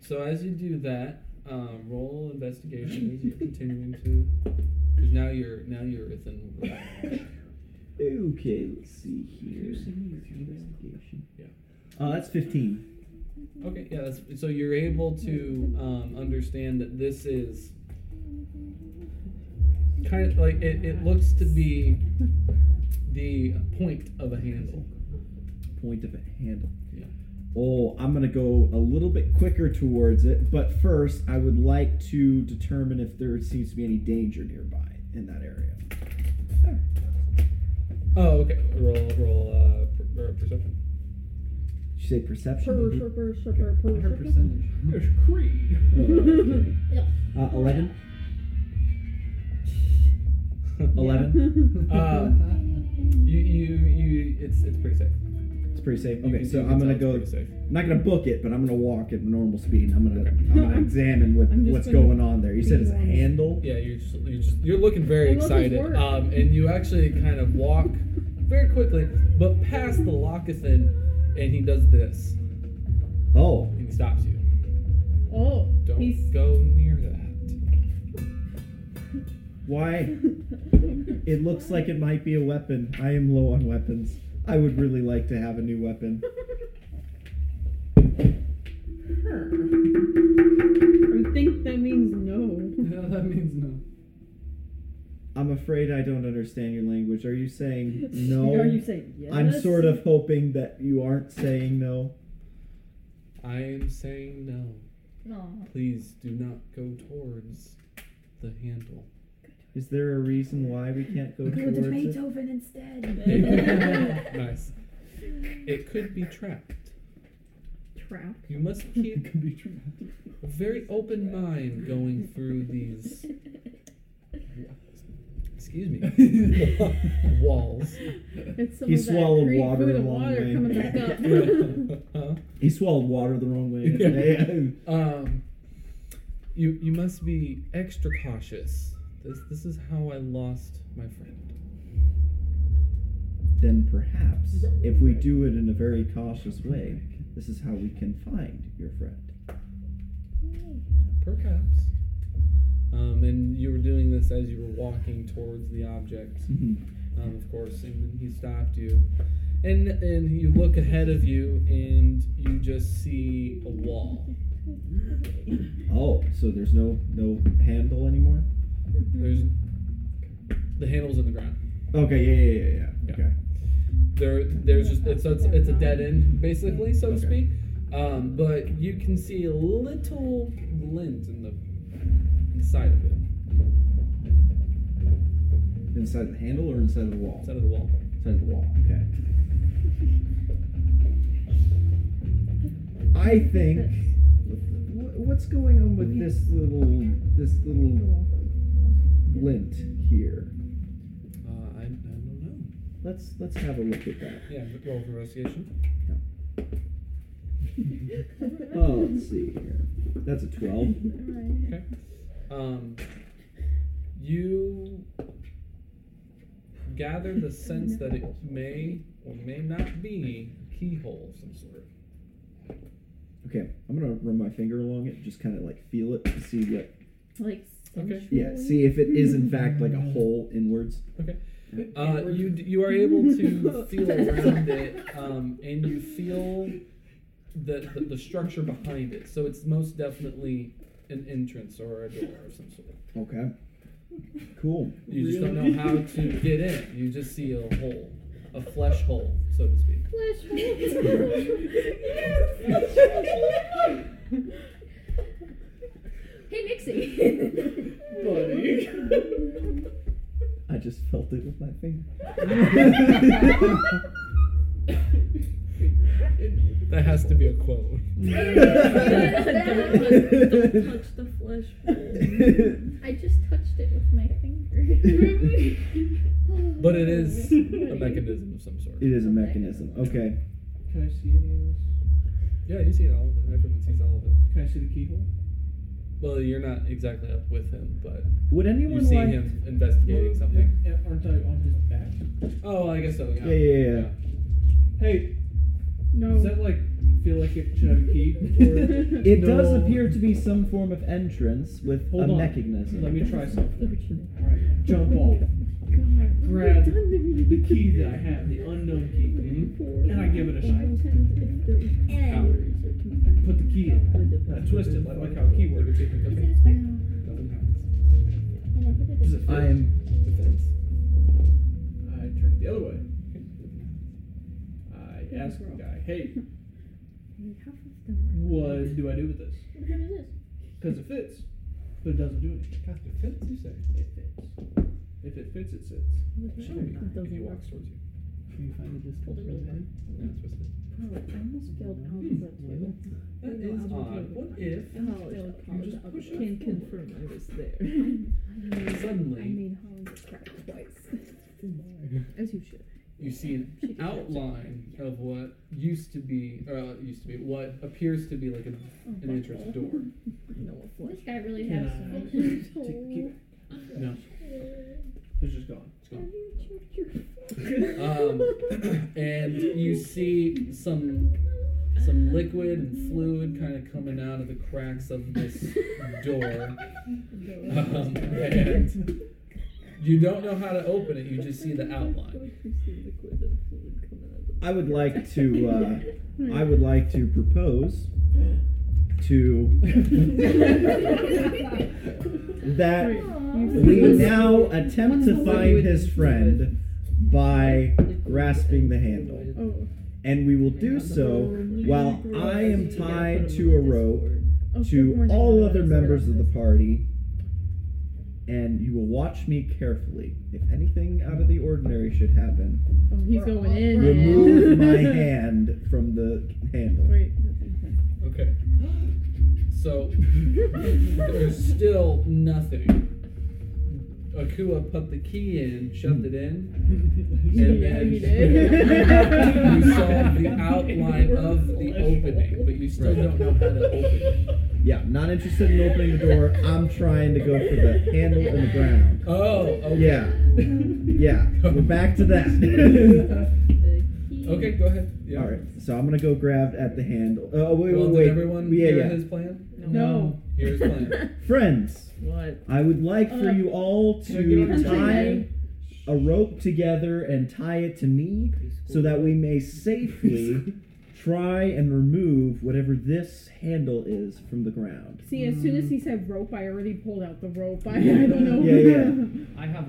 [SPEAKER 1] So as you do that, um, roll investigation as you're continuing to, because now you're now you're within.
[SPEAKER 3] Okay, let's see here. Investigation. Uh, that's 15.
[SPEAKER 1] Okay, yeah, that's, so you're able to um, understand that this is kind of like it, it looks to be the point of a handle.
[SPEAKER 3] Point of a handle.
[SPEAKER 1] Yeah.
[SPEAKER 3] Oh, I'm going to go a little bit quicker towards it, but first I would like to determine if there seems to be any danger nearby in that area.
[SPEAKER 1] Oh, okay. Roll, roll, uh, per, uh, perception.
[SPEAKER 3] Did you say perception?
[SPEAKER 2] Per, per, per, per, per, per,
[SPEAKER 4] Her
[SPEAKER 2] per.
[SPEAKER 4] percentage.
[SPEAKER 1] Mm-hmm.
[SPEAKER 7] There's Creed.
[SPEAKER 3] Uh, 11? 11?
[SPEAKER 1] Um, you, you, you. It's it's pretty safe.
[SPEAKER 3] It's pretty safe.
[SPEAKER 1] You
[SPEAKER 3] Okay,
[SPEAKER 1] can-
[SPEAKER 3] so
[SPEAKER 1] you can
[SPEAKER 3] I'm gonna
[SPEAKER 1] tell
[SPEAKER 3] go.
[SPEAKER 1] it's pretty safe.
[SPEAKER 3] I'm not gonna book it, but I'm gonna walk at normal speed. and I'm gonna,
[SPEAKER 1] Okay.
[SPEAKER 3] I'm gonna examine what,
[SPEAKER 6] I'm just
[SPEAKER 3] what's
[SPEAKER 6] gonna
[SPEAKER 3] going on there. You said it's a
[SPEAKER 6] be honest.
[SPEAKER 3] handle.
[SPEAKER 1] Yeah, you're just, you're, just, you're looking very
[SPEAKER 2] I love his
[SPEAKER 1] excited.
[SPEAKER 2] work.
[SPEAKER 1] Um, and you actually kind of walk very quickly, but past the Lockathan, and he does this,
[SPEAKER 3] Oh,
[SPEAKER 1] and he stops you.
[SPEAKER 4] Uh,
[SPEAKER 5] Oh,
[SPEAKER 1] Don't
[SPEAKER 5] he's
[SPEAKER 1] go near that.
[SPEAKER 3] why? it looks like it might be a weapon. I am low on weapons. I would really like to have a new weapon.
[SPEAKER 5] I think that means no.
[SPEAKER 1] that means no.
[SPEAKER 3] I'm afraid I don't understand your language. Are you saying no?
[SPEAKER 6] Are you saying yes?
[SPEAKER 3] I'm sort of hoping that you aren't saying no.
[SPEAKER 1] I am saying no.
[SPEAKER 2] No.
[SPEAKER 1] Please do not go towards the handle.
[SPEAKER 3] Is there a reason why we can't go
[SPEAKER 8] Go
[SPEAKER 3] towards
[SPEAKER 8] to
[SPEAKER 3] it?
[SPEAKER 8] Beethoven instead.
[SPEAKER 1] nice. It could be trapped.
[SPEAKER 5] Trap.
[SPEAKER 1] You must keep a very open mind going through these. Excuse me. Walls.
[SPEAKER 5] It's some
[SPEAKER 3] He
[SPEAKER 5] of that
[SPEAKER 3] swallowed
[SPEAKER 5] Greek
[SPEAKER 3] water
[SPEAKER 5] food
[SPEAKER 3] the
[SPEAKER 5] and
[SPEAKER 3] wrong
[SPEAKER 5] water
[SPEAKER 3] way.
[SPEAKER 5] coming back up.
[SPEAKER 1] Huh?
[SPEAKER 3] He swallowed water the wrong way.
[SPEAKER 1] Yeah. Um, you you must be extra cautious. This this is how I lost my friend.
[SPEAKER 3] then perhaps if we do it in a very cautious way, this is how we can find your friend.
[SPEAKER 1] Perhaps. Um, and you were doing this as you were walking towards the object. um, of course, and then he stopped you. And and you look ahead of you, and you just see a wall.
[SPEAKER 3] Oh, so there's no no handle anymore?
[SPEAKER 1] There's the handles in the ground.
[SPEAKER 3] Okay, yeah, yeah, yeah, yeah.
[SPEAKER 1] Yeah.
[SPEAKER 3] Okay.
[SPEAKER 1] There, there's just it's it's, it's a dead end basically, so to
[SPEAKER 3] Okay.
[SPEAKER 1] speak. Um, but you can see a little lint in the inside of it,
[SPEAKER 3] Inside the handle or inside of the wall?
[SPEAKER 1] inside of the wall.
[SPEAKER 3] Inside the wall. Okay. I think. wh- What's going on with this little this little lint here?
[SPEAKER 1] Uh, I, I don't
[SPEAKER 3] Let's let's have a look at
[SPEAKER 1] know.
[SPEAKER 3] that.
[SPEAKER 1] Yeah, roll for investigation.
[SPEAKER 3] Oh, let's see here. That's a twelve.
[SPEAKER 1] Um, you gather the sense that it may or may not be a keyhole of some sort.
[SPEAKER 3] Okay, I'm gonna run my finger along it, just kind of like feel it to see what.
[SPEAKER 2] Like,
[SPEAKER 1] Okay.
[SPEAKER 3] Yeah, see if it is in fact like a hole inwards.
[SPEAKER 1] Uh, you d- you are able to feel around it, um, and you feel the, the the structure behind it. So it's most definitely an entrance or a door of some sort.
[SPEAKER 3] Okay. Cool.
[SPEAKER 1] You just don't know how to get in. You just see a hole, a flesh hole, so to speak.
[SPEAKER 2] hey, Nixie.
[SPEAKER 4] Buddy.
[SPEAKER 3] I just felt it with my finger.
[SPEAKER 1] That has to be a quote.
[SPEAKER 2] Don't touch the flesh hole. I just touched it with my finger.
[SPEAKER 1] But it is a mechanism of some sort.
[SPEAKER 3] it is a mechanism. Okay.
[SPEAKER 4] Can I see any of this?
[SPEAKER 1] Yeah, you see all of it. Everyone sees all of it.
[SPEAKER 4] Can I see the keyhole?
[SPEAKER 1] Well, you're not exactly up with him, but
[SPEAKER 3] Would
[SPEAKER 1] you
[SPEAKER 3] anyone
[SPEAKER 1] see
[SPEAKER 3] like?
[SPEAKER 1] him investigating something.
[SPEAKER 4] Yeah, Aren't I on his back?
[SPEAKER 1] Oh, I guess so. Yeah.
[SPEAKER 3] Yeah, yeah, yeah.
[SPEAKER 4] Hey, does
[SPEAKER 5] No.
[SPEAKER 4] that like feel like it should have a key? Or
[SPEAKER 3] It does
[SPEAKER 4] No.
[SPEAKER 3] appear to be some form of entrance with a
[SPEAKER 4] Hold on.
[SPEAKER 3] mechanism.
[SPEAKER 4] let me try something. Alright, jump off.
[SPEAKER 5] God.
[SPEAKER 4] grab
[SPEAKER 5] redundant.
[SPEAKER 4] the key that I have, the unknown key, and I give it a shot. Put the key in. I twist it like, like how a key works.
[SPEAKER 1] Doesn't happen.
[SPEAKER 4] Does it fit?
[SPEAKER 3] I'm
[SPEAKER 1] Defense.
[SPEAKER 4] I turn the other way. I ask the guy, hey, what do I do with this? Because it fits, but it doesn't do anything.
[SPEAKER 1] God, defense, you say?
[SPEAKER 4] It fits. If it fits, it sits.
[SPEAKER 1] Show me. If he walks towards you. Can you find the distance
[SPEAKER 2] Hold it
[SPEAKER 1] from
[SPEAKER 2] really
[SPEAKER 1] him? No, it's twisted. Hmm.
[SPEAKER 4] Hmm.
[SPEAKER 1] That
[SPEAKER 6] I
[SPEAKER 1] is
[SPEAKER 6] know, I would
[SPEAKER 1] odd.
[SPEAKER 6] do
[SPEAKER 1] What if you just push it
[SPEAKER 6] Oh, Can
[SPEAKER 1] forward?
[SPEAKER 6] confirm I was there.
[SPEAKER 1] Suddenly,
[SPEAKER 6] As you should.
[SPEAKER 1] you see an outline of what used to be, or uh, used to be, what appears to be like a, an entrance door.
[SPEAKER 6] No a flush.
[SPEAKER 2] This guy really
[SPEAKER 4] Can
[SPEAKER 2] has some.
[SPEAKER 4] I take the key back?
[SPEAKER 1] No,
[SPEAKER 4] It's just gone.
[SPEAKER 1] it's gone. Um, and you see some some liquid and fluid kind of coming out of the cracks of this door. Um, and you don't know how to open it. You just see the outline.
[SPEAKER 3] I would like to uh, I would like to propose to that we now attempt to find his friend by grasping the handle.
[SPEAKER 5] Oh,
[SPEAKER 3] And we will do so while I am tied to a rope
[SPEAKER 5] oh,
[SPEAKER 3] to
[SPEAKER 5] good
[SPEAKER 3] all
[SPEAKER 5] morning.
[SPEAKER 3] other members of the party, and you will watch me carefully. If anything out of the ordinary should happen,
[SPEAKER 5] Oh, he's going in.
[SPEAKER 3] remove my hand from the handle.
[SPEAKER 5] Wait.
[SPEAKER 1] Okay. So there's still nothing. Akua put the key in, shoved it in, and
[SPEAKER 5] Yeah,
[SPEAKER 1] then
[SPEAKER 5] he did.
[SPEAKER 1] you saw the outline of the opening, but you still don't know how to open it.
[SPEAKER 3] Yeah, I'm not interested in opening the door. I'm trying to go for the handle in the ground.
[SPEAKER 1] Oh, okay.
[SPEAKER 3] Yeah, yeah. We're back to that.
[SPEAKER 1] Okay, go ahead. Yeah.
[SPEAKER 3] all right, so I'm gonna go grab at the handle. Oh wait,
[SPEAKER 1] Well,
[SPEAKER 3] wait,
[SPEAKER 1] did
[SPEAKER 3] wait.
[SPEAKER 1] everyone
[SPEAKER 3] yeah,
[SPEAKER 1] hear
[SPEAKER 3] yeah.
[SPEAKER 1] his plan?
[SPEAKER 5] No.
[SPEAKER 1] Hear his plan.
[SPEAKER 3] Friends.
[SPEAKER 6] What?
[SPEAKER 3] I would like for
[SPEAKER 5] Uh,
[SPEAKER 3] you all
[SPEAKER 4] can I get
[SPEAKER 3] to
[SPEAKER 4] on
[SPEAKER 5] the
[SPEAKER 3] tie a rope together and tie it to me so that we may safely try and remove whatever this handle is from the ground.
[SPEAKER 5] See, as soon as he said rope, I already pulled out the rope. I, I don't know.
[SPEAKER 3] Yeah, yeah.
[SPEAKER 4] I have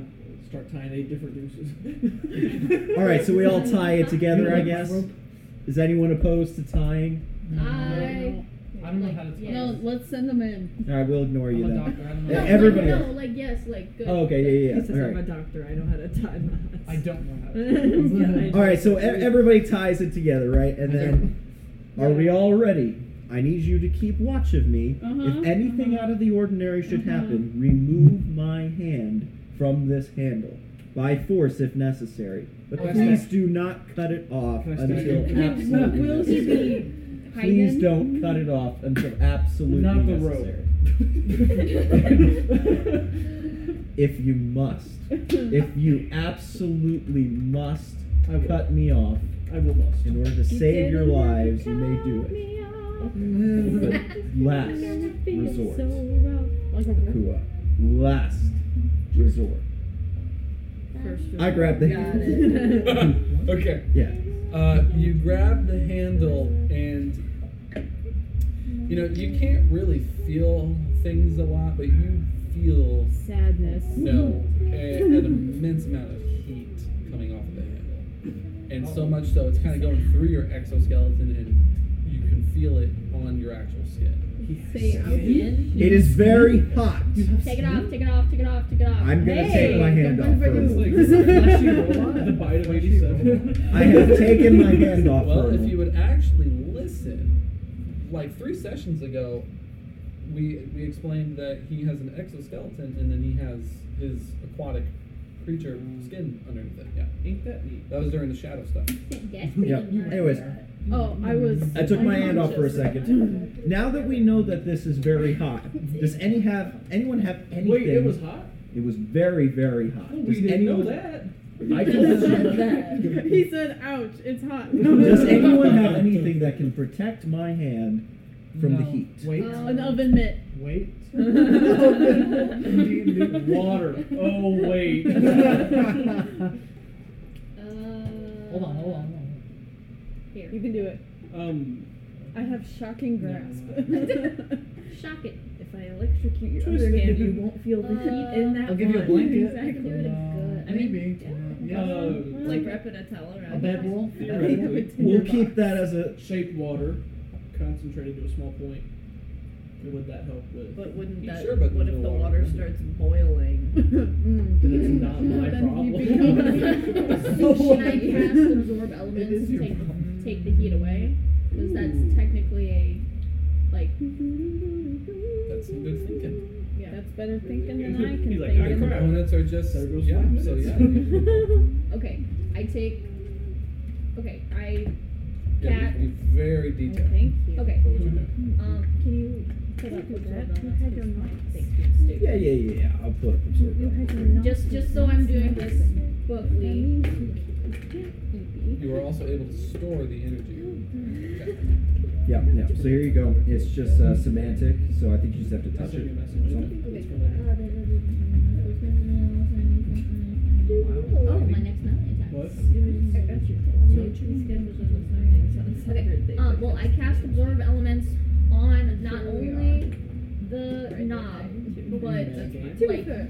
[SPEAKER 4] start tying eight different nooses.
[SPEAKER 3] All right, so we all tie it together, I guess. Is anyone opposed to tying?
[SPEAKER 2] I
[SPEAKER 7] I don't know how to tie
[SPEAKER 5] No, let's send him in.
[SPEAKER 3] All right, we'll ignore you
[SPEAKER 7] I'm a
[SPEAKER 3] then.
[SPEAKER 7] doctor. I don't
[SPEAKER 3] Yeah,
[SPEAKER 7] know.
[SPEAKER 3] everybody
[SPEAKER 2] No,
[SPEAKER 3] else.
[SPEAKER 2] like yes, like good.
[SPEAKER 3] Oh, okay, yeah,
[SPEAKER 6] He
[SPEAKER 3] yeah,
[SPEAKER 6] says
[SPEAKER 3] yeah. All
[SPEAKER 6] I'm a
[SPEAKER 3] right.
[SPEAKER 6] doctor. I know how to tie knots.
[SPEAKER 7] I don't know how
[SPEAKER 6] Yeah,
[SPEAKER 7] to.
[SPEAKER 6] I
[SPEAKER 3] All right, so e- everybody ties it together, right? And then, are we all ready? I need you to keep watch of me.
[SPEAKER 5] Uh-huh,
[SPEAKER 3] if anything out of the ordinary should happen, remove my hand from this handle by force if necessary. But
[SPEAKER 7] Can I
[SPEAKER 3] please
[SPEAKER 7] stay-
[SPEAKER 3] do not cut it off
[SPEAKER 7] Can I stay-
[SPEAKER 3] until
[SPEAKER 7] Can I-
[SPEAKER 3] absolutely
[SPEAKER 5] Will he
[SPEAKER 3] necessary.
[SPEAKER 5] be
[SPEAKER 3] Please
[SPEAKER 5] hiding?
[SPEAKER 3] don't cut it off until absolutely
[SPEAKER 4] Not the rope.
[SPEAKER 3] necessary. If you must, if you absolutely must
[SPEAKER 4] I will.
[SPEAKER 3] cut me off
[SPEAKER 4] I will bust.
[SPEAKER 3] in order to save your lives, you may do it. Last resort.
[SPEAKER 5] Like a rope.
[SPEAKER 3] Kua. Last resort.
[SPEAKER 6] First
[SPEAKER 3] I grabbed the
[SPEAKER 6] Got
[SPEAKER 3] handle.
[SPEAKER 6] it.
[SPEAKER 1] okay.
[SPEAKER 3] Yeah.
[SPEAKER 1] Uh, you grab the handle and you know you can't really feel things a lot, but you feel
[SPEAKER 5] Sadness.
[SPEAKER 1] no a, an immense amount of heat coming off of the handle, and so much so it's kind of going through your exoskeleton, and you can feel it on your actual skin.
[SPEAKER 2] Say I'm in.
[SPEAKER 3] It is very hot.
[SPEAKER 2] Take it off. Take it off. Take it off. Take it off.
[SPEAKER 3] I'm gonna
[SPEAKER 5] Hey,
[SPEAKER 3] take my hand
[SPEAKER 5] don't
[SPEAKER 3] off for a
[SPEAKER 5] bring
[SPEAKER 4] Like,
[SPEAKER 3] moment.
[SPEAKER 4] fleshy robot, the bite of 87.
[SPEAKER 3] I have taken my hand off for
[SPEAKER 1] Well,
[SPEAKER 3] a
[SPEAKER 1] if you would
[SPEAKER 3] moment.
[SPEAKER 1] actually listen, like three sessions ago, we we explained that he has an exoskeleton and then he has his aquatic creature skin underneath it. Yeah,
[SPEAKER 4] Ain't that neat?
[SPEAKER 1] that was during the shadow stuff.
[SPEAKER 2] That's
[SPEAKER 3] Yeah.
[SPEAKER 2] pretty nice.
[SPEAKER 3] Anyways,
[SPEAKER 5] Oh, I was.
[SPEAKER 3] I took my hand off for a
[SPEAKER 5] unconscious.
[SPEAKER 3] second. Now that we know that this is very hot, does any have anyone have anything?
[SPEAKER 4] Wait, it was hot?
[SPEAKER 3] It was very very hot.
[SPEAKER 4] Oh, we
[SPEAKER 3] does
[SPEAKER 4] didn't know
[SPEAKER 3] anyone?
[SPEAKER 4] that.
[SPEAKER 3] I told you that.
[SPEAKER 5] he said, "Ouch, it's hot."
[SPEAKER 3] Does anyone have anything that can protect my hand from the
[SPEAKER 7] No.
[SPEAKER 3] heat?
[SPEAKER 7] Wait.
[SPEAKER 5] An oven mitt.
[SPEAKER 7] Wait.
[SPEAKER 6] Indeed,
[SPEAKER 7] Indeed, water. Oh, wait.
[SPEAKER 2] Uh,
[SPEAKER 8] Hold on, hold on, hold on.
[SPEAKER 2] Here.
[SPEAKER 6] You can do it.
[SPEAKER 4] Um,
[SPEAKER 6] I have shocking grasp.
[SPEAKER 2] Shock it.
[SPEAKER 6] if I electrocute your
[SPEAKER 7] Twist
[SPEAKER 6] other
[SPEAKER 7] it.
[SPEAKER 6] hand, you won't feel the heat in that
[SPEAKER 8] Uh, I'll give you a
[SPEAKER 6] one.
[SPEAKER 8] blanket.
[SPEAKER 2] Exactly.
[SPEAKER 6] Exactly.
[SPEAKER 2] Good,
[SPEAKER 8] Uh,
[SPEAKER 2] good. I mean,
[SPEAKER 8] maybe.
[SPEAKER 7] yeah.
[SPEAKER 8] yeah.
[SPEAKER 4] Oh,
[SPEAKER 7] Uh,
[SPEAKER 6] Like wrapping a towel
[SPEAKER 8] a
[SPEAKER 6] around. it.
[SPEAKER 8] bad wolf.
[SPEAKER 6] I think I
[SPEAKER 4] Theoretically.
[SPEAKER 6] would tinder
[SPEAKER 3] We'll
[SPEAKER 6] box.
[SPEAKER 3] keep that as a.
[SPEAKER 4] shape water, concentrated to a small point. Would that help with?
[SPEAKER 6] But wouldn't
[SPEAKER 1] You
[SPEAKER 6] that?
[SPEAKER 1] sure about
[SPEAKER 6] what
[SPEAKER 1] the
[SPEAKER 6] if the
[SPEAKER 1] water?
[SPEAKER 6] water starts boiling?
[SPEAKER 8] Mm.
[SPEAKER 4] That's not my
[SPEAKER 6] Then you
[SPEAKER 4] problem.
[SPEAKER 6] become-
[SPEAKER 2] so should I cast absorb elements to take, take the heat away? Because that's technically a like
[SPEAKER 1] That's some good thinking.
[SPEAKER 2] yeah.
[SPEAKER 6] That's better thinking
[SPEAKER 7] He's
[SPEAKER 6] than I can
[SPEAKER 7] like,
[SPEAKER 6] think.
[SPEAKER 7] "Ah, crap."
[SPEAKER 1] Components are just
[SPEAKER 4] There goes
[SPEAKER 1] yeah.
[SPEAKER 4] five
[SPEAKER 1] So yeah,
[SPEAKER 4] minutes.
[SPEAKER 1] you,
[SPEAKER 2] Okay, I take. Okay, I
[SPEAKER 1] yeah,
[SPEAKER 2] Cat.
[SPEAKER 1] you, you very
[SPEAKER 6] Oh,
[SPEAKER 1] detailed.
[SPEAKER 6] thank you.
[SPEAKER 2] okay.
[SPEAKER 1] for what you're doing.
[SPEAKER 2] Um, can you put up
[SPEAKER 6] You
[SPEAKER 2] absorb
[SPEAKER 6] had
[SPEAKER 2] elements?
[SPEAKER 6] your
[SPEAKER 2] 'Cause
[SPEAKER 6] notes.
[SPEAKER 2] my thing's being stupid.
[SPEAKER 3] Yeah, yeah, yeah. yeah. I'll put up absorb.
[SPEAKER 6] You had
[SPEAKER 3] that.
[SPEAKER 6] your notes.
[SPEAKER 2] Just, just so I'm doing this bookly.
[SPEAKER 1] You were also able to store the energy.
[SPEAKER 3] Yeah, no. So here you go. It's just uh, semantic, so I think you just have to
[SPEAKER 4] I'll
[SPEAKER 3] touch
[SPEAKER 4] send
[SPEAKER 3] it.
[SPEAKER 4] you a message. It's for later.
[SPEAKER 2] Oh, my next melee attack.
[SPEAKER 4] What?
[SPEAKER 2] Um, well, I cast absorb elements on not only the knob, but
[SPEAKER 8] To be
[SPEAKER 2] Like-
[SPEAKER 8] fair.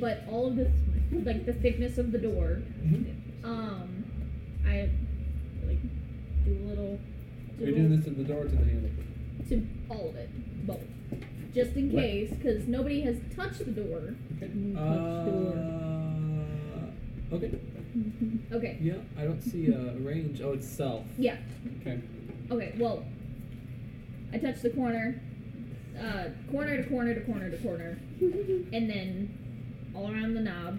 [SPEAKER 2] but all of the like the thickness of the door. Um, I like do a little. do a
[SPEAKER 1] You're
[SPEAKER 2] little-
[SPEAKER 1] doing this to the door to the handle.
[SPEAKER 2] to all of it, both, just in
[SPEAKER 3] What?
[SPEAKER 2] case, because nobody has touched the door.
[SPEAKER 1] Uh, okay.
[SPEAKER 2] Okay,
[SPEAKER 1] Yeah, I don't see a range. Oh, it's self.
[SPEAKER 2] yeah,
[SPEAKER 1] Okay.
[SPEAKER 2] okay. Well, I touch the corner, uh, corner to corner to corner to corner,
[SPEAKER 6] um,
[SPEAKER 2] and then all around the knob,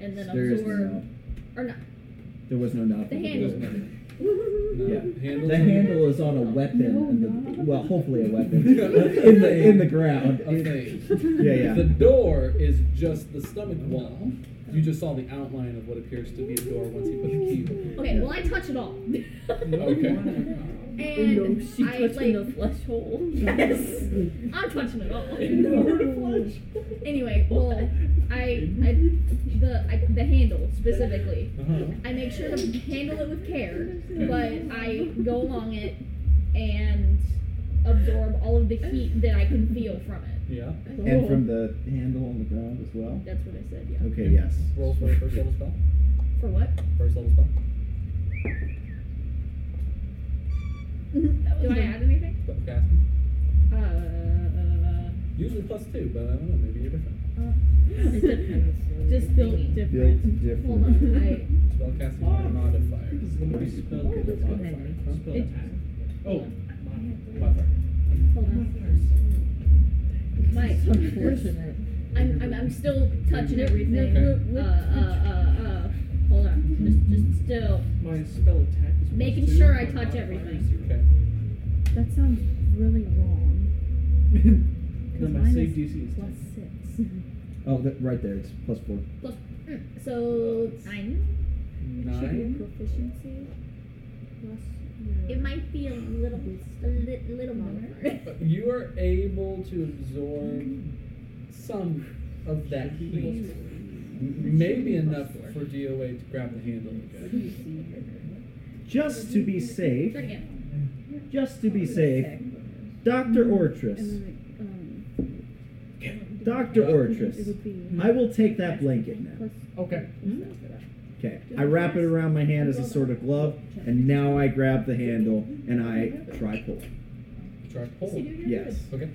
[SPEAKER 2] and then
[SPEAKER 3] There is no
[SPEAKER 2] absorb
[SPEAKER 3] knob.
[SPEAKER 2] or not
[SPEAKER 3] There was no knob.
[SPEAKER 2] the
[SPEAKER 3] on
[SPEAKER 2] handle.
[SPEAKER 3] door.
[SPEAKER 1] No,
[SPEAKER 3] Yeah.
[SPEAKER 1] Handles
[SPEAKER 3] The
[SPEAKER 1] on
[SPEAKER 3] handle is on a weapon,
[SPEAKER 8] No,
[SPEAKER 3] and the,
[SPEAKER 8] not.
[SPEAKER 3] well, hopefully a weapon in the in the ground.
[SPEAKER 1] A thing.
[SPEAKER 3] Yeah, yeah.
[SPEAKER 1] The door is just the stomach wall. You just saw the outline of what appears to be a door once you put the key.
[SPEAKER 2] Okay, well I touch it all,
[SPEAKER 1] Okay.
[SPEAKER 2] and
[SPEAKER 6] Oh, no, she
[SPEAKER 2] I
[SPEAKER 6] touched
[SPEAKER 2] like
[SPEAKER 6] the flesh hole.
[SPEAKER 2] yes, I'm touching it all. Anyway, well,
[SPEAKER 6] What?
[SPEAKER 2] I, I the I, the handle specifically.
[SPEAKER 1] Uh-huh.
[SPEAKER 2] I make sure to handle it with care, but I go along it and absorb all of the heat that I can feel from it.
[SPEAKER 1] Yeah.
[SPEAKER 3] And from the handle on the ground as well.
[SPEAKER 2] That's what I said. Yeah.
[SPEAKER 3] Okay. Yes.
[SPEAKER 1] Roll for the first level spell.
[SPEAKER 2] For what?
[SPEAKER 1] First level spell.
[SPEAKER 2] Do I add anything?
[SPEAKER 1] Spell casting.
[SPEAKER 2] Uh, uh,
[SPEAKER 1] Usually plus two, but I don't know. Maybe you're different.
[SPEAKER 6] It depends. Just built
[SPEAKER 3] Built
[SPEAKER 6] different.
[SPEAKER 3] different.
[SPEAKER 2] hold on.
[SPEAKER 1] Spell casting with a modifier.
[SPEAKER 4] This is gonna be spell modifier.
[SPEAKER 1] Huh?
[SPEAKER 4] Spell
[SPEAKER 6] It-
[SPEAKER 4] attack.
[SPEAKER 2] I
[SPEAKER 4] Oh,
[SPEAKER 2] hold on.
[SPEAKER 4] modifier.
[SPEAKER 2] Hold on. My,
[SPEAKER 6] It's unfortunate.
[SPEAKER 2] I'm, I'm, I'm still touching everything.
[SPEAKER 6] Okay.
[SPEAKER 2] Uh, uh, uh, uh, hold on. Just, just still.
[SPEAKER 4] My spell attack is plus
[SPEAKER 2] Making
[SPEAKER 4] two,
[SPEAKER 2] sure I
[SPEAKER 4] my
[SPEAKER 2] touch
[SPEAKER 4] modifier
[SPEAKER 2] everything.
[SPEAKER 4] is zero.
[SPEAKER 1] Okay.
[SPEAKER 6] That sounds really wrong.
[SPEAKER 4] Then my
[SPEAKER 6] Mine is
[SPEAKER 4] save DC is
[SPEAKER 6] Plus
[SPEAKER 4] ten.
[SPEAKER 6] six.
[SPEAKER 3] Oh, that, right there. It's plus four.
[SPEAKER 2] Mm, So nine.
[SPEAKER 1] Nine.
[SPEAKER 6] proficiency.
[SPEAKER 2] It might be a little, a li- little more.
[SPEAKER 1] You are able to absorb some of that heat. M- Maybe enough for DOA to grab the handle again.
[SPEAKER 3] Just to be
[SPEAKER 2] Start
[SPEAKER 3] safe.
[SPEAKER 2] again.
[SPEAKER 3] Just to be safe. Doctor Ortrus.
[SPEAKER 6] um,
[SPEAKER 3] Doctor Ortrus. I will take that blanket now.
[SPEAKER 8] Okay.
[SPEAKER 3] Okay. I wrap it around my hand as a sort of glove, and now I grab the handle and I try pull.
[SPEAKER 1] Try pull.
[SPEAKER 3] Yes.
[SPEAKER 1] Okay.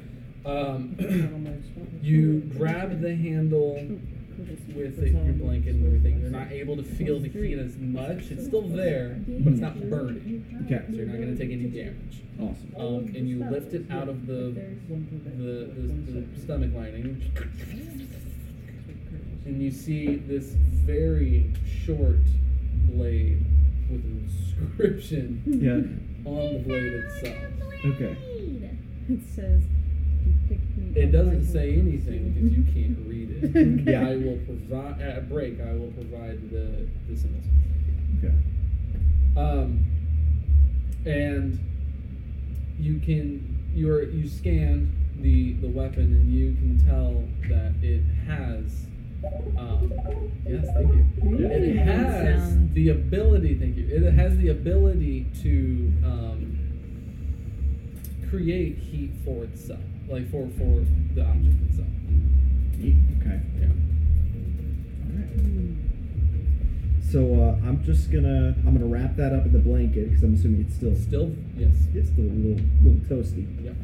[SPEAKER 1] Um,
[SPEAKER 4] Not on my spell.
[SPEAKER 1] you grab the handle with it, your blanket and everything. You're not able to feel the heat as much. It's still there, but it's not burning.
[SPEAKER 3] Okay.
[SPEAKER 1] So you're not going to take any damage.
[SPEAKER 3] Awesome.
[SPEAKER 1] Um, and you lift it out of the the, the, the stomach lining, and you see this very short blade with an inscription
[SPEAKER 3] Yeah.
[SPEAKER 1] on the blade itself.
[SPEAKER 3] Okay.
[SPEAKER 6] It says.
[SPEAKER 1] It doesn't say anything because you can't read it.
[SPEAKER 3] Yeah.
[SPEAKER 1] I will provide at a break. I will provide the the symbols.
[SPEAKER 3] Okay.
[SPEAKER 1] Um, and you can you're you scanned the the weapon and you can tell that it has um, yes thank you it
[SPEAKER 6] Mm,
[SPEAKER 1] has
[SPEAKER 6] sound.
[SPEAKER 1] the ability thank you it has the ability to um, create heat for itself like for for the object itself
[SPEAKER 3] Okay.
[SPEAKER 1] yeah
[SPEAKER 3] So uh, I'm just gonna I'm gonna wrap that up in the blanket because I'm assuming it's still
[SPEAKER 1] still yes
[SPEAKER 3] it's still a little little toasty.
[SPEAKER 1] Yep.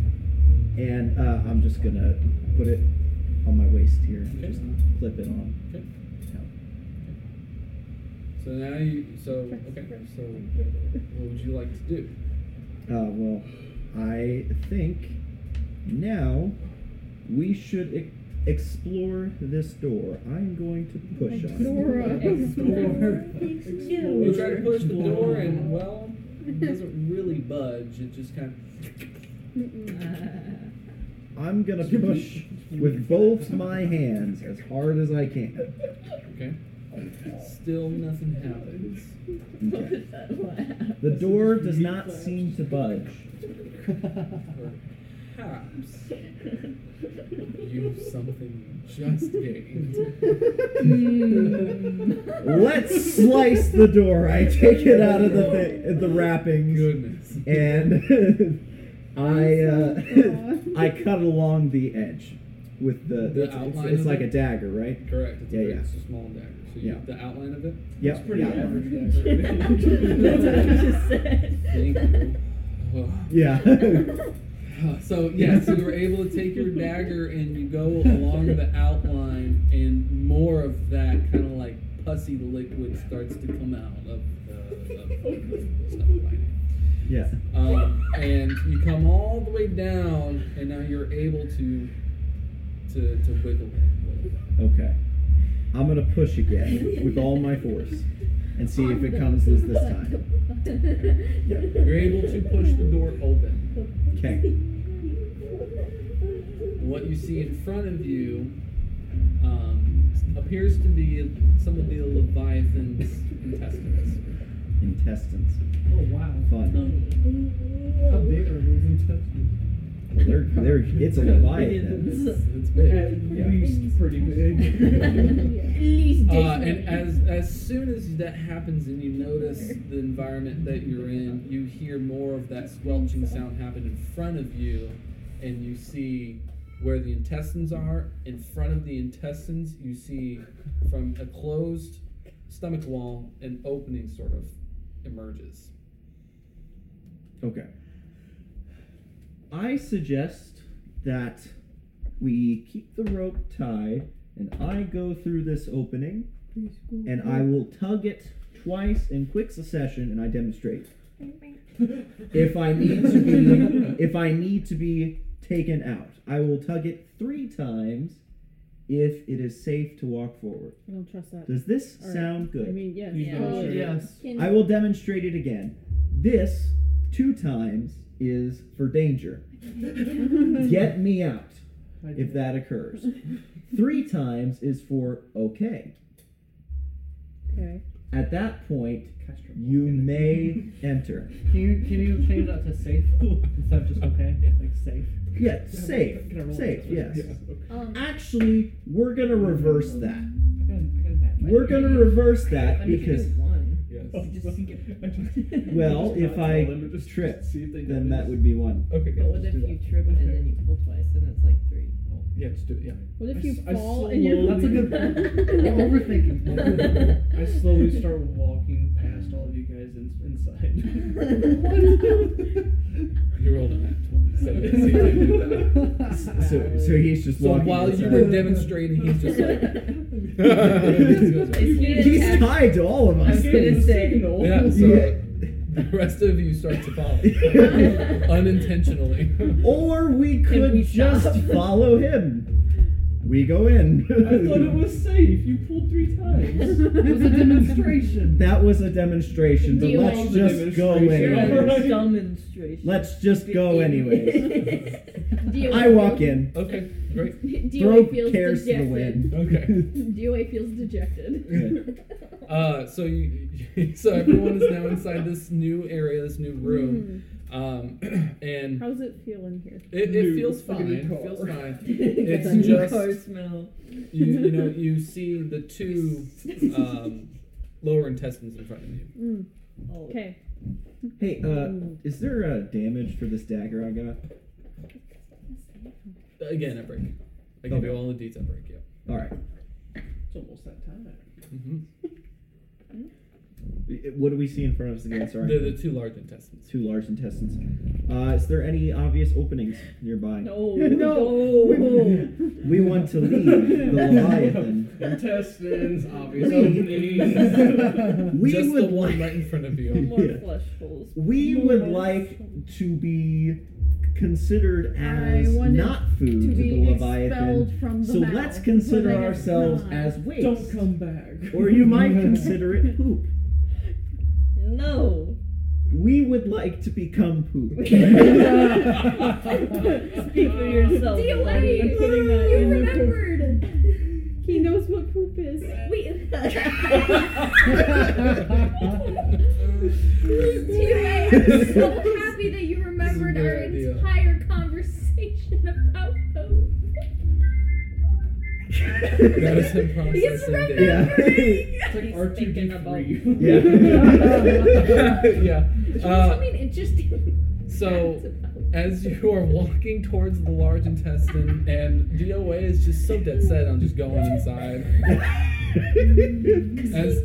[SPEAKER 3] And uh, I'm just gonna put it on my waist here. and
[SPEAKER 1] Okay.
[SPEAKER 3] Just clip it on.
[SPEAKER 1] okay so now you so okay so what would you like to do
[SPEAKER 3] Uh, well, I think now we should e- explore this door. I'm going to push on it.
[SPEAKER 1] You try to push the door, and well, it doesn't really budge. It just kind
[SPEAKER 3] I'm gonna push with both my hands as hard as I can.
[SPEAKER 1] of okay. Still nothing happens.
[SPEAKER 3] Okay. The door does not seem to budge.
[SPEAKER 1] Perhaps you something just gained.
[SPEAKER 3] Hmm. Let's slice the door. I take it out of the thi- the wrappings.
[SPEAKER 1] Goodness.
[SPEAKER 3] and I uh, I cut along the edge with the,
[SPEAKER 1] The
[SPEAKER 3] it's, it's,
[SPEAKER 1] outline
[SPEAKER 3] it's
[SPEAKER 1] of
[SPEAKER 3] like
[SPEAKER 1] it?
[SPEAKER 3] a dagger, right?
[SPEAKER 1] Correct. It's
[SPEAKER 3] Yeah,
[SPEAKER 1] a, very-
[SPEAKER 3] yeah.
[SPEAKER 1] It's a small dagger. So you,
[SPEAKER 3] Yeah.
[SPEAKER 1] the outline of it.
[SPEAKER 3] Yep.
[SPEAKER 4] pretty
[SPEAKER 3] yeah.
[SPEAKER 4] average.
[SPEAKER 6] That's what I just
[SPEAKER 1] Thank
[SPEAKER 6] said.
[SPEAKER 1] you. Oh.
[SPEAKER 3] Yeah.
[SPEAKER 1] Uh, So yeah, so you were able to take your dagger and you go along the outline, and more of that kind of like pussy liquid starts to come out of the, of the stuff lining.
[SPEAKER 3] yeah.
[SPEAKER 1] Um, and you come all the way down, and now you're able to to to wiggle it.
[SPEAKER 3] Okay. I'm gonna push again with all my force and see if it comes this this time.
[SPEAKER 1] You're able to push the door open.
[SPEAKER 3] Okay.
[SPEAKER 1] What you see in front of you um, appears to be some of the Leviathan's intestines.
[SPEAKER 3] Intestines.
[SPEAKER 7] Oh wow.
[SPEAKER 3] Fun.
[SPEAKER 7] How big are those intestines?
[SPEAKER 3] Well, they're, they're, it's a leviathan.
[SPEAKER 1] It's, it's big.
[SPEAKER 3] Yeah.
[SPEAKER 7] At least pretty big.
[SPEAKER 1] Uh, and as as soon as that happens and you notice the environment that you're in, you hear more of that squelching sound happen in front of you, and you see where the intestines are. In front of the intestines, you see from a closed stomach wall an opening sort of emerges.
[SPEAKER 3] Okay. I suggest that we keep the rope tied and I go through this opening and I
[SPEAKER 8] Mm-hmm.
[SPEAKER 3] will tug it twice in quick succession and I demonstrate. If I need to be if I need to be taken out, I will tug it 3 times if it is safe to walk forward.
[SPEAKER 8] I don't trust that.
[SPEAKER 3] Does this
[SPEAKER 8] All right.
[SPEAKER 3] sound good?
[SPEAKER 8] I mean, yes.
[SPEAKER 4] Please
[SPEAKER 2] Yeah.
[SPEAKER 4] demonstrate.
[SPEAKER 7] yes.
[SPEAKER 3] I will demonstrate it again. This two times is for danger. Get me out
[SPEAKER 4] I
[SPEAKER 3] if that occurs. Three times is for okay.
[SPEAKER 8] Okay.
[SPEAKER 3] At that point,
[SPEAKER 7] Castro.
[SPEAKER 3] you may enter.
[SPEAKER 9] Can you can you change that to safe instead of just okay? Like safe.
[SPEAKER 3] Yeah, safe.
[SPEAKER 9] Can I roll
[SPEAKER 3] Safe,
[SPEAKER 9] this?
[SPEAKER 3] yes.
[SPEAKER 4] Oh.
[SPEAKER 2] Um,
[SPEAKER 3] Actually, we're going to reverse
[SPEAKER 9] I
[SPEAKER 3] that.
[SPEAKER 9] got, I got a bad mic.
[SPEAKER 3] We're going to reverse that
[SPEAKER 6] Let me
[SPEAKER 3] because
[SPEAKER 6] do one.
[SPEAKER 1] Yes.
[SPEAKER 7] Oh,
[SPEAKER 6] Just
[SPEAKER 7] well,
[SPEAKER 6] skip.
[SPEAKER 7] I just-
[SPEAKER 3] Well,
[SPEAKER 7] just
[SPEAKER 3] if
[SPEAKER 7] kinda
[SPEAKER 3] I
[SPEAKER 7] tell them to just
[SPEAKER 3] trip,
[SPEAKER 7] see if they
[SPEAKER 3] then
[SPEAKER 7] notice.
[SPEAKER 3] that would be one.
[SPEAKER 1] Okay,
[SPEAKER 6] But what if you trip and then you pull twice and it's like three?
[SPEAKER 1] Yeah, just do it. Yeah.
[SPEAKER 7] I
[SPEAKER 8] What if you
[SPEAKER 7] s- I
[SPEAKER 8] fall
[SPEAKER 7] saw
[SPEAKER 8] and you're
[SPEAKER 7] That's a good point.
[SPEAKER 4] I slowly start walking past all of you guys in, inside.
[SPEAKER 1] You rolled a nat twenty. So, you see they do that.
[SPEAKER 3] So, so he's just
[SPEAKER 1] so
[SPEAKER 3] walking.
[SPEAKER 1] while you
[SPEAKER 3] inside.
[SPEAKER 1] were demonstrating, he's just like.
[SPEAKER 3] he's tied to all of us.
[SPEAKER 6] I'm gonna say.
[SPEAKER 1] Yeah, so
[SPEAKER 3] Yeah.
[SPEAKER 1] the rest of you start to follow unintentionally.
[SPEAKER 3] Or we could
[SPEAKER 6] we
[SPEAKER 3] just
[SPEAKER 6] stop?
[SPEAKER 3] follow him. We go in.
[SPEAKER 4] I thought it was safe. You pulled three times. It was a demonstration.
[SPEAKER 3] that was a demonstration, but
[SPEAKER 2] Do you
[SPEAKER 3] let's
[SPEAKER 2] want-
[SPEAKER 3] just go
[SPEAKER 4] Demonstration.
[SPEAKER 3] anyways.
[SPEAKER 4] Alright.
[SPEAKER 6] Demonstration.
[SPEAKER 3] Let's just go anyways.
[SPEAKER 2] do you
[SPEAKER 3] I walk in.
[SPEAKER 1] Okay, great.
[SPEAKER 2] DOA
[SPEAKER 3] Throw
[SPEAKER 2] feels
[SPEAKER 3] cares to the
[SPEAKER 2] dejected.
[SPEAKER 3] wind.
[SPEAKER 1] Okay.
[SPEAKER 2] DOA feels dejected.
[SPEAKER 1] Uh, so you, so everyone is now inside this new area, this new room. Um, and
[SPEAKER 8] Hmm. How's it feel in here?
[SPEAKER 1] it, it
[SPEAKER 7] Dude,
[SPEAKER 1] feels
[SPEAKER 7] look at
[SPEAKER 1] fine.
[SPEAKER 7] the
[SPEAKER 1] It
[SPEAKER 7] car.
[SPEAKER 1] feels fine.
[SPEAKER 6] It's
[SPEAKER 1] It's
[SPEAKER 6] your
[SPEAKER 1] just-
[SPEAKER 6] car smell.
[SPEAKER 1] You, you know, you see the two um, lower intestines in front of you.
[SPEAKER 8] Mm, Okay.
[SPEAKER 3] Hey, uh, is there uh, damage for this dagger I got?
[SPEAKER 1] Again, a break. I give
[SPEAKER 3] Okay.
[SPEAKER 1] you all the detail break. Yeah.
[SPEAKER 3] All right.
[SPEAKER 4] It's almost that time.
[SPEAKER 1] hmm
[SPEAKER 3] I- What do we see in front of us again? Sorry.
[SPEAKER 1] They're the two large intestines.
[SPEAKER 3] Two large intestines. Uh, is there any obvious openings nearby?
[SPEAKER 6] No,
[SPEAKER 3] We want to leave the Leviathan.
[SPEAKER 4] Intestines,
[SPEAKER 3] We-
[SPEAKER 4] obviously. openings.
[SPEAKER 3] We
[SPEAKER 1] just the
[SPEAKER 3] would
[SPEAKER 1] one
[SPEAKER 3] like-
[SPEAKER 1] right in front of
[SPEAKER 6] no
[SPEAKER 1] you.
[SPEAKER 6] more
[SPEAKER 3] Yeah.
[SPEAKER 6] flesh holes.
[SPEAKER 3] We would like to be considered
[SPEAKER 5] I
[SPEAKER 3] as
[SPEAKER 5] want it
[SPEAKER 3] not food
[SPEAKER 5] to
[SPEAKER 3] to,
[SPEAKER 5] be
[SPEAKER 3] the
[SPEAKER 5] expelled
[SPEAKER 3] Leviathan.
[SPEAKER 5] from the
[SPEAKER 3] so
[SPEAKER 5] mouth
[SPEAKER 3] let's
[SPEAKER 5] when
[SPEAKER 3] consider
[SPEAKER 5] I get
[SPEAKER 3] ourselves
[SPEAKER 5] done.
[SPEAKER 3] as waste.
[SPEAKER 9] Don't come back.
[SPEAKER 3] Or you might consider it poop.
[SPEAKER 6] No.
[SPEAKER 3] We would like to become poop.
[SPEAKER 6] Speak for yourself.
[SPEAKER 2] DOA!
[SPEAKER 6] I'm putting
[SPEAKER 1] uh,
[SPEAKER 6] that
[SPEAKER 2] you
[SPEAKER 6] in the
[SPEAKER 2] remembered!
[SPEAKER 8] He knows what poop is.
[SPEAKER 2] Wait.
[SPEAKER 1] DOA,
[SPEAKER 2] DOA, I'm so happy that you remembered
[SPEAKER 1] good
[SPEAKER 2] our
[SPEAKER 1] idea.
[SPEAKER 2] entire conversation about poop.
[SPEAKER 1] That is in
[SPEAKER 2] He's
[SPEAKER 1] processing
[SPEAKER 2] remembering!
[SPEAKER 4] It's like
[SPEAKER 6] He's
[SPEAKER 4] R two D
[SPEAKER 6] thinking about-
[SPEAKER 4] three.
[SPEAKER 3] Yeah.
[SPEAKER 1] data. yeah.
[SPEAKER 2] Can you tell
[SPEAKER 1] Uh,
[SPEAKER 2] me an interesting
[SPEAKER 1] so
[SPEAKER 2] fact about
[SPEAKER 1] as you are walking towards the large intestine, and DOA is just so dead set on just going inside. as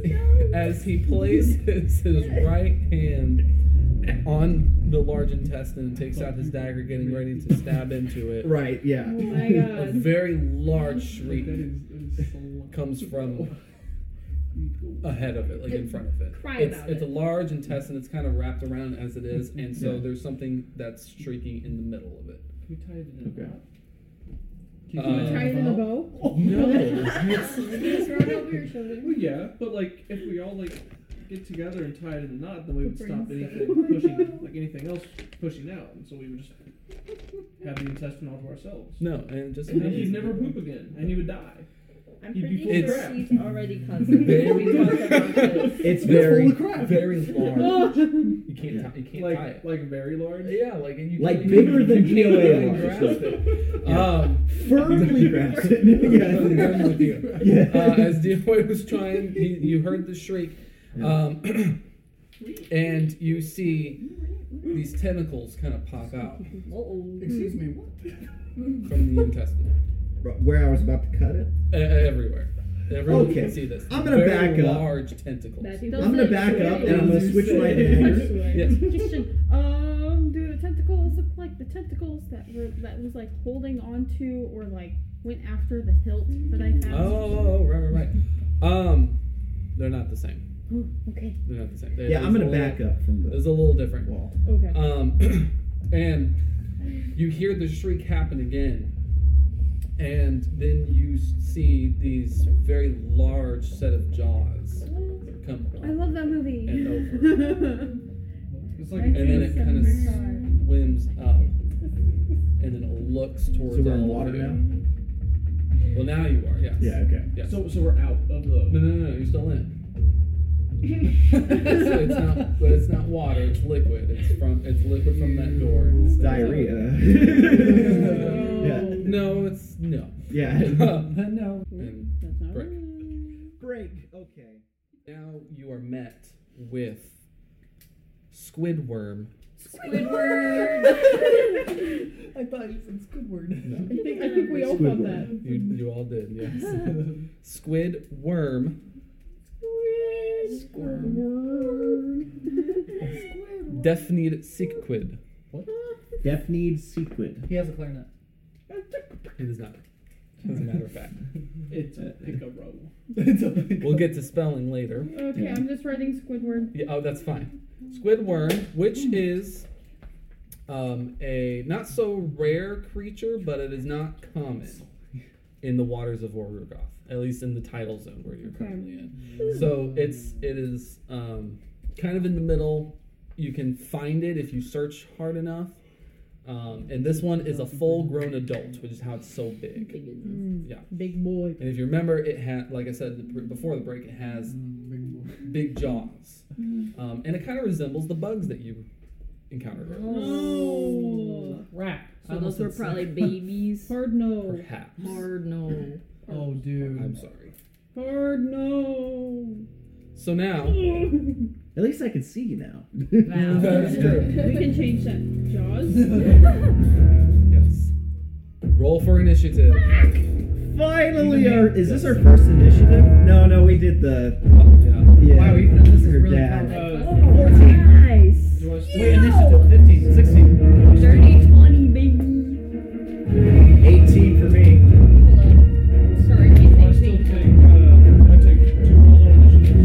[SPEAKER 1] as he places his right hand on the large intestine and takes out his dagger, getting ready to stab into it.
[SPEAKER 3] right, yeah.
[SPEAKER 8] Oh my
[SPEAKER 1] A
[SPEAKER 8] god.
[SPEAKER 1] very large
[SPEAKER 4] Like,
[SPEAKER 1] shriek
[SPEAKER 4] that is, that is so loud.
[SPEAKER 1] comes from
[SPEAKER 4] Go.
[SPEAKER 1] ahead of it, like in front of it.
[SPEAKER 2] Cry
[SPEAKER 1] it's,
[SPEAKER 2] about
[SPEAKER 1] it's
[SPEAKER 2] it.
[SPEAKER 1] a large intestine. It's kind of wrapped around as it is, and so
[SPEAKER 3] Yeah.
[SPEAKER 1] there's something that's shrieking in the middle of it.
[SPEAKER 4] Can we tie it in a
[SPEAKER 3] Okay. uh-huh.
[SPEAKER 4] knot?
[SPEAKER 1] Uh,
[SPEAKER 8] Tie it in a bow?
[SPEAKER 1] No,
[SPEAKER 2] It's thrown over your shoulder.
[SPEAKER 4] Well, yeah, but like if we all like get together and tie it in a knot, then we would
[SPEAKER 8] Brain
[SPEAKER 4] stop anything
[SPEAKER 8] cell.
[SPEAKER 4] pushing, like anything else pushing out, and so we would just have the intestine all to ourselves.
[SPEAKER 1] no, and it just
[SPEAKER 4] And then he'd never poop again, and he would die.
[SPEAKER 6] I'm
[SPEAKER 4] You'd be
[SPEAKER 6] pretty
[SPEAKER 4] full
[SPEAKER 1] of
[SPEAKER 6] sure
[SPEAKER 4] crap.
[SPEAKER 6] she's already constipated. We talked about this.
[SPEAKER 3] It's very
[SPEAKER 1] very large. You can't
[SPEAKER 3] Yeah.
[SPEAKER 1] tie, you can't tie
[SPEAKER 4] Like
[SPEAKER 1] it.
[SPEAKER 4] like very large.
[SPEAKER 1] Yeah, like and you
[SPEAKER 3] Like
[SPEAKER 1] can't-
[SPEAKER 3] bigger than
[SPEAKER 1] you can't
[SPEAKER 3] KOA
[SPEAKER 1] really
[SPEAKER 3] large.
[SPEAKER 1] grasp it. Um,
[SPEAKER 3] firmly grasps it.
[SPEAKER 1] I'm done with
[SPEAKER 3] yeah.
[SPEAKER 1] you.
[SPEAKER 3] Yeah.
[SPEAKER 1] Uh, as Dioy was trying, he, you heard the shriek, um, and you see these tentacles kind of pop out
[SPEAKER 6] Uh-oh.
[SPEAKER 9] Excuse me, what?
[SPEAKER 1] from the intestine
[SPEAKER 3] Where I was about to cut it.
[SPEAKER 1] uh, everywhere. Everyone
[SPEAKER 3] Okay.
[SPEAKER 1] can see this.
[SPEAKER 3] I'm gonna
[SPEAKER 1] Very
[SPEAKER 3] back up.
[SPEAKER 1] large tentacles.
[SPEAKER 3] I'm gonna back up and I'm gonna switch my dagger.
[SPEAKER 1] Yes.
[SPEAKER 8] Question.
[SPEAKER 1] uh,
[SPEAKER 8] Um, do the tentacles look like the tentacles that were that was like holding onto or like went after the hilt that I
[SPEAKER 1] Oh,
[SPEAKER 8] had?
[SPEAKER 1] oh, oh, right, right, right. Um, they're not the same.
[SPEAKER 8] Oh, okay.
[SPEAKER 1] They're not the same. They-
[SPEAKER 3] Yeah, I'm
[SPEAKER 1] there's
[SPEAKER 3] gonna
[SPEAKER 1] a little-
[SPEAKER 3] back up from the
[SPEAKER 1] There's a little different.
[SPEAKER 3] wall.
[SPEAKER 8] Okay.
[SPEAKER 1] Um, and you hear the shriek happen again, and then you s- see these very large set of jaws come
[SPEAKER 8] I
[SPEAKER 1] up
[SPEAKER 8] love that movie.
[SPEAKER 1] and over,
[SPEAKER 4] It's like
[SPEAKER 1] and then it kind of swims up, and then it looks towards.
[SPEAKER 3] So we're in
[SPEAKER 1] all of
[SPEAKER 3] water
[SPEAKER 1] you.
[SPEAKER 3] now.
[SPEAKER 1] Well, now you are. Yes.
[SPEAKER 3] Yeah. Okay.
[SPEAKER 1] Yes.
[SPEAKER 4] so so we're out of
[SPEAKER 1] no, no,
[SPEAKER 4] the.
[SPEAKER 1] no, no. You're still in. It's, it's not. But it's not water. It's liquid. It's from. It's liquid from that door.
[SPEAKER 3] It's
[SPEAKER 1] It's
[SPEAKER 3] diarrhea. yeah.
[SPEAKER 8] Oh.
[SPEAKER 1] No, it's no.
[SPEAKER 3] Yeah.
[SPEAKER 9] no.
[SPEAKER 1] And
[SPEAKER 8] That's not
[SPEAKER 1] Brick.
[SPEAKER 3] Break. Okay.
[SPEAKER 1] Now you are met with Squidworm.
[SPEAKER 9] I thought you said Squidward.
[SPEAKER 1] No.
[SPEAKER 8] I think, I think we all
[SPEAKER 3] Squidward.
[SPEAKER 8] thought that.
[SPEAKER 1] You, you all did, yes. Squid Worm Deafened Sequid.
[SPEAKER 3] Deafned sequid.
[SPEAKER 9] He has a clarinet.
[SPEAKER 1] It is not. As a matter of fact.
[SPEAKER 4] It's a pick a row.
[SPEAKER 9] It's a big
[SPEAKER 1] We'll get to spelling later.
[SPEAKER 8] Okay, I'm just writing Squidward.
[SPEAKER 1] Yeah, oh, that's fine. Squid Worm, which is um, a not so rare creature, but it is not common in the waters of Oregoth, at least in the tidal zone where you're
[SPEAKER 8] Okay.
[SPEAKER 1] currently in. So it's it is um, kind of in the middle. You can find it if you search hard enough. Um, and this one is a full-grown adult, which is how it's so big. Yeah.
[SPEAKER 6] Big boy.
[SPEAKER 1] And if you remember, it had, like I said the pr- before the break, it has
[SPEAKER 9] boy.
[SPEAKER 6] Mm-hmm.
[SPEAKER 1] big jaws, um, and it kind of resembles the bugs that you encountered her.
[SPEAKER 9] Oh. Crap. I
[SPEAKER 6] So
[SPEAKER 9] almost
[SPEAKER 6] those were
[SPEAKER 9] said sex.
[SPEAKER 6] probably babies.
[SPEAKER 9] Hard
[SPEAKER 6] Oh,
[SPEAKER 9] no.
[SPEAKER 1] Perhaps.
[SPEAKER 6] Hard no.
[SPEAKER 9] Oh,
[SPEAKER 1] I'm
[SPEAKER 9] dude.
[SPEAKER 1] sorry.
[SPEAKER 9] Hard no.
[SPEAKER 1] So now,
[SPEAKER 3] At least I can see you now.
[SPEAKER 1] That's true.
[SPEAKER 5] We can change that. Jaws.
[SPEAKER 1] yes. Roll for initiative.
[SPEAKER 6] Ah!
[SPEAKER 3] Finally, our, is this our first initiative? No, no, we did the.
[SPEAKER 1] Oh, Yeah.
[SPEAKER 3] Yeah.
[SPEAKER 9] Wow, Ethan, this is
[SPEAKER 3] Her
[SPEAKER 9] really
[SPEAKER 3] dad.
[SPEAKER 9] powerful.
[SPEAKER 6] Nice.
[SPEAKER 4] Uh, Do I still- uh,
[SPEAKER 9] Wait, initiative 15, 16.
[SPEAKER 6] Dirty 20, baby.
[SPEAKER 3] 18 for me.
[SPEAKER 2] Hold on. Sorry,
[SPEAKER 7] I
[SPEAKER 2] my thing's
[SPEAKER 7] still
[SPEAKER 2] being
[SPEAKER 7] take, uh, I take two rolls on initiatives.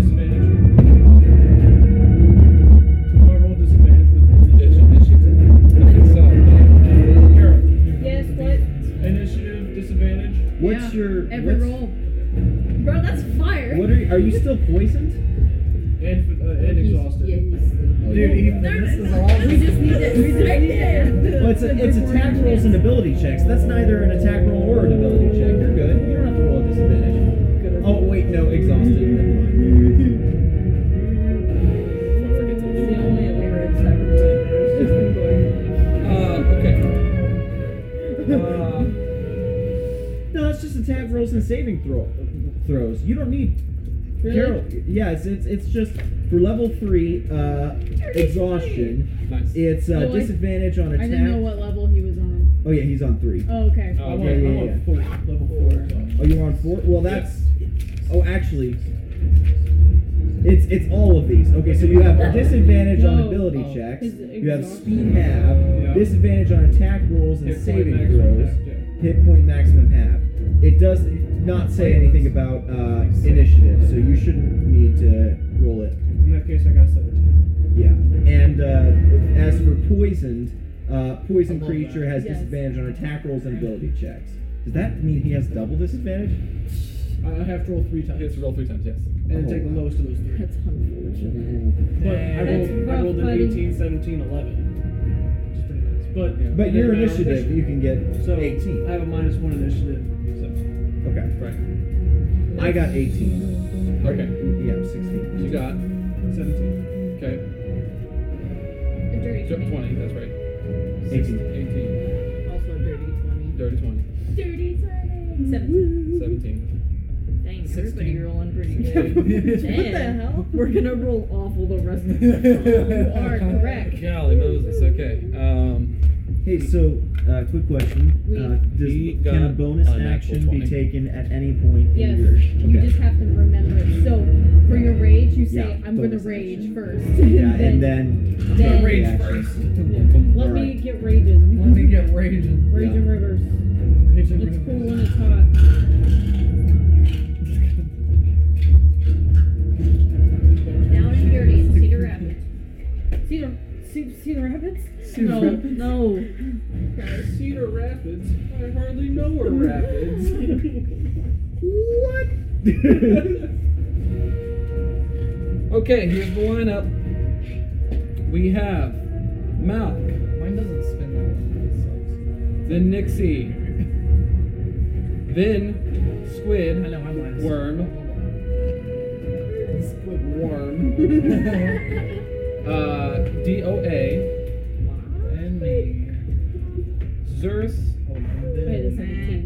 [SPEAKER 7] Disadvantage. Do I roll disadvantage with
[SPEAKER 1] It's
[SPEAKER 7] initiative?
[SPEAKER 1] initiative.
[SPEAKER 4] uh,
[SPEAKER 1] I think so.
[SPEAKER 7] Kara,
[SPEAKER 5] Yes. What?
[SPEAKER 7] initiative, disadvantage?
[SPEAKER 3] What's
[SPEAKER 8] Yeah,
[SPEAKER 3] your.
[SPEAKER 8] Every
[SPEAKER 3] what's,
[SPEAKER 8] roll.
[SPEAKER 2] Bro, that's fire.
[SPEAKER 3] What are you, are you still poisoned?
[SPEAKER 7] And, uh, and exhausted.
[SPEAKER 6] Yeah, he's sleeping.
[SPEAKER 3] Dude, Ethan,
[SPEAKER 2] There-
[SPEAKER 3] this is all.
[SPEAKER 2] We just need it. We just
[SPEAKER 8] Right
[SPEAKER 2] need it.
[SPEAKER 3] Well, it's, a, it's attack rolls and ability checks. That's neither an attack roll or an ability check. You're good. You don't have to roll a disadvantage. Oh, wait, no, exhausted. Never mind.
[SPEAKER 1] Don't forget to
[SPEAKER 6] It's the
[SPEAKER 1] leave.
[SPEAKER 6] only way we're excited.
[SPEAKER 1] Uh, okay. Uh,
[SPEAKER 3] No, it's just attack rolls and saving throw throws. You don't need. Carol, yeah, it's, it's it's just for level three uh, exhaustion.
[SPEAKER 1] nice.
[SPEAKER 3] It's uh,
[SPEAKER 8] Oh, I-
[SPEAKER 3] disadvantage on
[SPEAKER 8] I didn't know
[SPEAKER 3] attack.
[SPEAKER 8] what level he was on.
[SPEAKER 3] Oh yeah, he's on three.
[SPEAKER 8] Oh, okay.
[SPEAKER 1] Oh,
[SPEAKER 4] I'm on,
[SPEAKER 3] yeah,
[SPEAKER 1] okay.
[SPEAKER 4] I'm
[SPEAKER 3] yeah,
[SPEAKER 4] on four, level four. exhaustion.
[SPEAKER 3] Oh, you're on four. Well, that's. Oh, actually, it's it's all of these. Okay, so you have disadvantage on
[SPEAKER 8] No.
[SPEAKER 3] ability
[SPEAKER 4] Oh.
[SPEAKER 3] checks.
[SPEAKER 8] Is it
[SPEAKER 3] You have
[SPEAKER 8] exhaust-
[SPEAKER 3] speed half,
[SPEAKER 7] Yeah.
[SPEAKER 3] disadvantage on attack rolls and
[SPEAKER 7] Hit point
[SPEAKER 3] saving
[SPEAKER 7] maximum
[SPEAKER 3] throws,
[SPEAKER 7] half, yeah.
[SPEAKER 3] hit point maximum half. It does not say anything about uh, initiative, so you shouldn't need to roll it.
[SPEAKER 7] In that case, I got a 17.
[SPEAKER 3] Yeah. And uh, as for poisoned, uh,
[SPEAKER 4] I
[SPEAKER 3] poison
[SPEAKER 4] love
[SPEAKER 3] creature has
[SPEAKER 8] Yes.
[SPEAKER 3] disadvantage on attack rolls and ability checks. Does that mean he has double disadvantage?
[SPEAKER 4] I I have to roll three times.
[SPEAKER 1] You have to roll three times, yes.
[SPEAKER 4] and take the
[SPEAKER 3] Oh.
[SPEAKER 4] lowest of those three.
[SPEAKER 6] That's unfortunate.
[SPEAKER 4] But I
[SPEAKER 8] That's
[SPEAKER 4] rolled, I
[SPEAKER 8] rough,
[SPEAKER 4] rolled an
[SPEAKER 8] buddy.
[SPEAKER 4] 18, 17, 11. Which is pretty nice. But,
[SPEAKER 1] Yeah.
[SPEAKER 3] But
[SPEAKER 4] and
[SPEAKER 3] your
[SPEAKER 4] then my
[SPEAKER 3] initiative, you can
[SPEAKER 4] ambition.
[SPEAKER 3] get
[SPEAKER 4] So
[SPEAKER 3] 18.
[SPEAKER 4] I have a minus one initiative. So
[SPEAKER 3] Okay.
[SPEAKER 1] Right.
[SPEAKER 3] I got 18.
[SPEAKER 1] Okay.
[SPEAKER 3] Yeah, I'm 16.
[SPEAKER 1] You got
[SPEAKER 4] 17.
[SPEAKER 1] okay.
[SPEAKER 2] A dirty
[SPEAKER 1] Ju-
[SPEAKER 2] twenty.
[SPEAKER 1] Twenty. That's right. 18.
[SPEAKER 3] 18.
[SPEAKER 6] Also dirty 20.
[SPEAKER 1] Dirty 20.
[SPEAKER 2] Dirty twenty. Seven.
[SPEAKER 1] 17.
[SPEAKER 6] Dang,
[SPEAKER 9] 16.
[SPEAKER 6] everybody rolling pretty good.
[SPEAKER 1] What
[SPEAKER 8] What the hell?
[SPEAKER 6] We're gonna roll awful the rest of the
[SPEAKER 8] You are correct.
[SPEAKER 1] Golly Moses. Okay. Um,
[SPEAKER 3] Hey, so uh, quick question:
[SPEAKER 8] We-
[SPEAKER 3] uh, does,
[SPEAKER 1] He
[SPEAKER 3] Can a
[SPEAKER 1] got
[SPEAKER 3] bonus
[SPEAKER 1] a natural
[SPEAKER 3] action
[SPEAKER 1] 20.
[SPEAKER 3] be taken at any point
[SPEAKER 8] Yes.
[SPEAKER 3] in your?
[SPEAKER 8] You
[SPEAKER 3] Okay.
[SPEAKER 8] just have to remember it. So for your rage, you say,
[SPEAKER 3] Yeah,
[SPEAKER 8] "I'm gonna
[SPEAKER 3] bonus
[SPEAKER 8] rage
[SPEAKER 3] action.
[SPEAKER 8] first.
[SPEAKER 3] yeah, and then
[SPEAKER 8] then-
[SPEAKER 3] rage
[SPEAKER 8] Yeah.
[SPEAKER 3] first.
[SPEAKER 8] Let
[SPEAKER 3] All
[SPEAKER 8] me
[SPEAKER 3] right.
[SPEAKER 8] get raging.
[SPEAKER 9] Let me get raging.
[SPEAKER 8] Rage
[SPEAKER 3] Yeah.
[SPEAKER 8] in reverse.
[SPEAKER 9] Raging
[SPEAKER 8] It's cool
[SPEAKER 9] room.
[SPEAKER 8] when it's hot.
[SPEAKER 2] Down and dirty in Cedar Rapids.
[SPEAKER 8] Cedar, Cedar, Cedar Rapids.
[SPEAKER 6] No, no.
[SPEAKER 4] Cedar Rapids? I hardly know where Rapids.
[SPEAKER 1] okay. Here's the lineup. We have Malk,
[SPEAKER 9] Mine doesn't spin that one.
[SPEAKER 1] then Nixie, then
[SPEAKER 9] I
[SPEAKER 1] Squid,
[SPEAKER 9] know, I'm minus.
[SPEAKER 1] Worm,
[SPEAKER 9] Squid
[SPEAKER 1] Worm, uh, DOA,
[SPEAKER 9] and me.
[SPEAKER 1] Zerus,
[SPEAKER 9] Oh, and then-
[SPEAKER 8] Wait a second.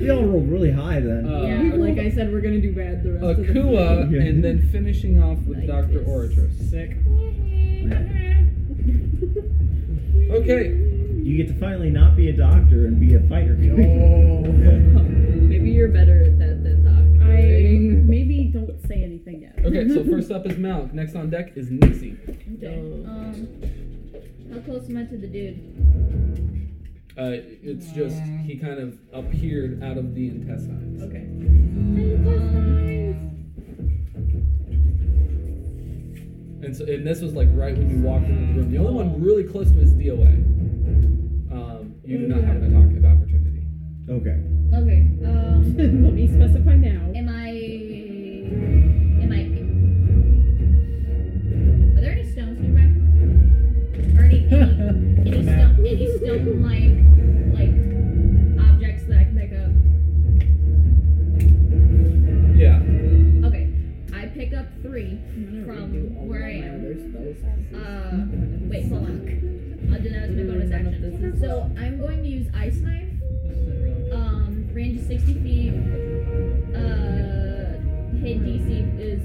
[SPEAKER 3] We all rolled really high then.
[SPEAKER 1] Uh,
[SPEAKER 6] yeah, like I said, we're gonna do bad the rest of the
[SPEAKER 1] Akua,
[SPEAKER 3] Yeah.
[SPEAKER 1] and then finishing off with
[SPEAKER 6] Like
[SPEAKER 1] Dr.
[SPEAKER 6] this.
[SPEAKER 1] Oratrix.
[SPEAKER 6] Uh,
[SPEAKER 9] Sick.
[SPEAKER 1] Okay.
[SPEAKER 3] you get to finally not be a doctor and be a fighter.
[SPEAKER 9] Yo.
[SPEAKER 1] Oh.
[SPEAKER 6] Maybe you're better at that than Doc.
[SPEAKER 8] I maybe don't say anything yet.
[SPEAKER 1] Okay, so first up is Malk. Next on deck is Nixie.
[SPEAKER 2] Um, how close am I to the dude?
[SPEAKER 1] Uh, it's just he kind of appeared out of the intestines.
[SPEAKER 2] Okay. Um,
[SPEAKER 1] And so, and this was like right when you walked into the room. The only one really close to him is DOA. Um, you do not have an attack of opportunity.
[SPEAKER 3] Okay.
[SPEAKER 2] okay. Um,
[SPEAKER 8] Let me specify now.
[SPEAKER 2] am I? Am I? Are there any stones nearby? Or any any, any stone any stone like like objects that I can pick up?
[SPEAKER 1] Yeah.
[SPEAKER 2] Okay. I pick up three from where I am.
[SPEAKER 6] spells.
[SPEAKER 2] Uh, wait, hold on. Uh, I didn't ask my bonus action. So I'm going to use ice knife. Um, range is 60 feet. Uh, hit DC is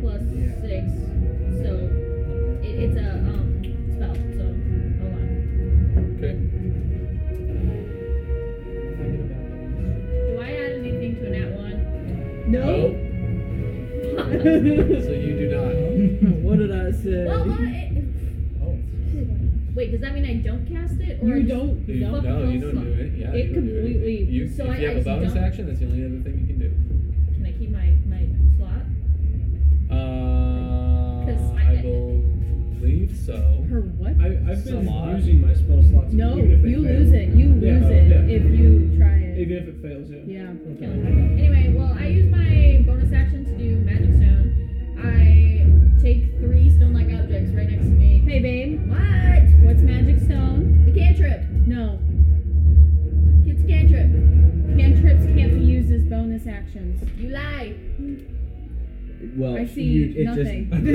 [SPEAKER 2] plus six, so it, it's a um spell. So hold on.
[SPEAKER 1] Okay.
[SPEAKER 2] Do I add anything to a nat one?
[SPEAKER 1] No. so you do not.
[SPEAKER 6] what did I say?
[SPEAKER 2] well, hold on, it,
[SPEAKER 4] Oh.
[SPEAKER 2] wait. Does that mean I don't cast it? Or I
[SPEAKER 5] You
[SPEAKER 2] just-
[SPEAKER 5] don't.
[SPEAKER 1] You,
[SPEAKER 2] Fuck
[SPEAKER 1] no, you don't
[SPEAKER 2] Wilson.
[SPEAKER 1] do it. Yeah,
[SPEAKER 5] It
[SPEAKER 1] you don't do anything.
[SPEAKER 5] completely-
[SPEAKER 1] You,
[SPEAKER 2] So
[SPEAKER 1] if
[SPEAKER 2] I-
[SPEAKER 1] you have
[SPEAKER 2] I
[SPEAKER 1] a bonus
[SPEAKER 2] don't-
[SPEAKER 1] action, that's the only other thing you can do.
[SPEAKER 2] Can I keep my my slot?
[SPEAKER 1] Uh,
[SPEAKER 2] I-
[SPEAKER 1] I believe so.
[SPEAKER 5] Her what?
[SPEAKER 7] I, I've been
[SPEAKER 1] Slot.
[SPEAKER 7] using my spell slots.
[SPEAKER 5] No,
[SPEAKER 7] even if they
[SPEAKER 5] you
[SPEAKER 7] fail.
[SPEAKER 5] lose it. You
[SPEAKER 7] Yeah,
[SPEAKER 5] lose
[SPEAKER 7] oh,
[SPEAKER 5] it
[SPEAKER 7] yeah.
[SPEAKER 5] if you try it.
[SPEAKER 7] Even if it fails, yeah.
[SPEAKER 5] Yeah.
[SPEAKER 2] Anyway, well, I use my bonus action to do magic stone. I take three stone-like objects right next to me.
[SPEAKER 5] Hey, babe.
[SPEAKER 2] What?
[SPEAKER 5] What's magic stone?
[SPEAKER 2] The cantrip.
[SPEAKER 5] No.
[SPEAKER 2] It's a cantrip.
[SPEAKER 5] Cantrips can't be used as bonus actions.
[SPEAKER 2] You lie.
[SPEAKER 3] Well,
[SPEAKER 5] I see
[SPEAKER 3] you, it
[SPEAKER 5] nothing.
[SPEAKER 3] just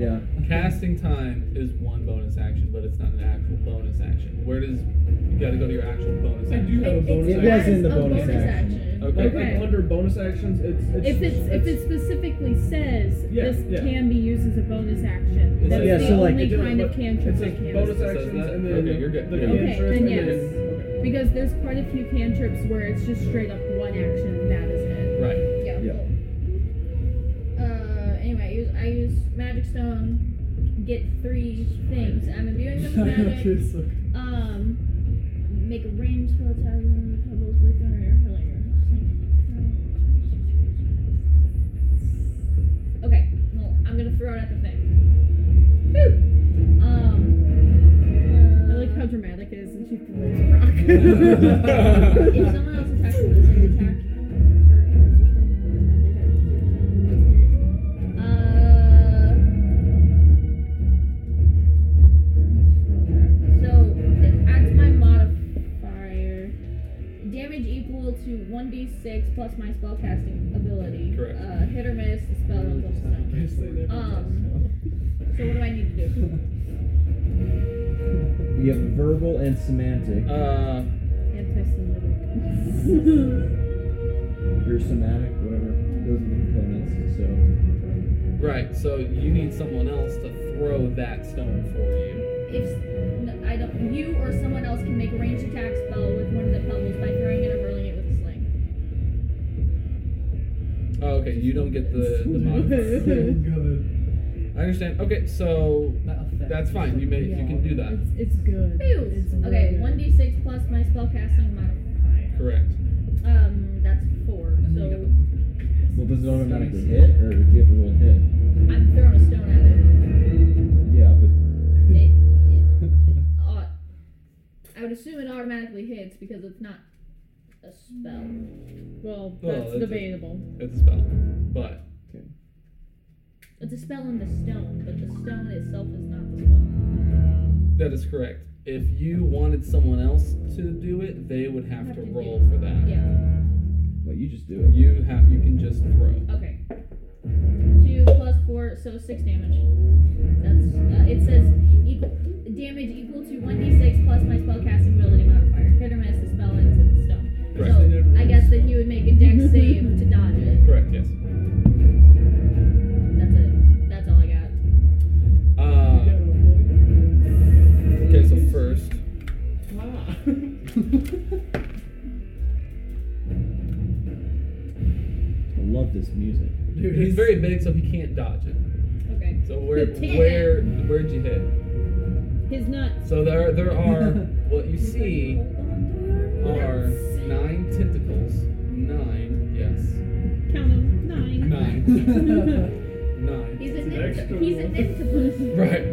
[SPEAKER 3] yeah.
[SPEAKER 1] Casting time is one bonus action, but it's not an actual bonus action. Where does you got to go to your actual bonus
[SPEAKER 7] I do
[SPEAKER 1] action?
[SPEAKER 7] have a
[SPEAKER 2] It-
[SPEAKER 7] bonus
[SPEAKER 3] It
[SPEAKER 2] it's
[SPEAKER 7] action.
[SPEAKER 3] was in the
[SPEAKER 2] a
[SPEAKER 3] bonus
[SPEAKER 2] Oh, action.
[SPEAKER 3] action.
[SPEAKER 7] Like,
[SPEAKER 1] Okay.
[SPEAKER 5] Okay.
[SPEAKER 7] like under bonus actions, it's, it's
[SPEAKER 5] if it's if it specifically says
[SPEAKER 7] Yeah,
[SPEAKER 5] this
[SPEAKER 7] yeah.
[SPEAKER 5] can be used as a bonus action,
[SPEAKER 1] It's
[SPEAKER 5] that's
[SPEAKER 1] like- Yeah,
[SPEAKER 5] the
[SPEAKER 3] so like-
[SPEAKER 5] only
[SPEAKER 7] It doesn't-
[SPEAKER 5] kind of
[SPEAKER 7] but
[SPEAKER 5] cantrip
[SPEAKER 7] it's
[SPEAKER 5] I
[SPEAKER 7] like
[SPEAKER 5] can.
[SPEAKER 7] bonus
[SPEAKER 1] Says
[SPEAKER 7] actions
[SPEAKER 1] that?
[SPEAKER 7] and then
[SPEAKER 1] Okay, you're good.
[SPEAKER 7] the
[SPEAKER 1] Yeah.
[SPEAKER 7] cantrip
[SPEAKER 5] Okay, then
[SPEAKER 7] and
[SPEAKER 5] yes.
[SPEAKER 7] okay.
[SPEAKER 5] Because there's quite a few cantrips where it's just straight up one action and that is it.
[SPEAKER 1] Right.
[SPEAKER 2] Yeah.
[SPEAKER 3] Yeah.
[SPEAKER 2] cool. Uh, anyway, I use, I use magic stone. Get three things. I'm imbuing them with magic. Um, make a range spell attack when the pebbles with Okay, well, I'm gonna throw it at the thing. Whew. Um,
[SPEAKER 5] I
[SPEAKER 2] uh,
[SPEAKER 5] like how dramatic it is and she throws a rock.
[SPEAKER 2] if someone else attacks me, does it attack? Or if it's just one of them, does it attack? Uh, so it adds my modifier. Damage equal to 1d6 plus my spellcasting ability.
[SPEAKER 1] Correct.
[SPEAKER 2] Uh, hit or miss, the spell on the stone. Um, so what do I need to do?
[SPEAKER 3] You have verbal and semantic.
[SPEAKER 1] Uh,
[SPEAKER 5] Anti-Semitic.
[SPEAKER 3] Your somatic, whatever. Those are the components. So
[SPEAKER 1] right. So you need someone else to throw that stone for you.
[SPEAKER 2] If n- I don't, you or someone else can make a ranged attack spell with one of the pebbles by throwing it or rolling it with a sling.
[SPEAKER 1] Oh, okay. You don't get the the modifier. I understand. Okay, so that's fine. You may you can do that.
[SPEAKER 5] it's, it's good.
[SPEAKER 2] Phew.
[SPEAKER 5] It's really
[SPEAKER 2] Okay,
[SPEAKER 5] good.
[SPEAKER 2] one d six plus my spellcasting modifier.
[SPEAKER 1] Correct.
[SPEAKER 2] Um, that's four. So
[SPEAKER 3] well, does it automatically hit, or do you have to roll a hit?
[SPEAKER 2] I'm throwing a stone at it.
[SPEAKER 3] Yeah, but
[SPEAKER 2] it, it, uh, I would assume it automatically hits because it's not a spell.
[SPEAKER 1] Well,
[SPEAKER 5] Well, that's
[SPEAKER 1] that's a-
[SPEAKER 5] debatable.
[SPEAKER 1] It's a spell, but
[SPEAKER 2] It's a spell in the stone, but the stone itself is not the spell.
[SPEAKER 1] that is correct. If you wanted someone else to do it, they would have,
[SPEAKER 2] Have
[SPEAKER 1] to
[SPEAKER 2] to do-
[SPEAKER 1] roll for that.
[SPEAKER 2] Yeah.
[SPEAKER 3] well, you just do it.
[SPEAKER 1] You have you can just throw.
[SPEAKER 2] Okay. Two plus four, so six damage. That's uh, it says equal, damage equal to one d six plus my spellcasting ability modifier. Hit or miss, the spell ends in stone.
[SPEAKER 1] Correct.
[SPEAKER 2] So I guess that he would make a dex save to dodge it.
[SPEAKER 1] Correct. Yes.
[SPEAKER 2] That's it. That's all I got.
[SPEAKER 1] Uh, okay. So first,
[SPEAKER 3] I love this music.
[SPEAKER 1] dude, he's very big, so he can't dodge it.
[SPEAKER 2] Okay.
[SPEAKER 1] So where
[SPEAKER 2] Damn.
[SPEAKER 1] where where'd you hit?
[SPEAKER 5] His nuts.
[SPEAKER 1] So there there are what you see are nine tentacles. Nine. Yes.
[SPEAKER 5] Count them. Nine.
[SPEAKER 1] Nine. Nine.
[SPEAKER 2] He's an
[SPEAKER 7] Next
[SPEAKER 2] int- he's an incipus.
[SPEAKER 1] Right.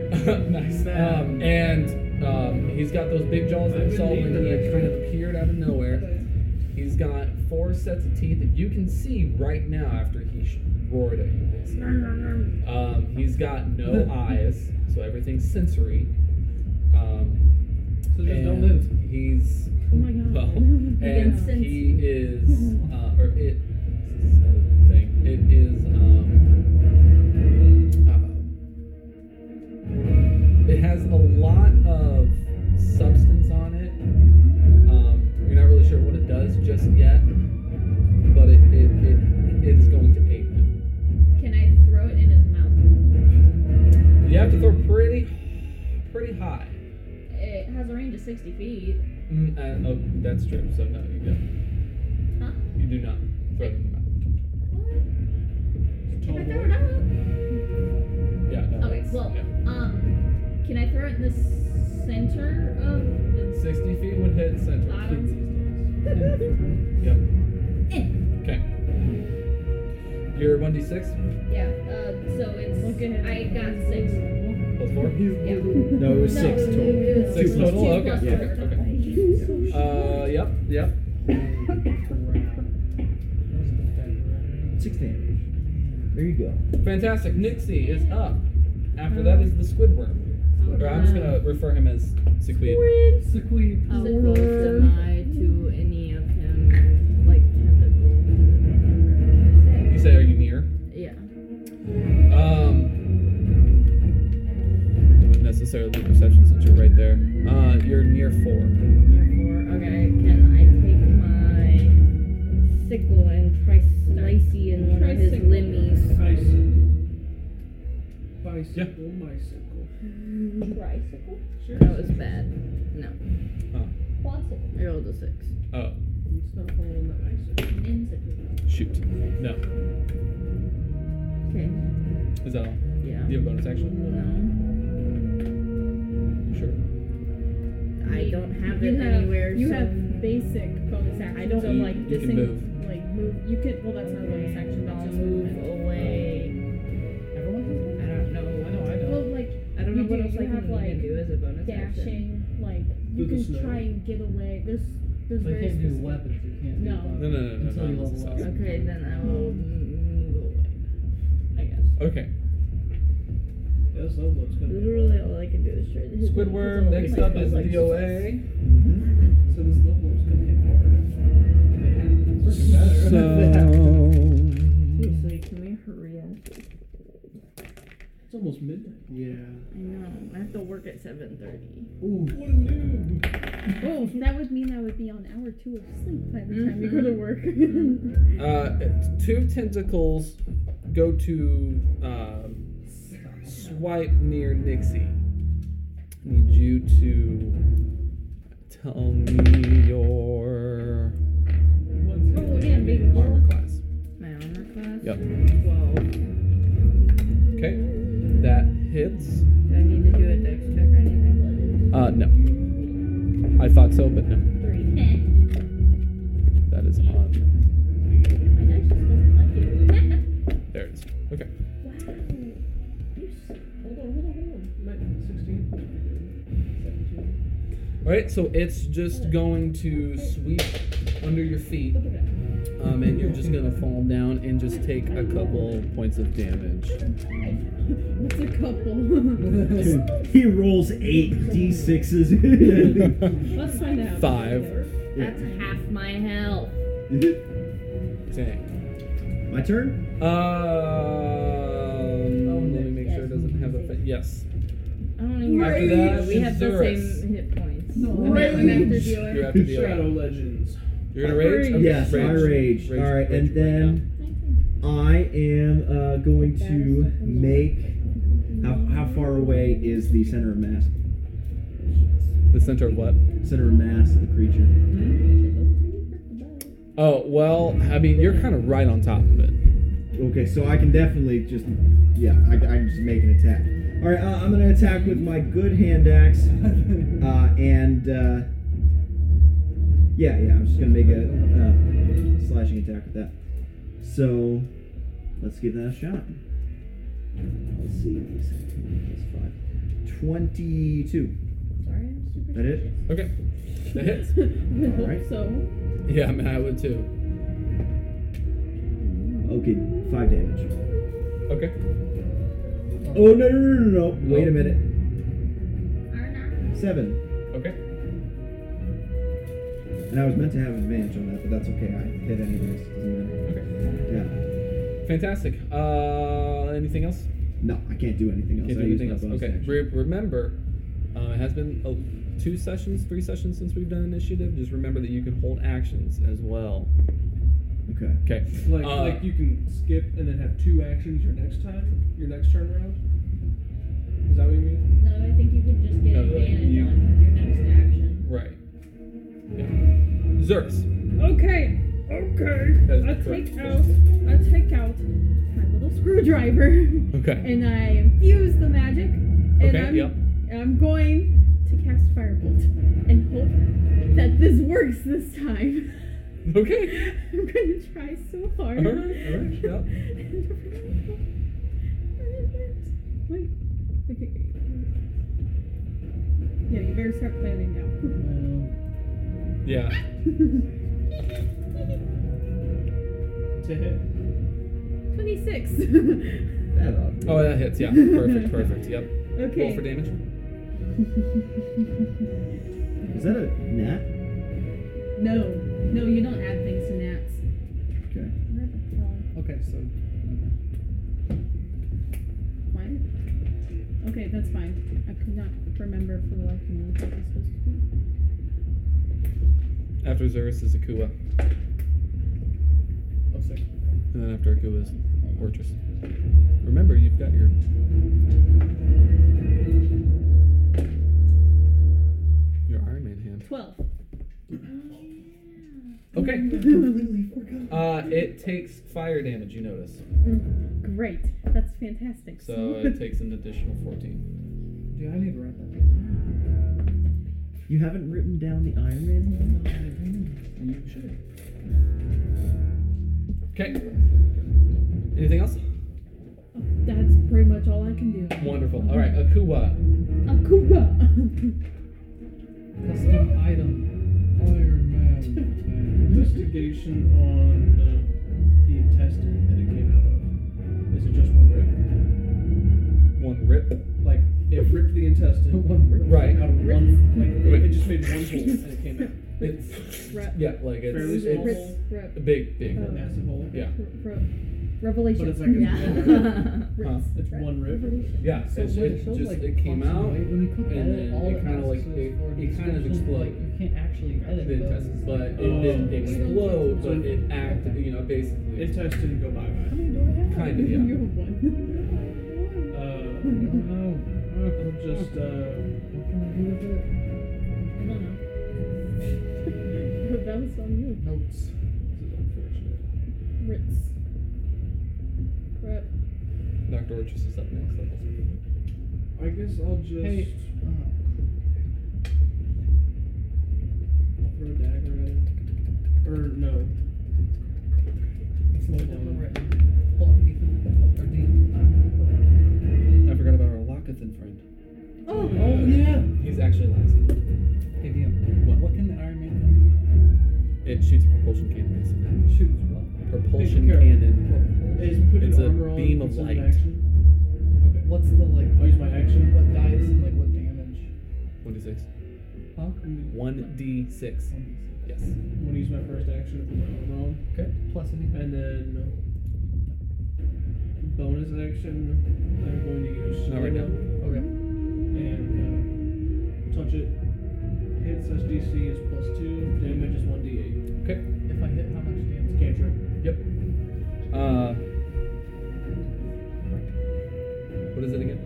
[SPEAKER 1] nice. Um, and um, he's got those big jaws that you saw when he kind of appeared out of nowhere. He's got four sets of teeth that you can see right now after he sh- roared at you. basically. Um, he's got no eyes, so everything's sensory. Um,
[SPEAKER 4] So there's no
[SPEAKER 1] and
[SPEAKER 4] limbs.
[SPEAKER 1] He's
[SPEAKER 5] Oh my god.
[SPEAKER 1] well,
[SPEAKER 5] Yeah.
[SPEAKER 1] and he is uh, or it. This is another thing. It is um. Uh, Um,
[SPEAKER 2] sixty feet.
[SPEAKER 1] Mm, uh, oh, that's true. So no, you don't.
[SPEAKER 2] Huh?
[SPEAKER 1] You do not throw them
[SPEAKER 2] What?
[SPEAKER 4] Tall
[SPEAKER 2] If I throw
[SPEAKER 4] boy.
[SPEAKER 2] it out.
[SPEAKER 1] out. Yeah. No,
[SPEAKER 2] Okay,
[SPEAKER 1] that's-
[SPEAKER 2] well,
[SPEAKER 1] yeah.
[SPEAKER 2] um, can I throw it in the center of the
[SPEAKER 1] sixty feet would hit center.
[SPEAKER 2] Bottom.
[SPEAKER 1] Yep.
[SPEAKER 2] Eh.
[SPEAKER 1] Okay. You're one d six
[SPEAKER 2] Yeah, uh, so it's.
[SPEAKER 5] Look at
[SPEAKER 2] I got six.
[SPEAKER 1] plus four.
[SPEAKER 2] Yeah.
[SPEAKER 3] No, it was six
[SPEAKER 2] it-
[SPEAKER 3] total.
[SPEAKER 2] it was
[SPEAKER 1] Six
[SPEAKER 2] two
[SPEAKER 1] total?
[SPEAKER 2] plus
[SPEAKER 1] Okay,
[SPEAKER 2] four.
[SPEAKER 1] okay, Uh, yep, yep.
[SPEAKER 3] Six damage. There you go.
[SPEAKER 1] Fantastic. Nixie is up. After that is the Squidworm. Or I'm just gonna refer him as Sequid.
[SPEAKER 4] Sequeed.
[SPEAKER 6] I
[SPEAKER 2] Sickle.
[SPEAKER 6] will am I to any of him, like tentacles?
[SPEAKER 1] You say, are you near?
[SPEAKER 6] Yeah.
[SPEAKER 1] Um, not necessarily perception since you're right there. Uh, you're near four.
[SPEAKER 6] Therefore, okay, can I take my sickle and try slicey in one of his
[SPEAKER 5] Tricycle.
[SPEAKER 6] limbies?
[SPEAKER 4] Bicycle. Bicycle, bicycle.
[SPEAKER 2] Tricycle?
[SPEAKER 4] Sure.
[SPEAKER 6] That was bad. No,
[SPEAKER 2] Quadcycle?
[SPEAKER 6] I rolled a six.
[SPEAKER 1] Oh,
[SPEAKER 4] It's not following the bicycle.
[SPEAKER 2] Nincycle?
[SPEAKER 1] shoot. No.
[SPEAKER 6] Okay.
[SPEAKER 1] Is that all?
[SPEAKER 6] Yeah.
[SPEAKER 1] Do you have a bonus action?
[SPEAKER 6] No,
[SPEAKER 1] Sure.
[SPEAKER 6] I don't have it
[SPEAKER 5] You have-
[SPEAKER 6] anywhere.
[SPEAKER 5] You
[SPEAKER 6] so
[SPEAKER 5] have basic bonus actions.
[SPEAKER 6] don't-
[SPEAKER 5] so
[SPEAKER 1] You-
[SPEAKER 5] like
[SPEAKER 1] you can
[SPEAKER 5] dissing,
[SPEAKER 1] move.
[SPEAKER 5] like move. You can. Well, that's not a bonus action. That's
[SPEAKER 6] I'll
[SPEAKER 5] just
[SPEAKER 6] move
[SPEAKER 5] movement.
[SPEAKER 6] away. I
[SPEAKER 9] Everyone
[SPEAKER 6] don't know.
[SPEAKER 9] I know I
[SPEAKER 5] Well,
[SPEAKER 9] don't.
[SPEAKER 5] like
[SPEAKER 6] I don't
[SPEAKER 5] You
[SPEAKER 6] know what
[SPEAKER 5] do,
[SPEAKER 6] else
[SPEAKER 5] you
[SPEAKER 6] I can
[SPEAKER 5] have, like,
[SPEAKER 6] even do as a bonus action.
[SPEAKER 5] dashing, like you
[SPEAKER 4] Do the
[SPEAKER 5] can
[SPEAKER 4] snow.
[SPEAKER 5] try and get away. There's there's
[SPEAKER 9] They
[SPEAKER 5] very
[SPEAKER 9] can't do
[SPEAKER 5] specific.
[SPEAKER 9] weapons. You can't.
[SPEAKER 5] No.
[SPEAKER 1] No, no, no, no,
[SPEAKER 9] Until
[SPEAKER 1] no,
[SPEAKER 9] you
[SPEAKER 1] no,
[SPEAKER 9] level
[SPEAKER 1] no,
[SPEAKER 9] up.
[SPEAKER 1] no.
[SPEAKER 6] Okay, then I will
[SPEAKER 5] Oh.
[SPEAKER 6] m- move away. I guess.
[SPEAKER 1] Okay.
[SPEAKER 4] That's not what's gonna be.
[SPEAKER 6] Literally, all I can do is try this.
[SPEAKER 1] Squidworm, next up is DOA.
[SPEAKER 3] Mm-hmm.
[SPEAKER 4] So this level is gonna hit hard. They had-
[SPEAKER 1] So.
[SPEAKER 6] Seriously, can we hurry up?
[SPEAKER 4] It's almost midnight.
[SPEAKER 9] Yeah.
[SPEAKER 6] I know. I have to work at seven thirty.
[SPEAKER 4] Ooh. What a noob.
[SPEAKER 5] Oh, that would mean I would be on hour two of sleep by the time we go to work.
[SPEAKER 6] Mm-hmm.
[SPEAKER 1] Uh, two tentacles go to um, swipe near Nixie. Need you to tell me your
[SPEAKER 4] What's
[SPEAKER 5] Roll again, baby.
[SPEAKER 1] armor class.
[SPEAKER 6] My armor class.
[SPEAKER 1] Yep.
[SPEAKER 6] Twelve.
[SPEAKER 1] Okay, that hits.
[SPEAKER 6] Do I need to do a dex check or anything?
[SPEAKER 1] Uh, no. I thought so, but no.
[SPEAKER 2] Three. Eh,
[SPEAKER 1] That is on.
[SPEAKER 2] my dice just doesn't like you.
[SPEAKER 1] There it is. Okay.
[SPEAKER 2] wow. You s- Hold on, hold on, hold on.
[SPEAKER 4] Night- 16? Seventeen?
[SPEAKER 1] All right, so it's just going to sweep under your feet,
[SPEAKER 2] Look at that.
[SPEAKER 1] um, and you're just gonna fall down and just take a couple points of damage.
[SPEAKER 5] What's a couple?
[SPEAKER 3] he rolls eight d6s.
[SPEAKER 5] Let's find out.
[SPEAKER 1] Five.
[SPEAKER 6] That's half my health.
[SPEAKER 1] Dang.
[SPEAKER 3] My turn?
[SPEAKER 1] Um, let me make sure it doesn't have a. fa- yes.
[SPEAKER 6] I don't even
[SPEAKER 1] After
[SPEAKER 6] have
[SPEAKER 1] that,
[SPEAKER 6] We have the
[SPEAKER 1] Zerus.
[SPEAKER 6] same hit points.
[SPEAKER 1] You have to deal.
[SPEAKER 4] Shadow Legends.
[SPEAKER 1] You're gonna rage. Okay,
[SPEAKER 3] yes, I rage.
[SPEAKER 1] Rage, rage
[SPEAKER 3] Alright, and
[SPEAKER 1] right
[SPEAKER 3] then I am uh, going to make. How, how far away is the center of mass?
[SPEAKER 1] now. the center of what?
[SPEAKER 3] Center of mass of the creature.
[SPEAKER 4] Hmm?
[SPEAKER 1] Oh well, I mean you're kind of right on top of it.
[SPEAKER 3] Okay, so I can definitely just, yeah, I, I can just make an attack. All right, uh, I'm gonna attack with my good hand axe, uh, and uh, yeah, yeah, I'm just gonna make a uh, slashing attack with that. So let's give that a shot. Let's see, these five. 22.
[SPEAKER 2] Sorry, I'm super.
[SPEAKER 3] That it?
[SPEAKER 1] Okay, that hits.
[SPEAKER 5] I hope
[SPEAKER 3] Alright.
[SPEAKER 5] so.
[SPEAKER 1] Yeah, I mean I would too.
[SPEAKER 3] Okay, five damage.
[SPEAKER 1] Okay.
[SPEAKER 3] Oh, no, no, no, no, no. Wait a minute.
[SPEAKER 2] Arnar.
[SPEAKER 3] Seven.
[SPEAKER 1] Okay.
[SPEAKER 3] And I was meant to have advantage on that, but that's okay. I hit anyways. Doesn't matter. Okay.
[SPEAKER 1] Fantastic. Uh, anything else?
[SPEAKER 3] Yeah. No, I can't do anything else.
[SPEAKER 1] Can't do
[SPEAKER 3] I used
[SPEAKER 1] anything
[SPEAKER 3] my
[SPEAKER 1] else.
[SPEAKER 3] bonus
[SPEAKER 1] Okay.
[SPEAKER 3] action.
[SPEAKER 1] Re- remember, um, it has been uh, two sessions, three sessions since we've done initiative. Just remember that you can hold actions as well.
[SPEAKER 3] Okay.
[SPEAKER 1] Okay.
[SPEAKER 4] Like,
[SPEAKER 1] Uh,
[SPEAKER 4] like you can skip and then have two actions your next time, your next turn round. Is that what you mean?
[SPEAKER 2] No, I think you could just get
[SPEAKER 1] No, that-
[SPEAKER 2] advantage
[SPEAKER 1] you-
[SPEAKER 2] on your next action.
[SPEAKER 1] Right. Yeah. Xerxes.
[SPEAKER 5] Okay. Okay. I take out. I take out my little screwdriver
[SPEAKER 1] Okay.
[SPEAKER 5] and I infuse the magic. And
[SPEAKER 1] Okay,
[SPEAKER 5] I'm,
[SPEAKER 1] yep.
[SPEAKER 5] I'm going to cast firebolt and hope that this works this time.
[SPEAKER 1] Okay.
[SPEAKER 5] I'm going to try so hard.
[SPEAKER 1] All right. All right. Yep.
[SPEAKER 5] Wait. Okay. Yeah, you better start planning now.
[SPEAKER 1] Yeah.
[SPEAKER 4] Uh, To hit.
[SPEAKER 5] 26.
[SPEAKER 3] That ought
[SPEAKER 1] Oh, that hits. Yeah. Perfect. Perfect. Yep. Roll
[SPEAKER 5] okay.
[SPEAKER 1] for damage.
[SPEAKER 3] Is that a nat?
[SPEAKER 10] No, no, you don't add things to nats.
[SPEAKER 3] Okay.
[SPEAKER 11] Okay, so
[SPEAKER 5] What? Okay, that's fine. I could not remember for the life of me what I was supposed to do.
[SPEAKER 1] After Xerxes is Akua,
[SPEAKER 4] Oh, sick.
[SPEAKER 1] and then after Akua is Fortress. Remember, you've got your. Your Iron Man hand.
[SPEAKER 5] 12.
[SPEAKER 1] Okay. Uh, it takes fire damage. You notice,
[SPEAKER 5] Great. That's fantastic.
[SPEAKER 1] so it takes an additional fourteen.
[SPEAKER 4] Dude, I need to write that down.
[SPEAKER 3] You haven't written down the Iron Man
[SPEAKER 4] You should.
[SPEAKER 1] Okay. Anything else?
[SPEAKER 5] That's pretty much all I can do.
[SPEAKER 1] Wonderful. All right, Akua.
[SPEAKER 5] Akuba!
[SPEAKER 11] custom item.
[SPEAKER 4] Iron Man. uh, investigation on the, the intestine that it came out of. Is it just one rip?
[SPEAKER 1] One rip.
[SPEAKER 4] Like, it ripped the intestine.
[SPEAKER 11] One rip.
[SPEAKER 1] Right.
[SPEAKER 4] Out of one. Like,
[SPEAKER 1] Wait.
[SPEAKER 4] it, it just made one hole and it came out.
[SPEAKER 1] It's
[SPEAKER 5] Rep.
[SPEAKER 1] yeah, like
[SPEAKER 4] Fairly
[SPEAKER 1] it's,
[SPEAKER 4] small. Oh.
[SPEAKER 1] it's
[SPEAKER 5] Rep.
[SPEAKER 1] big, big.
[SPEAKER 4] That massive hole.
[SPEAKER 1] Yeah.
[SPEAKER 5] Re- Revelation.
[SPEAKER 4] But it's like a-
[SPEAKER 1] Huh?
[SPEAKER 4] It's one rip.
[SPEAKER 1] Yeah,
[SPEAKER 11] So
[SPEAKER 1] it's,
[SPEAKER 11] wait,
[SPEAKER 1] it
[SPEAKER 11] shows,
[SPEAKER 1] just
[SPEAKER 11] like,
[SPEAKER 1] it came
[SPEAKER 11] function,
[SPEAKER 1] out
[SPEAKER 11] right? when you click
[SPEAKER 1] and
[SPEAKER 11] edit,
[SPEAKER 1] then
[SPEAKER 11] all
[SPEAKER 1] it kinda,
[SPEAKER 11] asks
[SPEAKER 1] like,
[SPEAKER 11] is
[SPEAKER 1] it-
[SPEAKER 11] for
[SPEAKER 1] it kind of
[SPEAKER 11] description,
[SPEAKER 1] exploded.
[SPEAKER 11] Like, you can't actually edit
[SPEAKER 1] the
[SPEAKER 11] those.
[SPEAKER 1] intestines, but it
[SPEAKER 4] Oh.
[SPEAKER 1] didn't explode,
[SPEAKER 4] So-
[SPEAKER 1] but it acted. You know, basically,
[SPEAKER 4] Intestine go bye bye.
[SPEAKER 1] kind of
[SPEAKER 5] You
[SPEAKER 1] yeah.
[SPEAKER 5] have one.
[SPEAKER 4] Uh,
[SPEAKER 11] I don't know.
[SPEAKER 4] I'll just uh,
[SPEAKER 11] What can I do with it?
[SPEAKER 5] I don't know. that was on you.
[SPEAKER 4] notes. This is unfortunate.
[SPEAKER 5] Ritz. Rep.
[SPEAKER 1] Doctor Orchis is up next. Level.
[SPEAKER 4] I guess I'll just
[SPEAKER 11] Hey.
[SPEAKER 4] throw a dagger at it. Or no.
[SPEAKER 11] Hold on,
[SPEAKER 4] Hold on.
[SPEAKER 11] right. Hold on, Ethan. Or Dean.
[SPEAKER 1] I forgot about our Lockathan friend.
[SPEAKER 11] Oh, yeah.
[SPEAKER 1] He's actually last.
[SPEAKER 11] Hey, DM. What, what can the Iron Man
[SPEAKER 1] It shoots a propulsion cannon, basically.
[SPEAKER 11] gun do? Shoots what?
[SPEAKER 1] Propulsion
[SPEAKER 4] Carol.
[SPEAKER 1] cannon.
[SPEAKER 4] Is
[SPEAKER 11] Propulsion.
[SPEAKER 4] putting
[SPEAKER 1] It's a
[SPEAKER 4] armor on
[SPEAKER 1] beam of
[SPEAKER 4] considered
[SPEAKER 1] light.
[SPEAKER 4] Action? Okay.
[SPEAKER 11] What's the like?
[SPEAKER 4] I'll use my action.
[SPEAKER 11] What dice and like what damage?
[SPEAKER 1] One d six.
[SPEAKER 11] Huh?
[SPEAKER 1] One d six. Yes.
[SPEAKER 4] I'm gonna use my first action to put my armor on,
[SPEAKER 11] Plus anything.
[SPEAKER 4] and then bonus action. I'm going to use
[SPEAKER 1] Not right
[SPEAKER 4] Shilla
[SPEAKER 11] Okay.
[SPEAKER 4] and uh, touch it. Hits SDC is plus two. Damage is one d8.
[SPEAKER 11] If I hit, how much damage?
[SPEAKER 4] It's cantrip.
[SPEAKER 1] Uh. What is it again?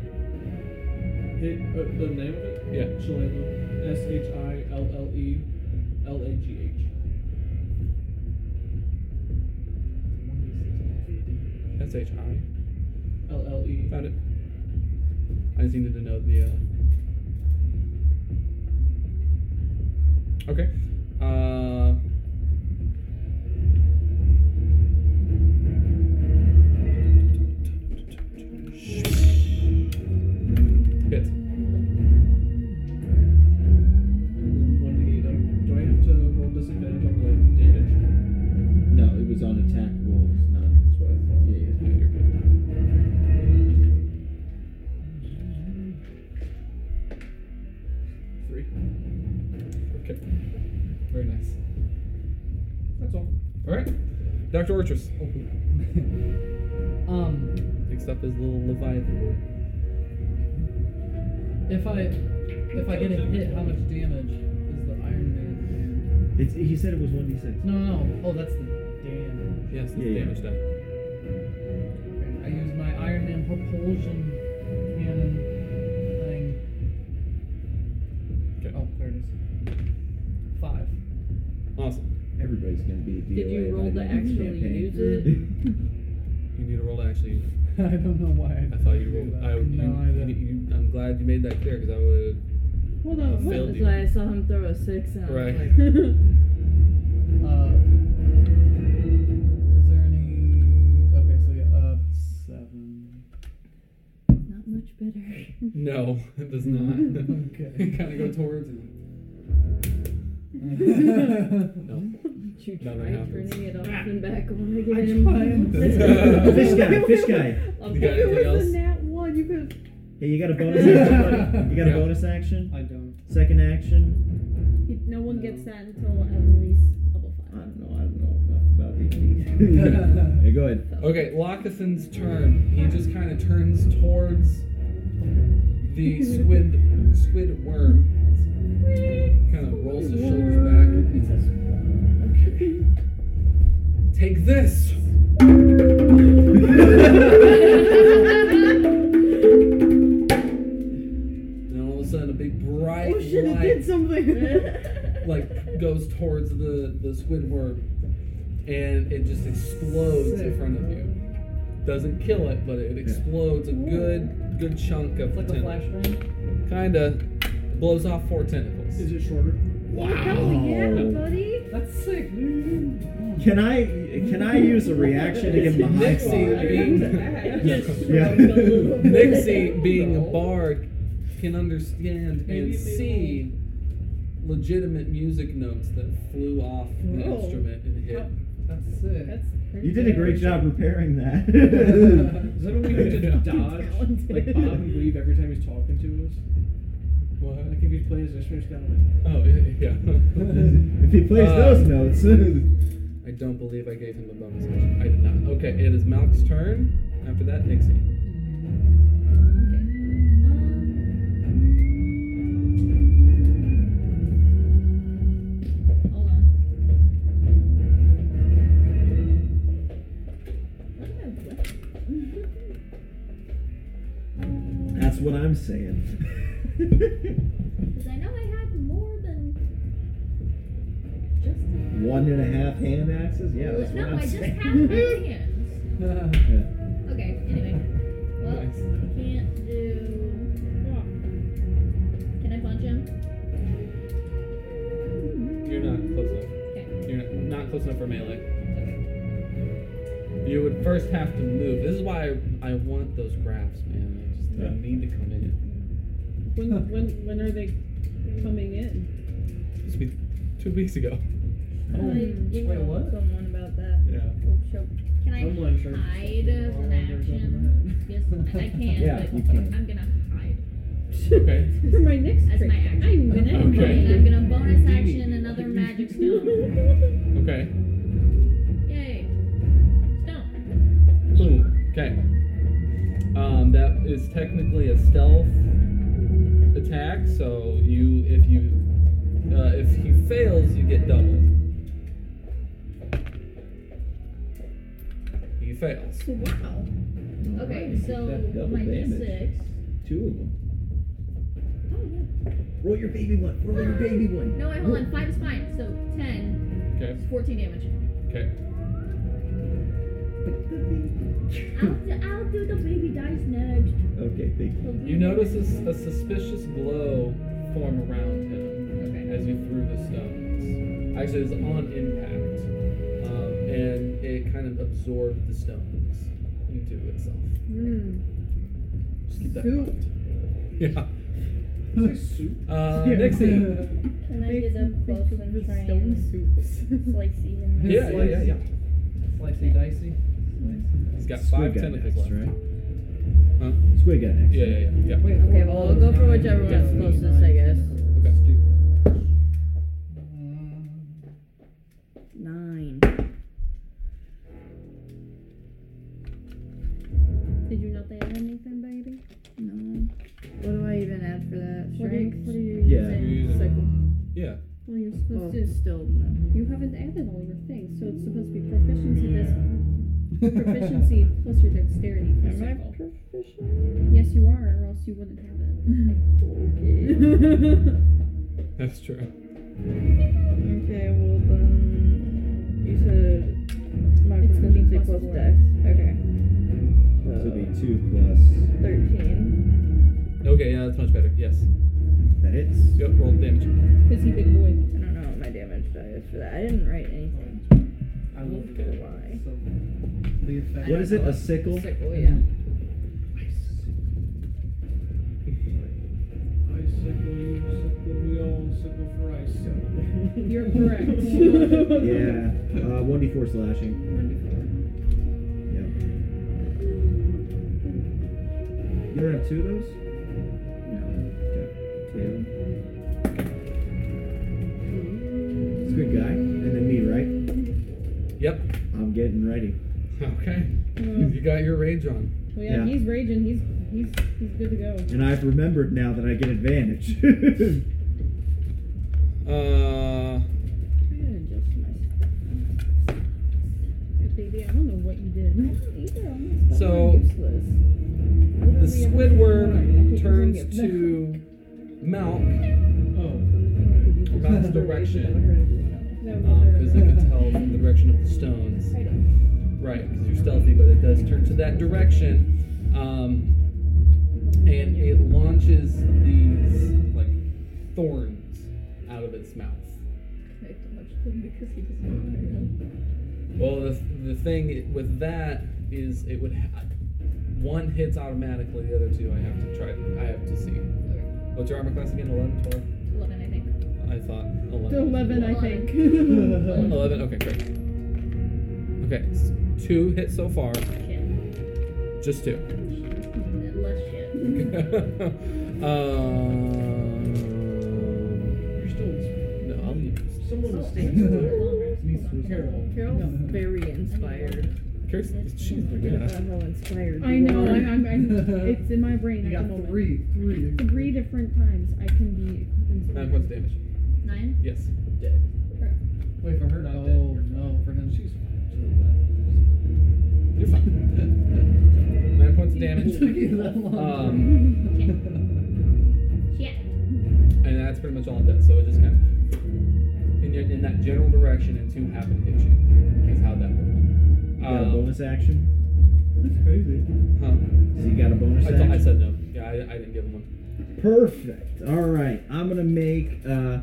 [SPEAKER 4] Hit uh, the name of it.
[SPEAKER 1] Yeah.
[SPEAKER 4] Shillelagh. S H I L L E L A G H.
[SPEAKER 1] S H I.
[SPEAKER 4] L L E.
[SPEAKER 1] Found it. I just needed to know the. Uh... Okay. Uh... Hit.
[SPEAKER 4] And then one d8. Um, do I have to roll disadvantage on the damage?
[SPEAKER 3] No, it was on attack rolls, not.
[SPEAKER 4] That's what I thought.
[SPEAKER 3] Yeah, yeah.
[SPEAKER 1] Yeah, you're good.
[SPEAKER 4] Three.
[SPEAKER 1] Okay. Very nice.
[SPEAKER 4] That's all.
[SPEAKER 1] All right. Dr. Ortrus
[SPEAKER 11] Oh, poop. um.
[SPEAKER 1] picks up his little Leviathan
[SPEAKER 11] If I if I get a hit, how much damage is the Iron Man?
[SPEAKER 3] It's, he said it was 1d6.
[SPEAKER 11] No, no, no. Oh, that's the damage.
[SPEAKER 1] boy. Yes, it's
[SPEAKER 3] Yeah, yeah.
[SPEAKER 1] damage die.
[SPEAKER 11] Okay, I use my Iron Man propulsion cannon thing.
[SPEAKER 1] Okay. oh,
[SPEAKER 11] Oh, there it is.
[SPEAKER 9] Five.
[SPEAKER 1] Awesome.
[SPEAKER 3] Everybody's gonna be DOA.
[SPEAKER 6] Did you
[SPEAKER 3] by
[SPEAKER 6] roll
[SPEAKER 3] the
[SPEAKER 6] to
[SPEAKER 3] end of the
[SPEAKER 6] actually
[SPEAKER 3] campaign.
[SPEAKER 6] use it?
[SPEAKER 1] You need a roll to actually.
[SPEAKER 9] I don't know why.
[SPEAKER 1] I thought you
[SPEAKER 9] did
[SPEAKER 1] rolled.
[SPEAKER 9] that.
[SPEAKER 1] I, would- you,
[SPEAKER 9] no, I
[SPEAKER 1] you-
[SPEAKER 9] didn't.
[SPEAKER 1] you- I'm glad you made that clear because I would.
[SPEAKER 8] Hold
[SPEAKER 1] I
[SPEAKER 8] on.
[SPEAKER 1] failed
[SPEAKER 6] That's
[SPEAKER 1] you.
[SPEAKER 6] why I saw him throw a six and I was
[SPEAKER 1] Right.
[SPEAKER 6] like,
[SPEAKER 9] Uh, is there any? Okay, so yeah, uh, seven.
[SPEAKER 6] not much better.
[SPEAKER 1] No, it does not.
[SPEAKER 9] Okay.
[SPEAKER 1] kind of go towards and no.
[SPEAKER 5] Mm-hmm.
[SPEAKER 6] Did you try
[SPEAKER 1] Nothing happens.
[SPEAKER 6] turning it off and back on
[SPEAKER 9] I
[SPEAKER 6] again?
[SPEAKER 9] tried.
[SPEAKER 3] Fish guy, fish guy.
[SPEAKER 1] You got
[SPEAKER 8] It
[SPEAKER 1] anything
[SPEAKER 8] was
[SPEAKER 1] else?
[SPEAKER 8] a nat one. You could.
[SPEAKER 3] Hey, you got a bonus action. buddy. You got
[SPEAKER 1] Yeah.
[SPEAKER 3] a bonus action.
[SPEAKER 9] I don't.
[SPEAKER 3] Second action.
[SPEAKER 8] You, no one gets that until at least level
[SPEAKER 3] I
[SPEAKER 8] five.
[SPEAKER 3] don't know. I don't know enough about D&D. hey, go ahead.
[SPEAKER 1] Okay, Lockathan's turn. He just kind of turns towards the squid squid worm. Kind of rolls his shoulders back and he says, "Okay, take this."
[SPEAKER 3] Oh,
[SPEAKER 1] And then all of a sudden, a big bright
[SPEAKER 5] Oh shit! It
[SPEAKER 1] light
[SPEAKER 5] did something.
[SPEAKER 1] like goes towards the the squid worm, and it just explodes in front of you. Doesn't kill it, but it explodes a good good chunk
[SPEAKER 9] It's
[SPEAKER 1] of
[SPEAKER 9] like a
[SPEAKER 1] tentacles.
[SPEAKER 9] flashbang.
[SPEAKER 1] Kinda blows off four tentacles.
[SPEAKER 7] Is it shorter?
[SPEAKER 8] buddy.
[SPEAKER 9] That's sick, dude.
[SPEAKER 3] Can I can I use a reaction to give him a high
[SPEAKER 1] Nixie
[SPEAKER 3] five?
[SPEAKER 1] being
[SPEAKER 3] Yeah.
[SPEAKER 1] Nixie being a bard can understand
[SPEAKER 9] Maybe
[SPEAKER 1] and
[SPEAKER 9] they
[SPEAKER 1] see legitimate music notes that flew off the
[SPEAKER 8] Whoa.
[SPEAKER 1] instrument and hit.
[SPEAKER 9] That's sick.
[SPEAKER 3] You did a great job repairing that.
[SPEAKER 7] Is that what we have to dodge? Like Bob and Weave every time he's talking to us?
[SPEAKER 1] What?
[SPEAKER 7] Like if he's playing his instrument, he's kind of like.
[SPEAKER 1] Oh yeah.
[SPEAKER 3] if he plays
[SPEAKER 1] Uh,
[SPEAKER 3] those notes,
[SPEAKER 1] I don't believe I gave him a bonus action. I did not. Okay, it is Malk's turn. After that, Nixie.
[SPEAKER 2] Hold on. Look at my weapon.
[SPEAKER 3] that's what I'm saying.
[SPEAKER 2] Because I know I had more than just the
[SPEAKER 3] One and a half hand axes? Yeah, that's
[SPEAKER 2] no,
[SPEAKER 3] what I'm
[SPEAKER 2] I just
[SPEAKER 3] saying.
[SPEAKER 2] have my hands.
[SPEAKER 1] Um,
[SPEAKER 3] Yeah.
[SPEAKER 2] Okay, anyway. Well,
[SPEAKER 1] Nice.
[SPEAKER 2] can't do. Can I punch him?
[SPEAKER 1] You're not close enough. You're not, not close enough for melee. You would first have to move. This is why I, I want those graphs, man. They just they
[SPEAKER 3] Yeah.
[SPEAKER 1] need to come in.
[SPEAKER 5] when when when are they coming in?
[SPEAKER 1] This would be two weeks ago.
[SPEAKER 9] Oh, wait, what?
[SPEAKER 6] Someone about that.
[SPEAKER 1] Yeah.
[SPEAKER 2] Can I
[SPEAKER 7] Someone sure-
[SPEAKER 2] hide as an action? Yes, I I can,
[SPEAKER 3] Yeah,
[SPEAKER 2] but
[SPEAKER 3] you can.
[SPEAKER 2] I'm gonna hide.
[SPEAKER 1] Okay.
[SPEAKER 5] For my next
[SPEAKER 2] That's
[SPEAKER 5] trick.
[SPEAKER 2] my action.
[SPEAKER 5] I'm gonna.
[SPEAKER 1] Okay.
[SPEAKER 2] And I'm gonna bonus action another magic stone.
[SPEAKER 1] Okay.
[SPEAKER 2] Yay. Stone.
[SPEAKER 1] Boom. Okay. Um, that is technically a stealth attack. So you, if you, uh, if he fails, you get double. He fails.
[SPEAKER 5] Wow.
[SPEAKER 2] Okay,
[SPEAKER 3] Alright,
[SPEAKER 2] so
[SPEAKER 3] that double
[SPEAKER 2] my
[SPEAKER 3] damage.
[SPEAKER 2] d6.
[SPEAKER 3] Two of them.
[SPEAKER 2] Oh yeah.
[SPEAKER 3] Roll your baby one. Roll your baby one.
[SPEAKER 2] No, wait, hold on. Five is fine. So ten,
[SPEAKER 1] Okay.
[SPEAKER 2] it's fourteen damage.
[SPEAKER 1] Okay.
[SPEAKER 2] I'll do, I'll do the baby dice nerd.
[SPEAKER 3] Okay, thank you.
[SPEAKER 2] He'll do
[SPEAKER 1] You
[SPEAKER 2] it.
[SPEAKER 1] notice a, s- a suspicious glow form around him
[SPEAKER 2] Okay.
[SPEAKER 1] as he threw the stones. Actually, it's on impact, um, and it kind of absorbed the stones into itself. Just keep that in
[SPEAKER 5] Soup.
[SPEAKER 1] mind. Yeah.
[SPEAKER 7] soup?
[SPEAKER 1] Uh,
[SPEAKER 3] Yeah.
[SPEAKER 1] Nixie.
[SPEAKER 6] Can I get up close and try and
[SPEAKER 5] soups.
[SPEAKER 6] slicey him?
[SPEAKER 1] Yeah, yeah, yeah, yeah.
[SPEAKER 9] Slicey dicey.
[SPEAKER 1] He's got
[SPEAKER 3] Squid
[SPEAKER 1] five
[SPEAKER 3] got
[SPEAKER 1] tentacles left.
[SPEAKER 3] next, right?
[SPEAKER 1] Huh?
[SPEAKER 3] Squid got next.
[SPEAKER 1] Yeah, yeah, yeah. yeah.
[SPEAKER 9] Wait,
[SPEAKER 6] Okay, well, I'll go for whichever
[SPEAKER 1] Yeah.
[SPEAKER 6] one's closest, I guess.
[SPEAKER 1] Okay.
[SPEAKER 6] Nine.
[SPEAKER 8] Did you not add anything, baby?
[SPEAKER 6] No. What do I even add for that?
[SPEAKER 8] What are you?
[SPEAKER 6] Strength?
[SPEAKER 8] What are you?
[SPEAKER 3] Yeah. Oh.
[SPEAKER 6] Same.
[SPEAKER 1] You use it.
[SPEAKER 6] Cycle.
[SPEAKER 1] Yeah.
[SPEAKER 8] Well, you're supposed
[SPEAKER 6] Well,
[SPEAKER 8] to.
[SPEAKER 6] still no.
[SPEAKER 8] You haven't added all your things, so it's supposed to be proficiency. This proficiency plus your dexterity. for
[SPEAKER 6] Am I
[SPEAKER 8] circle. Yes, you are, or else you wouldn't have it.
[SPEAKER 1] That's true.
[SPEAKER 6] Okay, well then you said my
[SPEAKER 2] It's gonna be
[SPEAKER 6] proficiency
[SPEAKER 2] plus
[SPEAKER 6] plus
[SPEAKER 2] four.
[SPEAKER 6] dex. Okay.
[SPEAKER 3] This will be
[SPEAKER 6] So,
[SPEAKER 3] two plus.
[SPEAKER 6] Thirteen.
[SPEAKER 1] Okay, yeah, that's much better. Yes.
[SPEAKER 3] That hits.
[SPEAKER 1] Yep, roll damage.
[SPEAKER 2] Because he big boy.
[SPEAKER 6] I don't know what my damage die is for that. I didn't write anything.
[SPEAKER 7] I love it.
[SPEAKER 6] Why?
[SPEAKER 7] So, the effect.
[SPEAKER 3] What is it? A sickle?
[SPEAKER 6] Sickle, yeah.
[SPEAKER 7] I sickle you, sickle we all, sickle for ice.
[SPEAKER 2] You're correct.
[SPEAKER 3] Yeah. Uh, 1d4 slashing. Yeah. You don't have two of those? No. Two. It's a good guy. And then me, right?
[SPEAKER 1] Yep.
[SPEAKER 3] I'm getting ready.
[SPEAKER 1] Okay. You got your rage on.
[SPEAKER 2] Well, yeah,
[SPEAKER 3] Yeah.
[SPEAKER 2] he's raging. He's he's he's good to go.
[SPEAKER 3] And I've remembered now that I get advantage.
[SPEAKER 1] Uh,
[SPEAKER 6] I'm gonna adjust my
[SPEAKER 5] Baby, I don't know what you did.
[SPEAKER 6] Either I'm not
[SPEAKER 1] So-
[SPEAKER 6] useless.
[SPEAKER 1] the squidward
[SPEAKER 6] Okay,
[SPEAKER 1] turns
[SPEAKER 6] we're gonna
[SPEAKER 1] to Malk
[SPEAKER 7] Oh,
[SPEAKER 1] Malk's direction because they uh, can tell from the direction of the stones. Right, because you're stealthy, but it does turn to that direction, um, and it launches these like thorns out of its mouth.
[SPEAKER 2] because he doesn't
[SPEAKER 1] Well, the, the thing with that is it would ha- one hits automatically, the other two I have to try. I have to see. What's your armor class again? 11, 12?
[SPEAKER 2] Eleven, I think.
[SPEAKER 1] I thought 11.
[SPEAKER 5] Eleven, I
[SPEAKER 2] Eleven.
[SPEAKER 5] think.
[SPEAKER 1] 11, okay, great. Okay, s- two hits so far,
[SPEAKER 2] Shit.
[SPEAKER 1] just two. Uh,
[SPEAKER 2] Less shit.
[SPEAKER 1] um,
[SPEAKER 7] you're still.
[SPEAKER 1] no, I'll leave.
[SPEAKER 7] Someone was Carol.
[SPEAKER 6] Carol's very inspired.
[SPEAKER 1] Curse, she's
[SPEAKER 6] I forgot
[SPEAKER 1] yeah.
[SPEAKER 6] how inspired
[SPEAKER 5] I
[SPEAKER 6] you
[SPEAKER 5] know.
[SPEAKER 6] are.
[SPEAKER 5] I'm, I'm, I'm, it's in my brain.
[SPEAKER 9] You
[SPEAKER 5] at
[SPEAKER 9] got
[SPEAKER 5] the moment.
[SPEAKER 9] three, three.
[SPEAKER 5] Three different times I can be.
[SPEAKER 1] Nine points of damage.
[SPEAKER 2] Nine.
[SPEAKER 1] Yes.
[SPEAKER 9] Wait for her, not
[SPEAKER 7] Oh,
[SPEAKER 9] that. no, for him. She's
[SPEAKER 1] You're fine. Nine points of
[SPEAKER 9] It
[SPEAKER 1] damage.
[SPEAKER 9] took you that long.
[SPEAKER 1] Um,
[SPEAKER 2] Shit.
[SPEAKER 1] and that's pretty much all it does. So it just kind of in, your, in that general direction, and two happen to hit you. Is how that works.
[SPEAKER 3] got a
[SPEAKER 1] Um,
[SPEAKER 3] bonus action?
[SPEAKER 9] That's crazy.
[SPEAKER 1] huh?
[SPEAKER 3] Does he got a bonus
[SPEAKER 1] I,
[SPEAKER 3] action?
[SPEAKER 1] thought- I said no. Yeah, I, I didn't give him one.
[SPEAKER 3] Perfect. All right. I'm gonna make. Uh,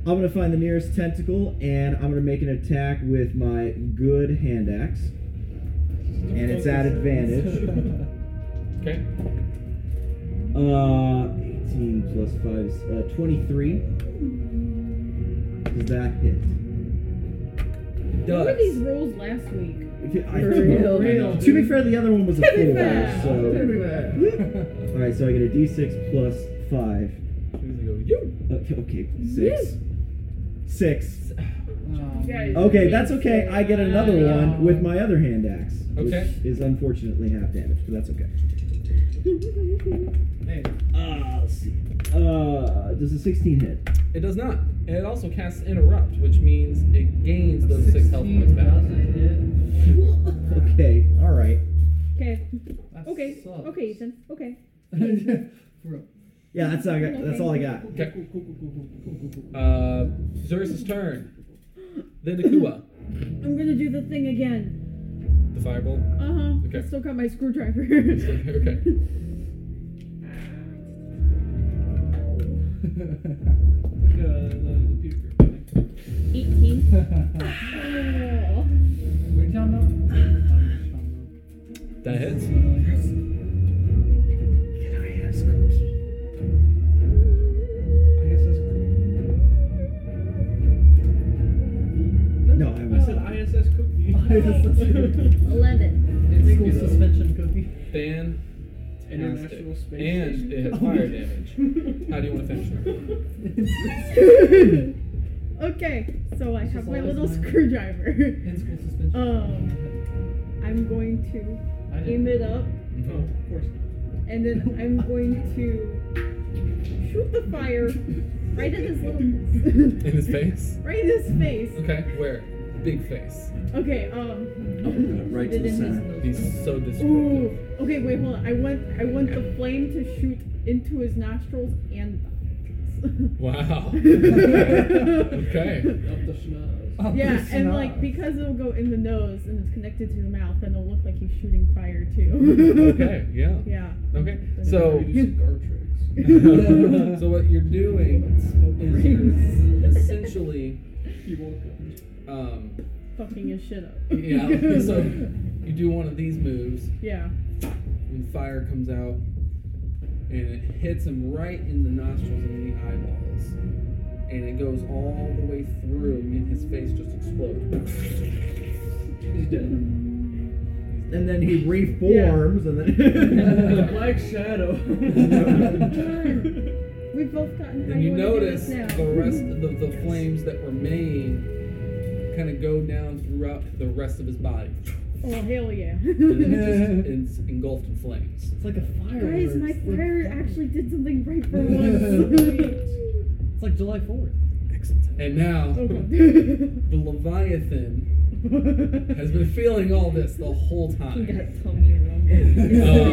[SPEAKER 3] I'm gonna find the nearest tentacle, and I'm gonna make an attack with my good hand axe, and it's at advantage.
[SPEAKER 1] Okay.
[SPEAKER 3] Uh, 18 plus five, is, uh, 23. Does that hit?
[SPEAKER 1] It
[SPEAKER 5] What were these
[SPEAKER 1] does.
[SPEAKER 5] rolls last week?
[SPEAKER 3] Okay, I-
[SPEAKER 6] For real.
[SPEAKER 1] real.
[SPEAKER 3] To be fair, the other one was a
[SPEAKER 5] To be
[SPEAKER 3] four.
[SPEAKER 5] fair.
[SPEAKER 9] To be
[SPEAKER 3] So,
[SPEAKER 9] fair.
[SPEAKER 3] all right. So I get a D6 plus five.
[SPEAKER 1] She's gonna go, you.
[SPEAKER 3] Okay, okay six. Six.
[SPEAKER 9] Um,
[SPEAKER 5] Guys.
[SPEAKER 3] Okay, that's okay. I get another
[SPEAKER 9] Yeah.
[SPEAKER 3] one with my other hand axe.
[SPEAKER 1] Okay.
[SPEAKER 3] Which is unfortunately half damage, but that's okay.
[SPEAKER 9] Hey,
[SPEAKER 3] Uh, let's see. Uh, does a 16 hit?
[SPEAKER 1] It does not. And it also casts interrupt, which means it gains those six health
[SPEAKER 7] 16
[SPEAKER 1] points back.
[SPEAKER 7] doesn't hit.
[SPEAKER 3] Okay, alright.
[SPEAKER 5] Okay.
[SPEAKER 9] that
[SPEAKER 5] Okay.
[SPEAKER 9] sucks.
[SPEAKER 5] Okay, then. Okay.
[SPEAKER 9] Bro.
[SPEAKER 3] Yeah, that's all I got. That's all I got.
[SPEAKER 1] Okay. Uh, Xerxes' turn. Then the Kua.
[SPEAKER 5] I'm gonna do the thing again.
[SPEAKER 1] The firebolt.
[SPEAKER 5] Uh huh.
[SPEAKER 1] Okay.
[SPEAKER 5] I still got my screwdriver.
[SPEAKER 1] Okay. uh,
[SPEAKER 7] Like uh, the, the Peter Griffin thing.
[SPEAKER 2] Eighteen. Oh,
[SPEAKER 9] Where'd y'all know?
[SPEAKER 1] That hits.
[SPEAKER 3] Can I ask Cookie?
[SPEAKER 7] I guess that's cookie.
[SPEAKER 3] No, I was-
[SPEAKER 7] I said ISS cookie.
[SPEAKER 2] Eleven.
[SPEAKER 9] School suspension cookie.
[SPEAKER 7] International
[SPEAKER 1] Fantastic.
[SPEAKER 7] Space
[SPEAKER 1] And it
[SPEAKER 7] Station. Oh
[SPEAKER 1] has fire damage. How do you want to finish her?
[SPEAKER 5] okay, so I
[SPEAKER 9] This
[SPEAKER 5] have
[SPEAKER 9] is
[SPEAKER 5] my
[SPEAKER 9] always
[SPEAKER 5] little
[SPEAKER 9] mine.
[SPEAKER 5] screwdriver.
[SPEAKER 9] In school suspension.
[SPEAKER 5] Um, I'm going to
[SPEAKER 9] I didn't-
[SPEAKER 5] aim it up,
[SPEAKER 7] Oh, of course.
[SPEAKER 5] and then I'm going to shoot the fire right at this little.
[SPEAKER 1] In his face?
[SPEAKER 5] right in his face.
[SPEAKER 1] Okay, where? Big face.
[SPEAKER 5] Okay. Um.
[SPEAKER 3] Right to
[SPEAKER 5] did
[SPEAKER 3] the
[SPEAKER 5] in
[SPEAKER 3] center.
[SPEAKER 1] He's so
[SPEAKER 5] Ooh.
[SPEAKER 1] descriptive.
[SPEAKER 5] Okay, wait, hold on. I want I want the flame to shoot into his nostrils and
[SPEAKER 1] Wow. Okay.
[SPEAKER 7] Up the schnoz.
[SPEAKER 9] Oh,
[SPEAKER 5] yeah,
[SPEAKER 9] it's
[SPEAKER 5] and
[SPEAKER 9] not.
[SPEAKER 5] like because it'll go in the nose and it's connected to the mouth, then it'll look like he's shooting fire too.
[SPEAKER 1] Okay. Yeah.
[SPEAKER 5] yeah.
[SPEAKER 1] Okay. So.
[SPEAKER 7] Maybe do cigar tricks.
[SPEAKER 1] so what you're doing is you're essentially
[SPEAKER 7] You won't go.
[SPEAKER 1] um,
[SPEAKER 5] Fucking his shit up.
[SPEAKER 1] yeah so you do one of these moves
[SPEAKER 5] Yeah.
[SPEAKER 1] and fire comes out and it hits him right in the nostrils and the eyeballs and it goes all the way through and his face just explodes
[SPEAKER 7] He's dead.
[SPEAKER 3] And then he reforms, and then.
[SPEAKER 7] Black Shadow.
[SPEAKER 5] We've both gotten how
[SPEAKER 1] and you
[SPEAKER 5] wanna do
[SPEAKER 1] notice
[SPEAKER 5] this now.
[SPEAKER 1] the rest of the, the flames that remain kind of go down throughout the rest of his body
[SPEAKER 5] Oh hell yeah.
[SPEAKER 1] and then it just, it's engulfed in flames
[SPEAKER 9] It's like a fire.
[SPEAKER 5] Guys, my
[SPEAKER 9] it's
[SPEAKER 5] fire
[SPEAKER 9] like,
[SPEAKER 5] actually did something right for once.
[SPEAKER 9] It's like July Fourth.
[SPEAKER 1] and now
[SPEAKER 5] Oh, God.
[SPEAKER 1] the leviathan has been feeling all this the whole
[SPEAKER 6] He got
[SPEAKER 1] time
[SPEAKER 6] tummy rumble.
[SPEAKER 5] Is
[SPEAKER 1] Uh,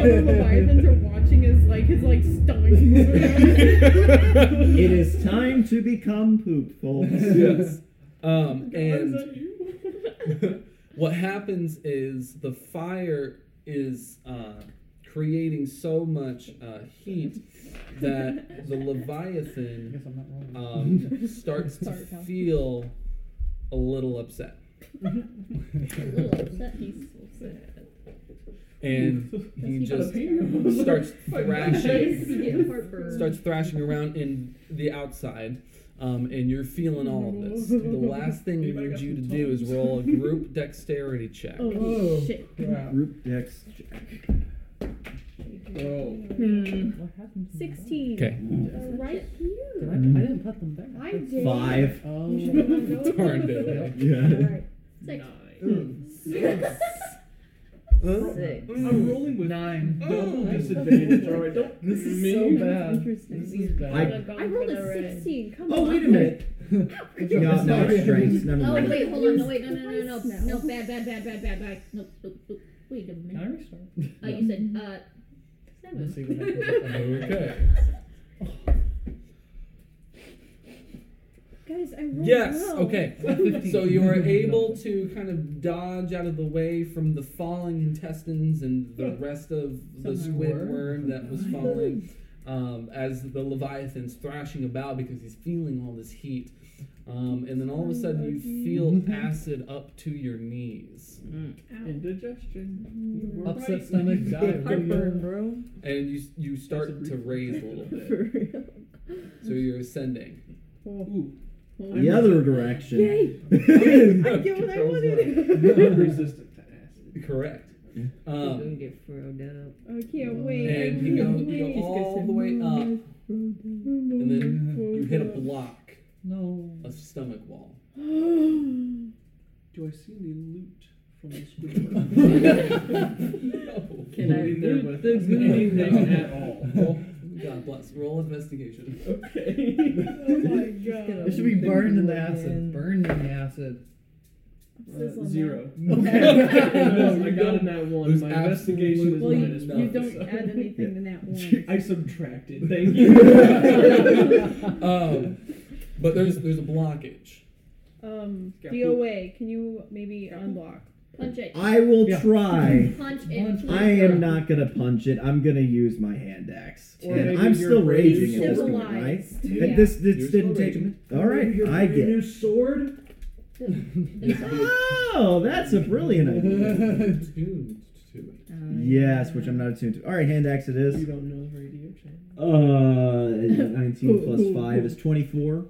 [SPEAKER 5] that what Leviathans are watching is like his like stomach.
[SPEAKER 3] it is time to become poop, folks.
[SPEAKER 1] yes. Um, and what happens is the fire is uh, creating so much uh, heat that the
[SPEAKER 9] I
[SPEAKER 1] Leviathan
[SPEAKER 9] guess I'm not wrong.
[SPEAKER 1] um, starts to
[SPEAKER 2] Sorry, pal.
[SPEAKER 1] feel a little upset.
[SPEAKER 2] A little upset. He's so sad.
[SPEAKER 1] And he just
[SPEAKER 7] Jalapeno.
[SPEAKER 1] starts
[SPEAKER 2] He's
[SPEAKER 1] thrashing,
[SPEAKER 2] getting heartburn.
[SPEAKER 1] starts thrashing around in the outside. Um, and you're feeling all of this. The last thing we
[SPEAKER 7] Anybody
[SPEAKER 1] need
[SPEAKER 7] got
[SPEAKER 1] you to
[SPEAKER 7] some
[SPEAKER 1] do is
[SPEAKER 7] tongs?
[SPEAKER 1] roll a group dexterity check.
[SPEAKER 5] Oh,
[SPEAKER 9] Oh.
[SPEAKER 5] shit.
[SPEAKER 9] Crap.
[SPEAKER 3] Group dex check.
[SPEAKER 7] Bro.
[SPEAKER 9] What happened? to my bag?
[SPEAKER 2] Sixteen.
[SPEAKER 1] Okay.
[SPEAKER 2] Right
[SPEAKER 9] Did
[SPEAKER 2] here.
[SPEAKER 9] I, I didn't put them back.
[SPEAKER 2] I did.
[SPEAKER 3] Five.
[SPEAKER 9] Oh.
[SPEAKER 1] Darn, dude.
[SPEAKER 3] Yeah.
[SPEAKER 2] Alright. Six.
[SPEAKER 7] Six.
[SPEAKER 6] Six.
[SPEAKER 7] I'm rolling with
[SPEAKER 9] Nine.
[SPEAKER 7] double disadvantage. Alright, don't
[SPEAKER 9] This is
[SPEAKER 7] mean.
[SPEAKER 9] so bad. This
[SPEAKER 6] Interesting.
[SPEAKER 9] is bad.
[SPEAKER 3] I-
[SPEAKER 5] I rolled a sixteen. Come on.
[SPEAKER 3] Oh, wait a minute. No, no, it's strengths. Never
[SPEAKER 2] Oh
[SPEAKER 3] mind.
[SPEAKER 2] wait, hold on, no wait, no, no, no, no, no, bad, bad, bad, bad, bad, bad. No, no, no. wait a
[SPEAKER 9] Can I
[SPEAKER 2] minute.
[SPEAKER 9] restart?
[SPEAKER 2] Uh, you said uh,
[SPEAKER 9] Let's see
[SPEAKER 2] seven.
[SPEAKER 9] what happens.
[SPEAKER 1] Okay.
[SPEAKER 5] Guys, I rolled
[SPEAKER 1] Yes.
[SPEAKER 5] well.
[SPEAKER 1] Okay. So you were able to kind of dodge out of the way from the falling intestines and the rest of the
[SPEAKER 9] Some
[SPEAKER 1] squid
[SPEAKER 9] worm.
[SPEAKER 1] worm that was falling um, as the leviathan's thrashing about because he's feeling all this heat. Um, and then all of a sudden you feel acid up to your knees,
[SPEAKER 7] Indigestion. You
[SPEAKER 5] Mm.
[SPEAKER 7] were
[SPEAKER 9] Upset
[SPEAKER 7] right.
[SPEAKER 9] stomach, diarrhea.
[SPEAKER 6] Heartburn, bro.
[SPEAKER 1] and you you start to raise a little bit.
[SPEAKER 6] For real.
[SPEAKER 1] So you're ascending.
[SPEAKER 7] Ooh,
[SPEAKER 3] The other direction.
[SPEAKER 5] Yay. I get what I
[SPEAKER 1] Controls
[SPEAKER 5] wanted.
[SPEAKER 7] I'm resistant to acid.
[SPEAKER 1] Correct.
[SPEAKER 6] I'm gonna
[SPEAKER 1] Um,
[SPEAKER 6] get furrowed up.
[SPEAKER 5] I can't wait.
[SPEAKER 1] and you go, you
[SPEAKER 5] Wait.
[SPEAKER 1] go all the way up, and then
[SPEAKER 5] Mm-hmm.
[SPEAKER 1] you hit a block
[SPEAKER 9] No.
[SPEAKER 1] of stomach wall.
[SPEAKER 7] Do I see any loot from the squid?
[SPEAKER 6] Can I
[SPEAKER 7] in there
[SPEAKER 6] loot
[SPEAKER 7] with
[SPEAKER 6] the
[SPEAKER 7] us?
[SPEAKER 6] good?
[SPEAKER 7] anything at all?
[SPEAKER 1] Roll- Oh, God bless. Roll investigation.
[SPEAKER 5] Oh my god.
[SPEAKER 6] Gonna
[SPEAKER 9] It should be burned in the
[SPEAKER 6] look
[SPEAKER 9] acid.
[SPEAKER 6] in.
[SPEAKER 9] Burned in the acid.
[SPEAKER 7] Uh, zero.
[SPEAKER 9] Okay.
[SPEAKER 7] no, I got in that one.
[SPEAKER 1] There's
[SPEAKER 7] My investigation is
[SPEAKER 5] Well, you,
[SPEAKER 7] minus
[SPEAKER 5] you
[SPEAKER 7] one.
[SPEAKER 5] don't
[SPEAKER 7] so-
[SPEAKER 5] add anything to that one.
[SPEAKER 7] I subtracted. Thank you.
[SPEAKER 1] Um, but there's there's a blockage.
[SPEAKER 5] Um,
[SPEAKER 7] Scalpel.
[SPEAKER 5] DOA, can you maybe unblock?
[SPEAKER 2] Punch it.
[SPEAKER 3] I will
[SPEAKER 9] Yeah.
[SPEAKER 3] try.
[SPEAKER 2] Punch it.
[SPEAKER 9] Punch.
[SPEAKER 2] please.
[SPEAKER 3] I am not gonna punch it. I'm gonna use my hand axe,
[SPEAKER 7] Or
[SPEAKER 3] and
[SPEAKER 7] maybe
[SPEAKER 3] I'm
[SPEAKER 7] your
[SPEAKER 3] still
[SPEAKER 7] brave
[SPEAKER 3] raging at this point,
[SPEAKER 5] civilized.
[SPEAKER 3] right?
[SPEAKER 5] Yeah.
[SPEAKER 3] And This
[SPEAKER 1] You're
[SPEAKER 3] this
[SPEAKER 1] still
[SPEAKER 3] didn't take.
[SPEAKER 1] raging.
[SPEAKER 3] All right, I get.
[SPEAKER 7] sword.
[SPEAKER 2] There's a-
[SPEAKER 3] Oh, that's a brilliant idea.
[SPEAKER 1] Tuned to it.
[SPEAKER 6] Oh,
[SPEAKER 3] Yes, which I'm not attuned to. All right, hand axe it
[SPEAKER 7] You
[SPEAKER 3] is.
[SPEAKER 7] don't know the radio channel.
[SPEAKER 3] Uh, 19 plus five is 24.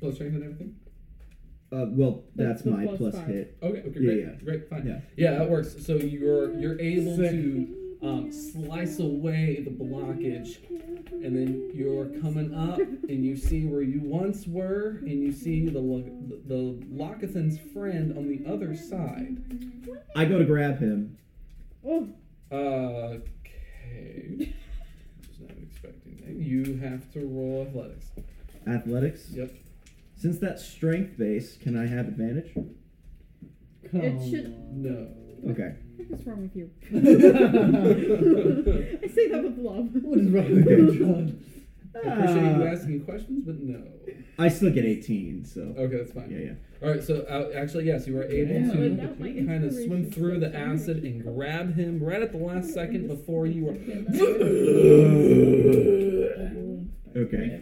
[SPEAKER 1] Plus strength and everything.
[SPEAKER 3] Uh, well, that's
[SPEAKER 5] That's the
[SPEAKER 3] my
[SPEAKER 5] plus
[SPEAKER 3] plus
[SPEAKER 5] five.
[SPEAKER 3] hit.
[SPEAKER 1] Okay. Okay.
[SPEAKER 3] Yeah,
[SPEAKER 1] Great.
[SPEAKER 3] yeah.
[SPEAKER 1] Great. Fine. Yeah.
[SPEAKER 3] Yeah.
[SPEAKER 1] that works. So you're you're able
[SPEAKER 9] Sick.
[SPEAKER 1] to um, slice away the blockage, and then you're coming up, and you see where you once were, and you see the lo- the Lockathan's friend on the other side.
[SPEAKER 3] I go to grab him.
[SPEAKER 5] Oh,
[SPEAKER 1] Okay. Was not expecting that. You have to roll athletics.
[SPEAKER 3] Athletics.
[SPEAKER 1] Yep.
[SPEAKER 3] Since that's strength based, can I have advantage?
[SPEAKER 5] It should-
[SPEAKER 1] No.
[SPEAKER 3] Okay.
[SPEAKER 5] what is wrong with you?
[SPEAKER 9] what
[SPEAKER 5] I say that with love.
[SPEAKER 9] is wrong with you, John?
[SPEAKER 1] I appreciate you
[SPEAKER 3] Ah.
[SPEAKER 1] asking questions, but no.
[SPEAKER 3] I still get 18, so.
[SPEAKER 1] Okay, that's fine.
[SPEAKER 3] Yeah, yeah.
[SPEAKER 1] All right, so uh, actually, yes, you were able
[SPEAKER 9] Yeah.
[SPEAKER 1] to
[SPEAKER 8] Without my
[SPEAKER 1] kind of swim
[SPEAKER 8] inspiration,
[SPEAKER 1] through the
[SPEAKER 8] so
[SPEAKER 1] acid and grab him right at the last second before you were.
[SPEAKER 3] Okay.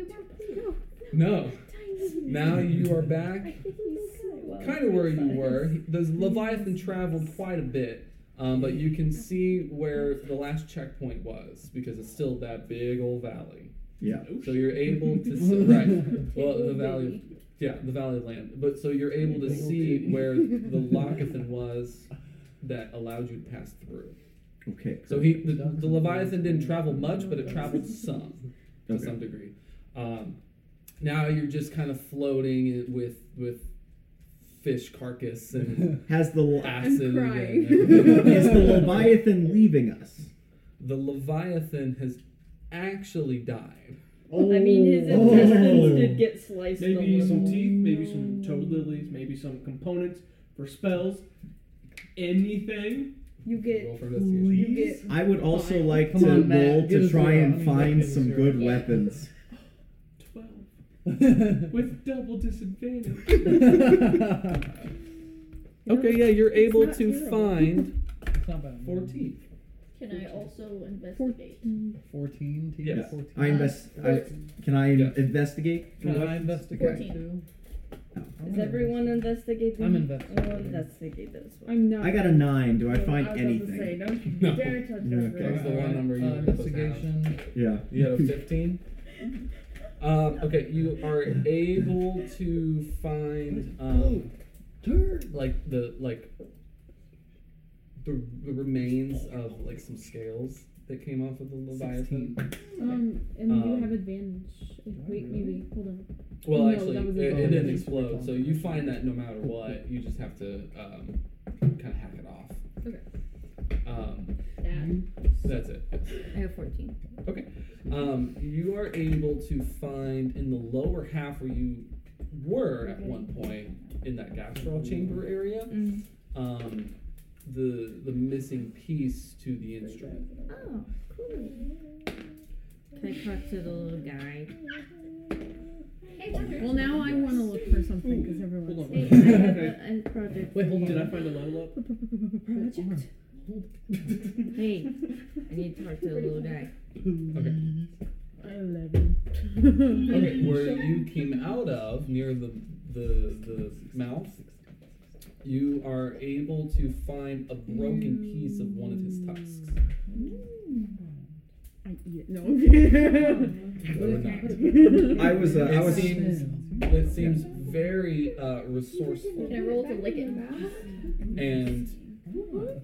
[SPEAKER 1] No. Now you are back kind of where you were. The Leviathan traveled quite a bit, um, but you can see where the last checkpoint was because it's still that big old valley.
[SPEAKER 3] Yeah.
[SPEAKER 1] So you're able to see, right. Well, the valley, yeah, the valley of land. But so you're able to see where the Locathan was that allowed you to pass through.
[SPEAKER 3] Okay.
[SPEAKER 1] So he, the, the Leviathan didn't travel much, but it traveled some to
[SPEAKER 3] Okay.
[SPEAKER 1] some degree. Um, now you're just kind of floating with with fish carcass and
[SPEAKER 3] Has the li-
[SPEAKER 1] acid. and
[SPEAKER 8] crying.
[SPEAKER 1] everything.
[SPEAKER 3] is the Leviathan leaving us?
[SPEAKER 1] The Leviathan has actually died.
[SPEAKER 6] I mean, his
[SPEAKER 3] Oh.
[SPEAKER 6] intestines did get sliced a
[SPEAKER 7] Maybe
[SPEAKER 6] little.
[SPEAKER 7] some teeth, maybe some toad lilies, maybe some components for spells. Anything,
[SPEAKER 5] You get.
[SPEAKER 1] Roll for investigation.
[SPEAKER 5] You
[SPEAKER 7] please.
[SPEAKER 5] get.
[SPEAKER 3] I would also like
[SPEAKER 9] Come
[SPEAKER 3] to
[SPEAKER 9] on, Matt,
[SPEAKER 3] roll
[SPEAKER 9] give
[SPEAKER 3] to
[SPEAKER 9] us
[SPEAKER 3] try
[SPEAKER 9] your-
[SPEAKER 3] and
[SPEAKER 9] I'm
[SPEAKER 3] find
[SPEAKER 9] looking
[SPEAKER 3] some
[SPEAKER 9] for-
[SPEAKER 3] good weapons.
[SPEAKER 7] Twelve
[SPEAKER 9] With
[SPEAKER 7] with double disadvantage.
[SPEAKER 1] Okay, yeah, you're able
[SPEAKER 5] not
[SPEAKER 1] to
[SPEAKER 5] terrible.
[SPEAKER 1] find
[SPEAKER 9] It's not bad.
[SPEAKER 1] 14.
[SPEAKER 2] Can I also investigate?
[SPEAKER 9] 14 teeth?
[SPEAKER 1] Yes.
[SPEAKER 9] 14.
[SPEAKER 3] I invest. I, can I
[SPEAKER 1] Yeah.
[SPEAKER 3] investigate?
[SPEAKER 9] Can I investigate
[SPEAKER 2] Fourteen.
[SPEAKER 9] too?
[SPEAKER 3] No.
[SPEAKER 9] I'm
[SPEAKER 6] Is
[SPEAKER 9] gonna
[SPEAKER 6] everyone investigating?
[SPEAKER 9] I'm investigating.
[SPEAKER 6] I'll investigate this one.
[SPEAKER 5] I'm not.
[SPEAKER 3] I got a nine. Do I find
[SPEAKER 6] I was about to say,
[SPEAKER 3] anything?
[SPEAKER 6] don't you
[SPEAKER 1] No.
[SPEAKER 6] dare touch
[SPEAKER 3] No,
[SPEAKER 6] that.
[SPEAKER 3] okay.
[SPEAKER 1] That was the
[SPEAKER 6] rose.
[SPEAKER 9] Alright,
[SPEAKER 1] one number you
[SPEAKER 9] uh,
[SPEAKER 1] were supposed to have.
[SPEAKER 9] investigation.
[SPEAKER 3] Yeah.
[SPEAKER 1] You have 15? Um, okay, you are able to find um, like the like the, the remains of like some scales that came off of the leviathan.
[SPEAKER 8] Um, and you
[SPEAKER 1] Um,
[SPEAKER 8] have advantage. Wait, maybe. Hold on.
[SPEAKER 1] Well,
[SPEAKER 8] No,
[SPEAKER 1] actually,
[SPEAKER 8] that was
[SPEAKER 1] it, it
[SPEAKER 8] involved.
[SPEAKER 1] didn't explode, so you find that no matter what, you just have to um, kind of hack it off. Okay. Um,
[SPEAKER 2] That.
[SPEAKER 1] that's it.
[SPEAKER 6] I have 14.
[SPEAKER 1] Okay. Um, you are able to find in the lower half where you were at one point in that gastral chamber area
[SPEAKER 6] Mm-hmm.
[SPEAKER 1] um, the the missing piece to the instrument.
[SPEAKER 6] Oh, cool. Can I talk to the little guy?
[SPEAKER 8] Well, now I want to look for something because everyone's.
[SPEAKER 7] Hold
[SPEAKER 6] Hey,
[SPEAKER 7] on.
[SPEAKER 6] I have
[SPEAKER 7] Okay.
[SPEAKER 6] a, a project.
[SPEAKER 7] Wait, hold on.
[SPEAKER 6] for
[SPEAKER 7] Did I
[SPEAKER 6] you.
[SPEAKER 7] find a level up?
[SPEAKER 8] Project.
[SPEAKER 6] Hey, I need to talk to the little guy. Mm-hmm.
[SPEAKER 1] Okay.
[SPEAKER 5] Eleven.
[SPEAKER 1] Okay. Where you came out of near the the the mouth, you are able to find a broken piece of one of his tusks.
[SPEAKER 5] I eat it. No. okay.
[SPEAKER 1] They were not.
[SPEAKER 3] I was. Uh, I
[SPEAKER 1] It
[SPEAKER 3] was.
[SPEAKER 1] seems it seems very uh, resourceful
[SPEAKER 2] Can I roll to lick it?
[SPEAKER 1] and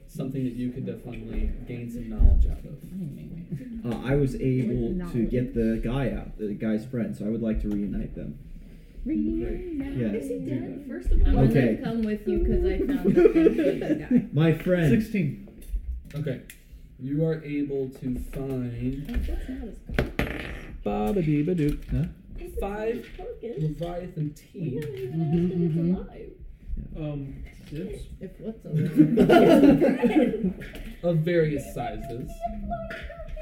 [SPEAKER 1] something that you could definitely gain some knowledge out of.
[SPEAKER 3] Uh, I was able to get the guy out, the guy's friend. So I would like to reunite them. Yeah.
[SPEAKER 2] Is he
[SPEAKER 3] do
[SPEAKER 2] dead?
[SPEAKER 3] that.
[SPEAKER 2] First of
[SPEAKER 6] I'm
[SPEAKER 2] all,
[SPEAKER 6] gonna
[SPEAKER 3] Okay.
[SPEAKER 6] come with you because I found the thing for the guy.
[SPEAKER 3] My friend.
[SPEAKER 9] 16.
[SPEAKER 1] Okay. You are able to find
[SPEAKER 2] that's not as good.
[SPEAKER 3] Huh?
[SPEAKER 1] five
[SPEAKER 2] Focus.
[SPEAKER 1] Leviathan
[SPEAKER 2] We
[SPEAKER 1] teeth.
[SPEAKER 2] haven't even asked if it's
[SPEAKER 9] mhm.
[SPEAKER 2] alive.
[SPEAKER 7] Um, six.
[SPEAKER 6] If what's over
[SPEAKER 1] of various sizes.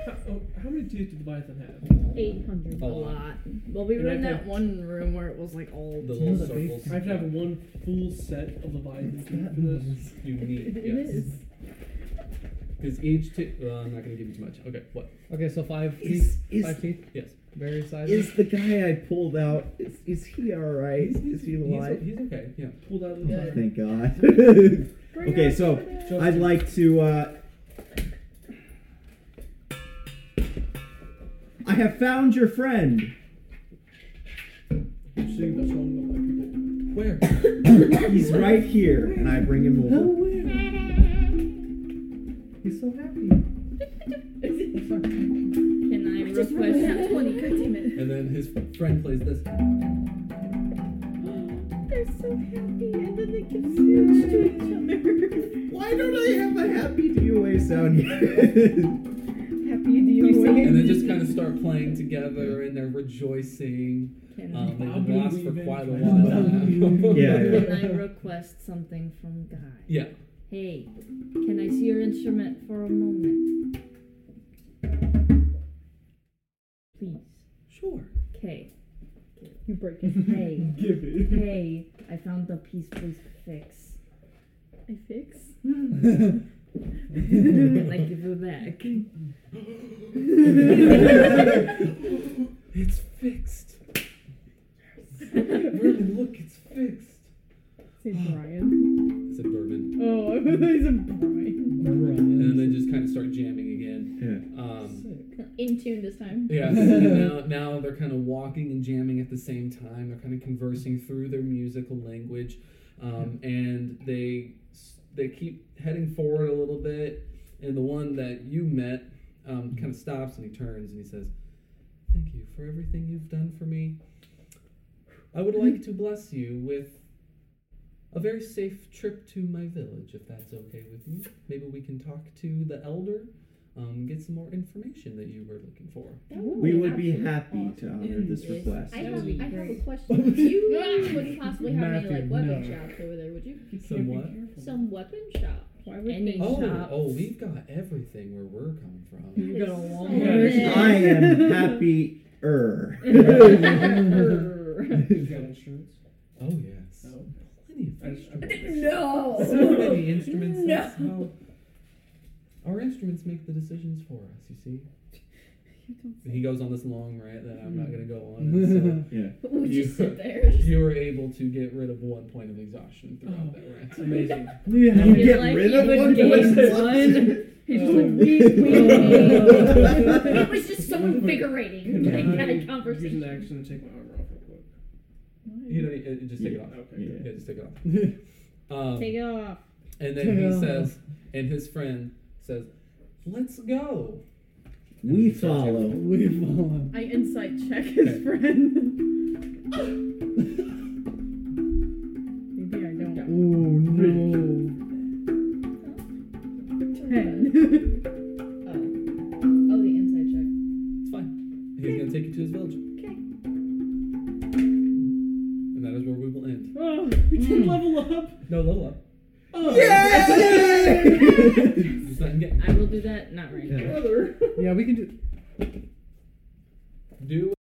[SPEAKER 7] How, oh, how many teeth did Leviathan have?
[SPEAKER 5] Eight hundred.
[SPEAKER 1] A
[SPEAKER 6] a
[SPEAKER 1] lot.
[SPEAKER 6] lot. Well, we
[SPEAKER 7] And
[SPEAKER 6] were
[SPEAKER 7] I
[SPEAKER 6] in that
[SPEAKER 7] have-
[SPEAKER 6] one room where it was like all
[SPEAKER 1] The
[SPEAKER 9] You know
[SPEAKER 1] little
[SPEAKER 9] that they-
[SPEAKER 1] circles.
[SPEAKER 7] I have to have one full set of Leviathan teeth for this.
[SPEAKER 1] You need,
[SPEAKER 5] It
[SPEAKER 1] yes.
[SPEAKER 5] is.
[SPEAKER 1] Because each two. Well, I'm not going to give you too much. Okay, what?
[SPEAKER 9] Okay, so five
[SPEAKER 3] Is
[SPEAKER 9] teeth.
[SPEAKER 3] is
[SPEAKER 9] Five teeth.
[SPEAKER 1] Yes.
[SPEAKER 9] Various sizes.
[SPEAKER 3] is the guy I pulled out? Is, is he all right? Is he alive?
[SPEAKER 1] He's, he's okay, yeah.
[SPEAKER 7] Pulled out of
[SPEAKER 3] Oh,
[SPEAKER 7] the
[SPEAKER 3] thank God. okay, so
[SPEAKER 7] Just-
[SPEAKER 3] I'd like to. Uh, I have found your friend.
[SPEAKER 7] Sing the song of my people.
[SPEAKER 1] Where?
[SPEAKER 3] He's right here, and I bring him
[SPEAKER 9] No
[SPEAKER 3] over.
[SPEAKER 9] way. He's so happy.
[SPEAKER 6] Can I request?
[SPEAKER 5] Twenty. God damn it.
[SPEAKER 1] And then his friend plays this.
[SPEAKER 5] They're so happy, and then they give smooch to each other.
[SPEAKER 3] Why don't I have a happy DOA sound yet?
[SPEAKER 5] happy do you
[SPEAKER 1] And they just kind of start playing together and they're rejoicing.
[SPEAKER 6] Can I,
[SPEAKER 1] Um, they've
[SPEAKER 7] Bobby
[SPEAKER 1] been lost for
[SPEAKER 7] Weaving.
[SPEAKER 1] quite a while now.
[SPEAKER 3] Yeah, yeah.
[SPEAKER 6] can I request something from guy?
[SPEAKER 1] Yeah.
[SPEAKER 6] Hey, can I see your instrument for a moment? please?
[SPEAKER 1] Sure.
[SPEAKER 6] Okay. You break it. Hey.
[SPEAKER 7] Give it.
[SPEAKER 6] hey. I found the piece. Please fix.
[SPEAKER 8] I fix.
[SPEAKER 6] I give it back.
[SPEAKER 1] It's fixed. Bourbon, look, it's fixed.
[SPEAKER 8] Say Brian.
[SPEAKER 1] It's a bourbon.
[SPEAKER 8] Oh, I thought he said Brian.
[SPEAKER 1] And then they just kind of start jamming again.
[SPEAKER 3] Yeah.
[SPEAKER 1] Um,
[SPEAKER 2] In tune this time.
[SPEAKER 1] yeah. and now, now they're kind of walking and jamming at the same time. They're kind of conversing through their musical language, um, and they they keep heading forward a little bit. And the one that you met um, kind of stops and he turns and he says, "Thank you for everything you've done for me. I would like to bless you with." A very safe trip to my village, if that's okay with you. Maybe we can talk to the elder, um, get some more information that you were looking for.
[SPEAKER 3] We would be happy to honor this
[SPEAKER 6] Yes.
[SPEAKER 3] request.
[SPEAKER 2] I
[SPEAKER 6] That
[SPEAKER 2] have,
[SPEAKER 6] would be
[SPEAKER 2] I have a
[SPEAKER 6] great.
[SPEAKER 2] question. You wouldn't possibly have any
[SPEAKER 7] Matthew,
[SPEAKER 2] like weapon
[SPEAKER 7] no.
[SPEAKER 2] shops over there, would you?
[SPEAKER 1] Some what?
[SPEAKER 2] Some weapon shop.
[SPEAKER 8] Why would
[SPEAKER 6] Any-
[SPEAKER 8] they?
[SPEAKER 1] Oh,
[SPEAKER 6] shops.
[SPEAKER 1] oh, we've got everything where we're coming from.
[SPEAKER 6] You got a
[SPEAKER 2] That is so
[SPEAKER 3] I
[SPEAKER 6] Walmart.
[SPEAKER 3] am happy er.
[SPEAKER 7] You got insurance?
[SPEAKER 1] Oh yes,
[SPEAKER 7] No.
[SPEAKER 1] plenty
[SPEAKER 7] I
[SPEAKER 1] of
[SPEAKER 7] just,
[SPEAKER 1] fish.
[SPEAKER 7] I'm
[SPEAKER 1] So
[SPEAKER 6] No.
[SPEAKER 1] many instruments.
[SPEAKER 6] No.
[SPEAKER 1] That's how our instruments make the decisions for us. You see. He goes on this long rant that I'm not going to go on. And
[SPEAKER 2] Would you
[SPEAKER 1] You-
[SPEAKER 2] sit there?
[SPEAKER 1] so you were able to get rid of one point of exhaustion throughout that rant.
[SPEAKER 7] amazing.
[SPEAKER 3] Yeah,
[SPEAKER 6] You're
[SPEAKER 3] you get
[SPEAKER 6] like,
[SPEAKER 3] rid
[SPEAKER 6] you
[SPEAKER 3] of
[SPEAKER 6] would
[SPEAKER 3] one
[SPEAKER 6] gain
[SPEAKER 3] voice.
[SPEAKER 6] one.
[SPEAKER 8] He's
[SPEAKER 1] Oh.
[SPEAKER 7] just like,
[SPEAKER 2] It was just so invigorating.
[SPEAKER 7] Can
[SPEAKER 2] Like, that
[SPEAKER 7] I
[SPEAKER 2] a
[SPEAKER 7] Use an
[SPEAKER 2] conversation.
[SPEAKER 7] action and take my armor off real quick.
[SPEAKER 1] You know, it, it- e, uh, just take it off.
[SPEAKER 7] Okay.
[SPEAKER 3] Yeah.
[SPEAKER 7] good.
[SPEAKER 1] Yeah, just take it off. Um,
[SPEAKER 8] Take it off.
[SPEAKER 1] And then he
[SPEAKER 9] Yeah.
[SPEAKER 1] says, and his friend says, "Let's go."
[SPEAKER 3] We follow.
[SPEAKER 9] We follow.
[SPEAKER 8] I insight check his friend. Maybe I
[SPEAKER 9] Oh
[SPEAKER 8] don't.
[SPEAKER 9] no.
[SPEAKER 8] Ten.
[SPEAKER 2] Oh. Oh, the inside check.
[SPEAKER 1] It's fine. He's gonna take you to his village,
[SPEAKER 2] Okay.
[SPEAKER 1] and that is where we will end.
[SPEAKER 8] oh, we did level up.
[SPEAKER 1] No, level up.
[SPEAKER 7] Oh.
[SPEAKER 1] There's nothing getting.
[SPEAKER 6] I will do that. Not right now.
[SPEAKER 1] Brother.
[SPEAKER 9] Yeah, we can do.
[SPEAKER 1] Do